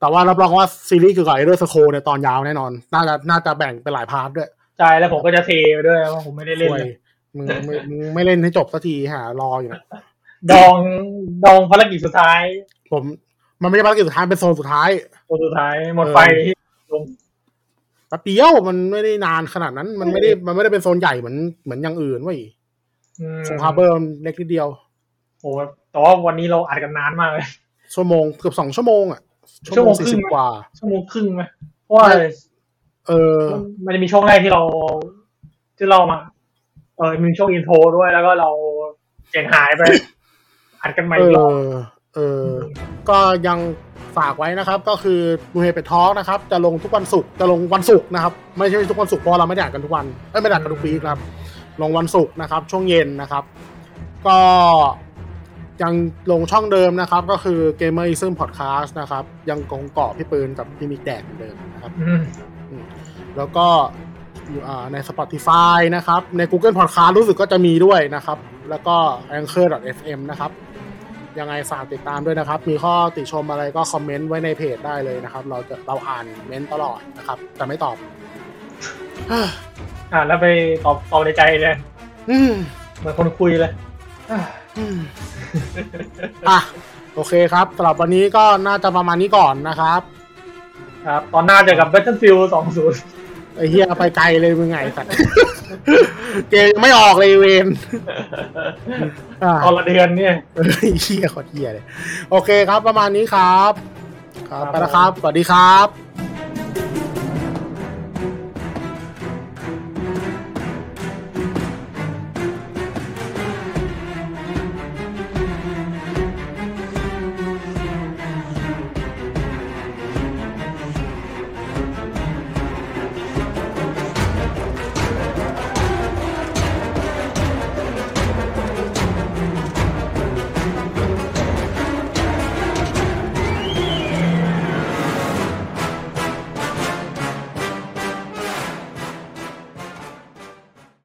Speaker 1: แต่ว่ารับรองว่าซีรีส์เกี่ยวกับไอเดอร์สโคเนี่ยตอนยาวแน่นอน น่าจะน่าจะแบ่งเป็นหลายพาร์ทด้วย
Speaker 2: ใจแล้วผมก็จะเทไปด้วยว่าผมไม่ได้เล่น
Speaker 1: ห่วย
Speaker 2: เลย
Speaker 1: มึงมึงมึงไม่เล่นให้จบสักทีหารออยู่นะ
Speaker 2: ดองดองภารกิจสุดท้าย
Speaker 1: ผมมันไม่ใช่ภารกิจสุดท้ายเป็นโซนสุดท้าย
Speaker 2: ตัวสุดท้ายหมดไฟที่ลง
Speaker 1: แป๊บเดียวมันไม่ได้นานขนาดนั้น มันไม่ได้มันไม่ได้เป็นโซนใหญ่เหมือนเหมือนอย่างอื่นเว้ย
Speaker 2: อืม
Speaker 1: ของฮาร์เบอร์เล็กนิดเดียว
Speaker 2: โอ้แต่ว่าวันนี้เราอัดกันนานมากเลย
Speaker 1: ชั่วโมงเกือบสองชั่วโมงอ่ะ
Speaker 2: ชั่วโมงค
Speaker 1: สี่
Speaker 2: รึ่ง
Speaker 1: สิบกว่า
Speaker 2: ชั่วโมงครึ่งไหมเพราะว่า
Speaker 1: ไม่ เออ
Speaker 2: มันจะมีช่วงแรกที่เราที่เรามาเออมีช่วงอินโทรด้วยแล้วก็เราเสียงหายไปอัดกันใหม่
Speaker 1: เอ
Speaker 2: อีกรอบ
Speaker 1: อ เออ ก็ยังฝากไว้นะครับ ก็คือมูเฮเป็ดทอล์กนะครับ จะลงทุกวันศุกร์จะลงวันศุกร์นะครับ ไม่ใช่ทุกวันศุกร์เพราะเราไม่ได้อัดกันทุกวันเอ้ยไม่ได้อัดกันทุกปีคครับ ลงวันศุกร์นะครับ ช่วงเย็นนะครับ ก็ยังลงช่องเดิมนะครับ ก็คือ Gamer i s m Podcast นะครับ ยังคงเกาะพี่ปืนกับพี่มิกแดกเหมือนเดิมนะครับ
Speaker 2: อืม
Speaker 1: แล้วก็อยู่อ่าใน Spotify นะครับ ใน Google Podcast รู้สึกก็จะมีด้วยนะครับ แล้วก็ anchor.fm นะครับ ยังไงฝากติดตามด้วยนะครับ มีข้อติชมอะไรก็คอมเมนต์ไว้ในเพจได้เลยนะครับ เราจะเราอ่านเม้นต์ตลอดนะครับ แต่ไม่ตอบ
Speaker 2: อ่าแล้วไปตอบตอบในใจเลย
Speaker 1: อืม
Speaker 2: เหมือนคนคุยเลยอ่ะ
Speaker 1: อืมอ่ะ โอเคครับสำหรับวันนี้ก็น่าจะประมาณนี้ก่อนนะครับ
Speaker 2: ครับตอนหน้าเจอกับ Battlefield 20
Speaker 1: ไอเฮียไปไกลเลยมึงไงสัตว์ เกมยังไม่ออกเลยเวน อ่า
Speaker 2: ตอนละเดือนเนี่ย
Speaker 1: เฮ้ยเฮียขอเฮียเลย โอเคครับ ประมาณนี้ครับ ครับไปแล้วครับ สวัสดีครับ